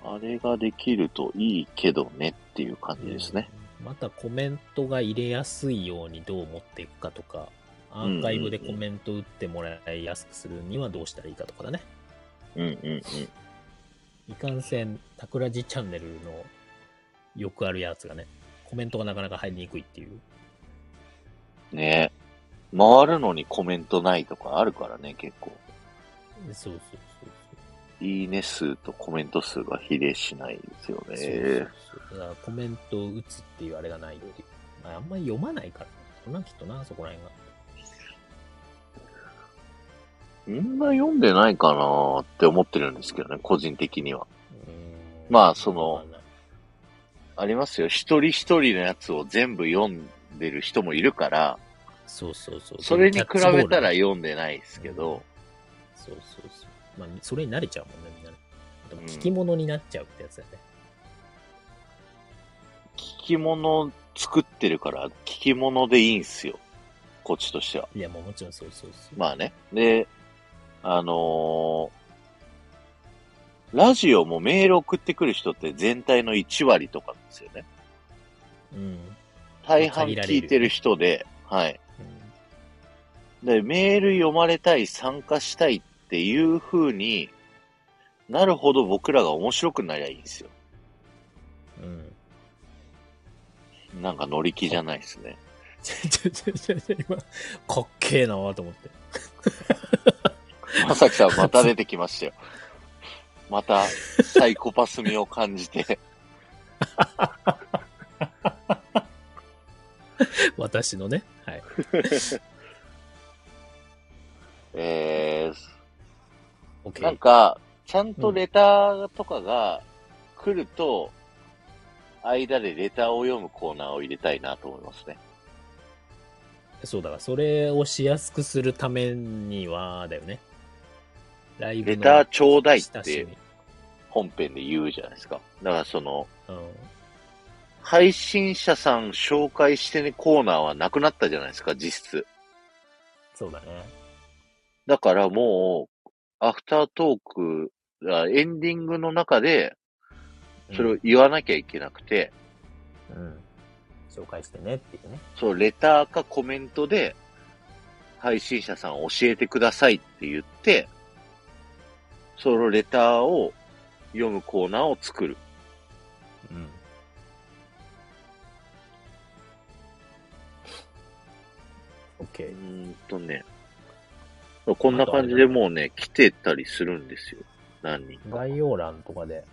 S1: あれができるといいけどねっていう感じですね。
S2: うんまたコメントが入れやすいようにどう持っていくかとか、アーカイブでコメント打ってもらいやすくするにはどうしたらいいかとかだね。
S1: うんうんうん。
S2: いかんせん、タクラジチャンネルのよくあるやつがね、コメントがなかなか入りにくいっていう。
S1: ねえ回るのにコメントないとかあるからね、結構。
S2: そうそうそうそう。
S1: いいね数とコメント数が比例しないですよ
S2: そう
S1: ね。
S2: そうそうだからコメントを打つっていうあれがないより、まあ、あんまり読まないからな、きっとな、そこら辺が。
S1: みんな読んでないかなって思ってるんですけどね、個人的には。
S2: うーん
S1: まあその
S2: わかんない
S1: ありますよ。一人一人のやつを全部読んでる人もいるから、
S2: そうそうそう。
S1: それに比
S2: キャッチボール
S1: べたら読んでないですけど、
S2: そうそうそう。まあ、それに慣れちゃうもんね、みんなね。でも
S1: うん
S2: 聞き物になっちゃうってやつだね。
S1: 聞き物作ってるから、聞き物でいいんすよ。こっちとしては。
S2: いや、もうもちろんそうそうそう。
S1: まあね。で、あのーラジオもメール送ってくる人って全体の1割とかなんですよね。
S2: うん。うん。
S1: 大半聞いてる人で、はい。で、メール読まれたい、参加したいっていう風になるほど僕らが面白くなりゃいいんですよ。
S2: うん。
S1: なんか乗り気じゃないですね。
S2: ちょ、ちょ、ちょ、ちょ、ちょ今、かっけえなぁと思って。
S1: まさきさんまた出てきましたよ。またサイコパス味を感じて。
S2: 私のね。はい。
S1: えー、なん
S2: OK。
S1: か、ちゃんとレターとかが来ると、間でレターを読むコーナーを入れたいなと思いますね。
S2: そうだから、それをしやすくするためには、だよね。ライブ
S1: レ
S2: の
S1: ターちょうだいっ
S2: 親してみ
S1: 本編で言うじゃないですか。だからその、
S2: うん。
S1: 配信者さん紹介してねコーナーはなくなったじゃないですか、実質。
S2: そうだね。
S1: だからもう、アフタートーク、あエンディングの中で、
S2: うん
S1: それを言わなきゃいけなくて、
S2: うん。紹介してねっていうね。
S1: そのレターかコメントで、配信者さん教えてくださいって言って、そのレターを読むコーナーを作る。
S2: うん。
S1: う
S2: OK。
S1: ーんとね、こんな感じでもうね、来てたりするんですよ。何人か。
S2: 概要欄とかで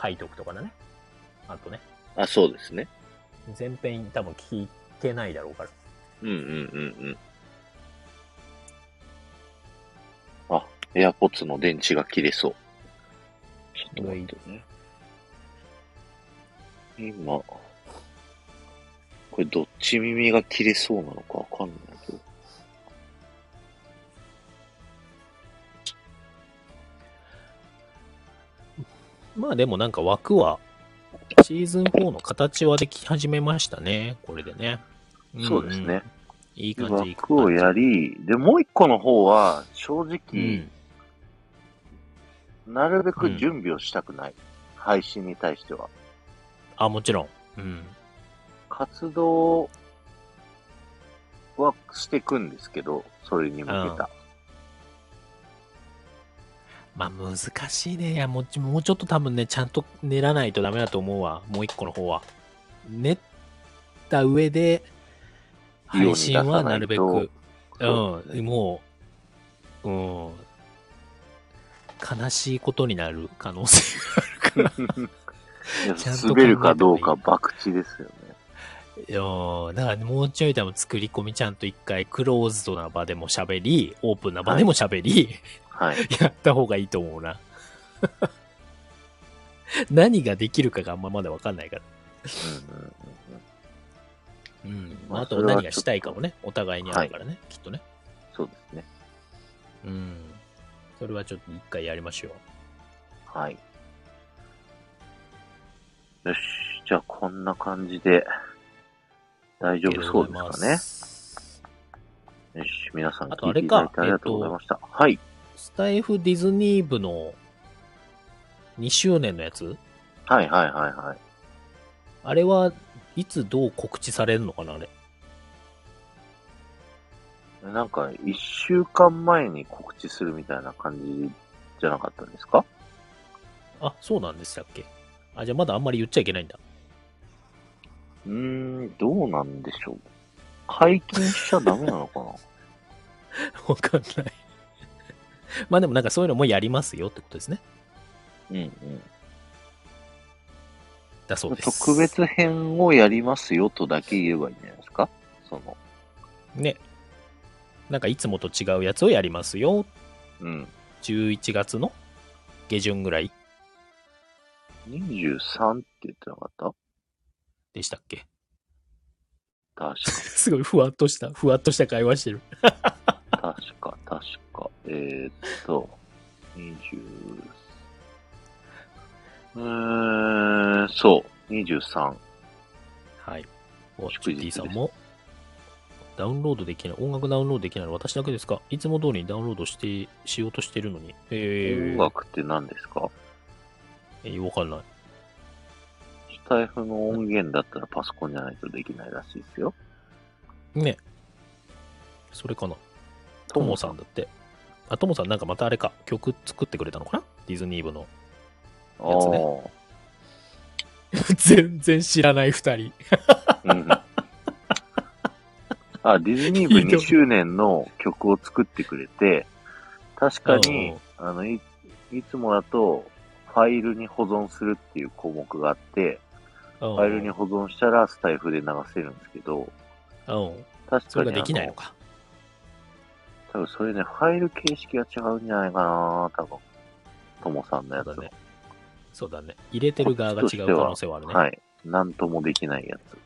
S2: 書いとくとかだね。あとね、
S1: あ、そうですね。
S2: 前編多分聞けないだろうから。
S1: うんうんうんうん。あ、エアポッツの電池が切れそう。ちょっと待ってね。今、これどっち耳が切れそうなのかわかんないけど。
S2: まあでもなんか枠は、シーズン4の形はでき始めましたね。これでね。ん
S1: そうですね。
S2: いい感じ。いい
S1: 枠
S2: 感じ
S1: をやり、で、もう一個の方は、正
S2: う
S1: 直、
S2: ん。
S1: なるべ
S2: う
S1: く
S2: ん
S1: 準備をしたくない。配信に対しては。
S2: あ、もちろん。うん。
S1: 活動はしていくんですけど、それに向けた。
S2: まあ難しいね。いや、もうちもうちょっと多分ね、ちゃんと練らないとダメだと思うわ。もう一個の方は。練った上で、配信はなるべ
S1: 世に出
S2: く、う
S1: そうですね
S2: ん、もう、うん、悲しいことになる可能性があるから。
S1: いや
S2: ちゃんと考えた方がいい
S1: 滑るかどうか博打ですよね。
S2: <laughs> いやーだからもうちょい多分作り込みちゃんと一回クローズドな場でも喋り、オープンな場でも喋り、
S1: はい。
S2: やった方がいいと思うな。 <laughs> 何ができるかがあんままだわかんないから。うん。
S1: まあ
S2: あ
S1: そ
S2: と
S1: れは
S2: 何がしたいかもね、お互いにあるからね、きっとね。
S1: そうですね。
S2: うん。それはちょっと一回やりましょう。
S1: はい。よし。じゃあ、こんな感じで、大丈夫そうですかね。
S2: すかね。
S1: よし、皆さん
S2: あと
S1: 聞
S2: あ
S1: いて
S2: れ
S1: い
S2: か
S1: ただいてありがとうございました。はい。
S2: スタイフディズニー部の2周年のやつ
S1: はいはいはいはい。
S2: あれはいつどう告知されるのかなあれ。
S1: なんか、一週間前に告知するみたいな感じじゃなかったんですか
S2: あ、そうなんでしたっけあ、じゃあまだあんまり言っちゃいけないんだ。 <laughs>
S1: うーん、どうなんでしょう。解禁しちゃダメなのかな
S2: わかんない。まあでもなんかそういうのもやりますよってことですね。
S1: <laughs> うんうん。
S2: だそうです。
S1: 特別編をやりますよとだけ言えばいいんじゃないですかその、
S2: ね。なんかいつもと違うやつをやりますよ。
S1: うん。
S2: 11月の下旬ぐらい
S1: 23って言ってなかっ
S2: でしたっけ
S1: た確か。
S2: <laughs> すごいふわっとした、ふわっとした会話してる。
S1: 確か、 <laughs> 確か。えー、っと、20、うーん、そう、23。
S2: はい。お
S1: 祝日です
S2: T さんも、ダウンロードできない、音楽ダウンロードできないの私だけですかいつも通りにダウンロードして、しようとしてるのに。え
S1: 音
S2: ー、
S1: 楽って何ですか
S2: えー、わかんない。
S1: スタイフの音源だったらパソコンじゃないとできないらしいですよ。
S2: ね。それかな。ともさんだって。あ、ともさんなんかまたあれか、曲作ってくれたのかなディズニー部の。
S1: あ
S2: やつね <laughs> 全然知らない二人。
S1: あ、うん。あ、ディズニー部
S2: ひど
S1: 2
S2: い
S1: 周年の曲を作ってくれて、確か
S2: う
S1: に
S2: ん、
S1: あの、いいつもだと、ファイルに保存するっていう項目があって、
S2: フ
S1: ファイルに保存したらスタイフで流せるんですけど、
S2: うん。
S1: 確
S2: そ
S1: か
S2: れ
S1: に
S2: が
S1: あ
S2: できないのか。
S1: 多分それね、ファイル形式が違うんじゃないかな多分。ともさんの
S2: そ
S1: やつは
S2: うだね。そうだね。入れてる側が違う可能性はあるね。
S1: はい。なんともできないやつ。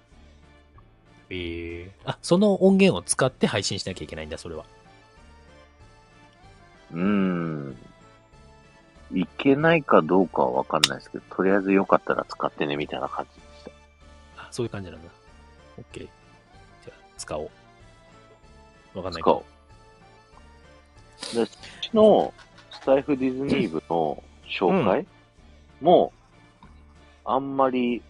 S2: えー、あ、その音源を使って配信しなきゃいけないんだ、それは。
S1: うーん。いけないかどうかはわかんないですけど、とりあえずよかったら使ってね、みたいな感じでした。
S2: あ、そういう感じなんだ。オッケー。じゃあ、使おう。わかんないけ
S1: 使お
S2: ど。
S1: う。で、うちのスタイフディズニー部の紹介も、あんまり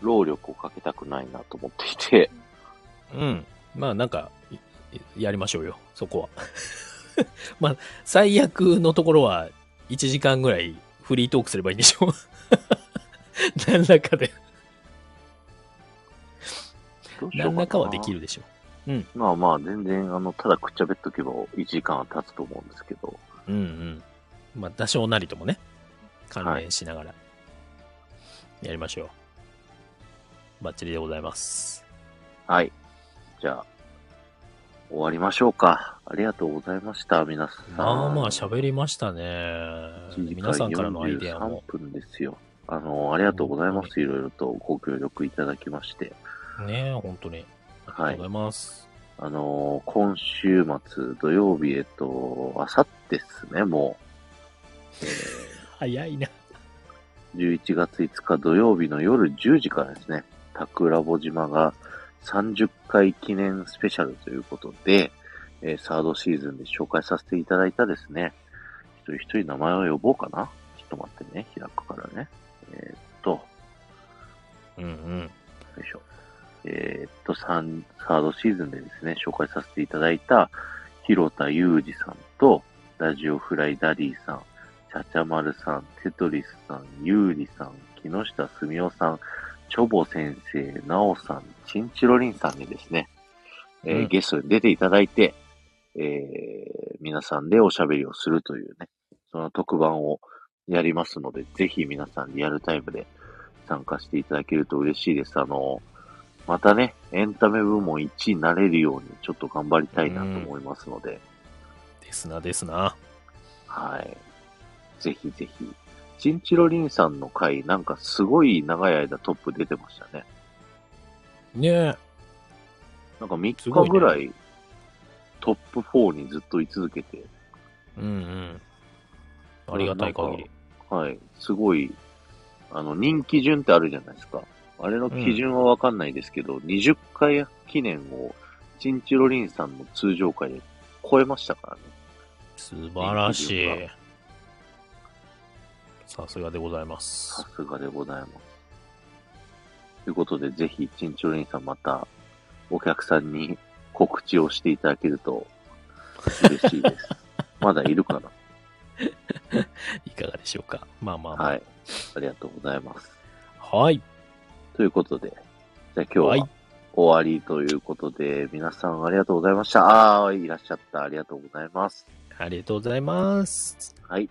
S1: 労力をかけたくないなと思っていて、
S2: うん。まあ、なんか、いやりましょうよ、そこは。 <laughs> まあ、最悪のところは、1時間ぐらいフリートークすればいいんでしょ <laughs> 何らかで、
S1: どうしよう
S2: 何
S1: な
S2: らかはできるでしょ
S1: まあまあ、全然、あの、ただくっちゃべっとけば1時間は経つと思うんですけど、
S2: うんうん。まあ、多少なりともね、関連しながら、やりましょう。バッチリでございます。
S1: はい。じゃあ、終わりましょうか。ありがとうございました、皆さん。
S2: まあまあ、喋りましたね。
S1: 1時間
S2: 皆さんからのアイデアも。
S1: 43分ですよ。あの、ありがとうございます。いろいろとご協力いただきまして。
S2: ねえ、本当に。ありがとうございます。
S1: あの、今週末土曜日、えっと、あさってですね、も
S2: 早いな。
S1: う、11月5日土曜日の夜10時からですね、桜穂島が30回記念スペシャルということで、えーサードシーズンで紹介させていただいたですね、一人一人名前を呼ぼうかな。ちょっと待ってね、開くからね。えーっと、
S2: うんうん。
S1: よいしょ。えーっと、三サードシーズンでですね、紹介させていただいた、広田裕二さんと、ラジオフライダディさん、ちゃちゃまるさん、テトリスさん、ゆうりさん、木下すみおさん、チョボ先生、なおさん、ちんちろりんさんにですね、えー
S2: うん
S1: ゲストに出ていただいて、えー皆さんでおしゃべりをするというね、その特番をやりますので、ぜひ皆さんリアルタイムで参加していただけると嬉しいです。あの、またね、エンタメ部門1位になれるように、ちょっと頑張りたいなと思いますので、
S2: ですな、ですな。
S1: はい。ぜひぜひ。チンチロリンさんの回、なんかすごい長い間トップ出てましたね。
S2: ねえ。
S1: なんか3
S2: すごい
S1: 日
S2: ね
S1: ぐらい、トップ4にずっと居続けて、
S2: うんうん。ありがたい限り。
S1: はい。すごい、あの、人気順ってあるじゃないですか。あれの基準はわかんないですけど、20回記念を、チンチロリンさんの通常回で超えましたからね。
S2: 素晴らしい
S1: 人気。
S2: さすがでございます
S1: さ。すがでございます。ということで、ぜひ、チンチョリンさんまた、お客さんに告知をしていただけると、嬉しい
S2: <laughs>
S1: です。まだいるか
S2: いかがでしょうか。まあまあ
S1: な
S2: まあ。
S1: はい。ありがとうございます。
S2: はい。
S1: ということで、じゃあ今
S2: は
S1: 日
S2: い
S1: は終わりということで、皆さんありがとうございました。あーいらっしゃった。ありがとうございます。
S2: ありがとうございます。
S1: はい。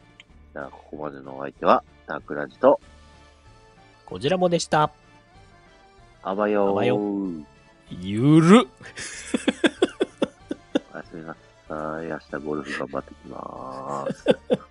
S1: じゃあ、ここまでのお相手は、タクラジと、
S2: こちらもでした。
S1: あばよー。
S2: あばよゆるっ
S1: おやすみなさい。明日ゴルフ頑張ってきまーす。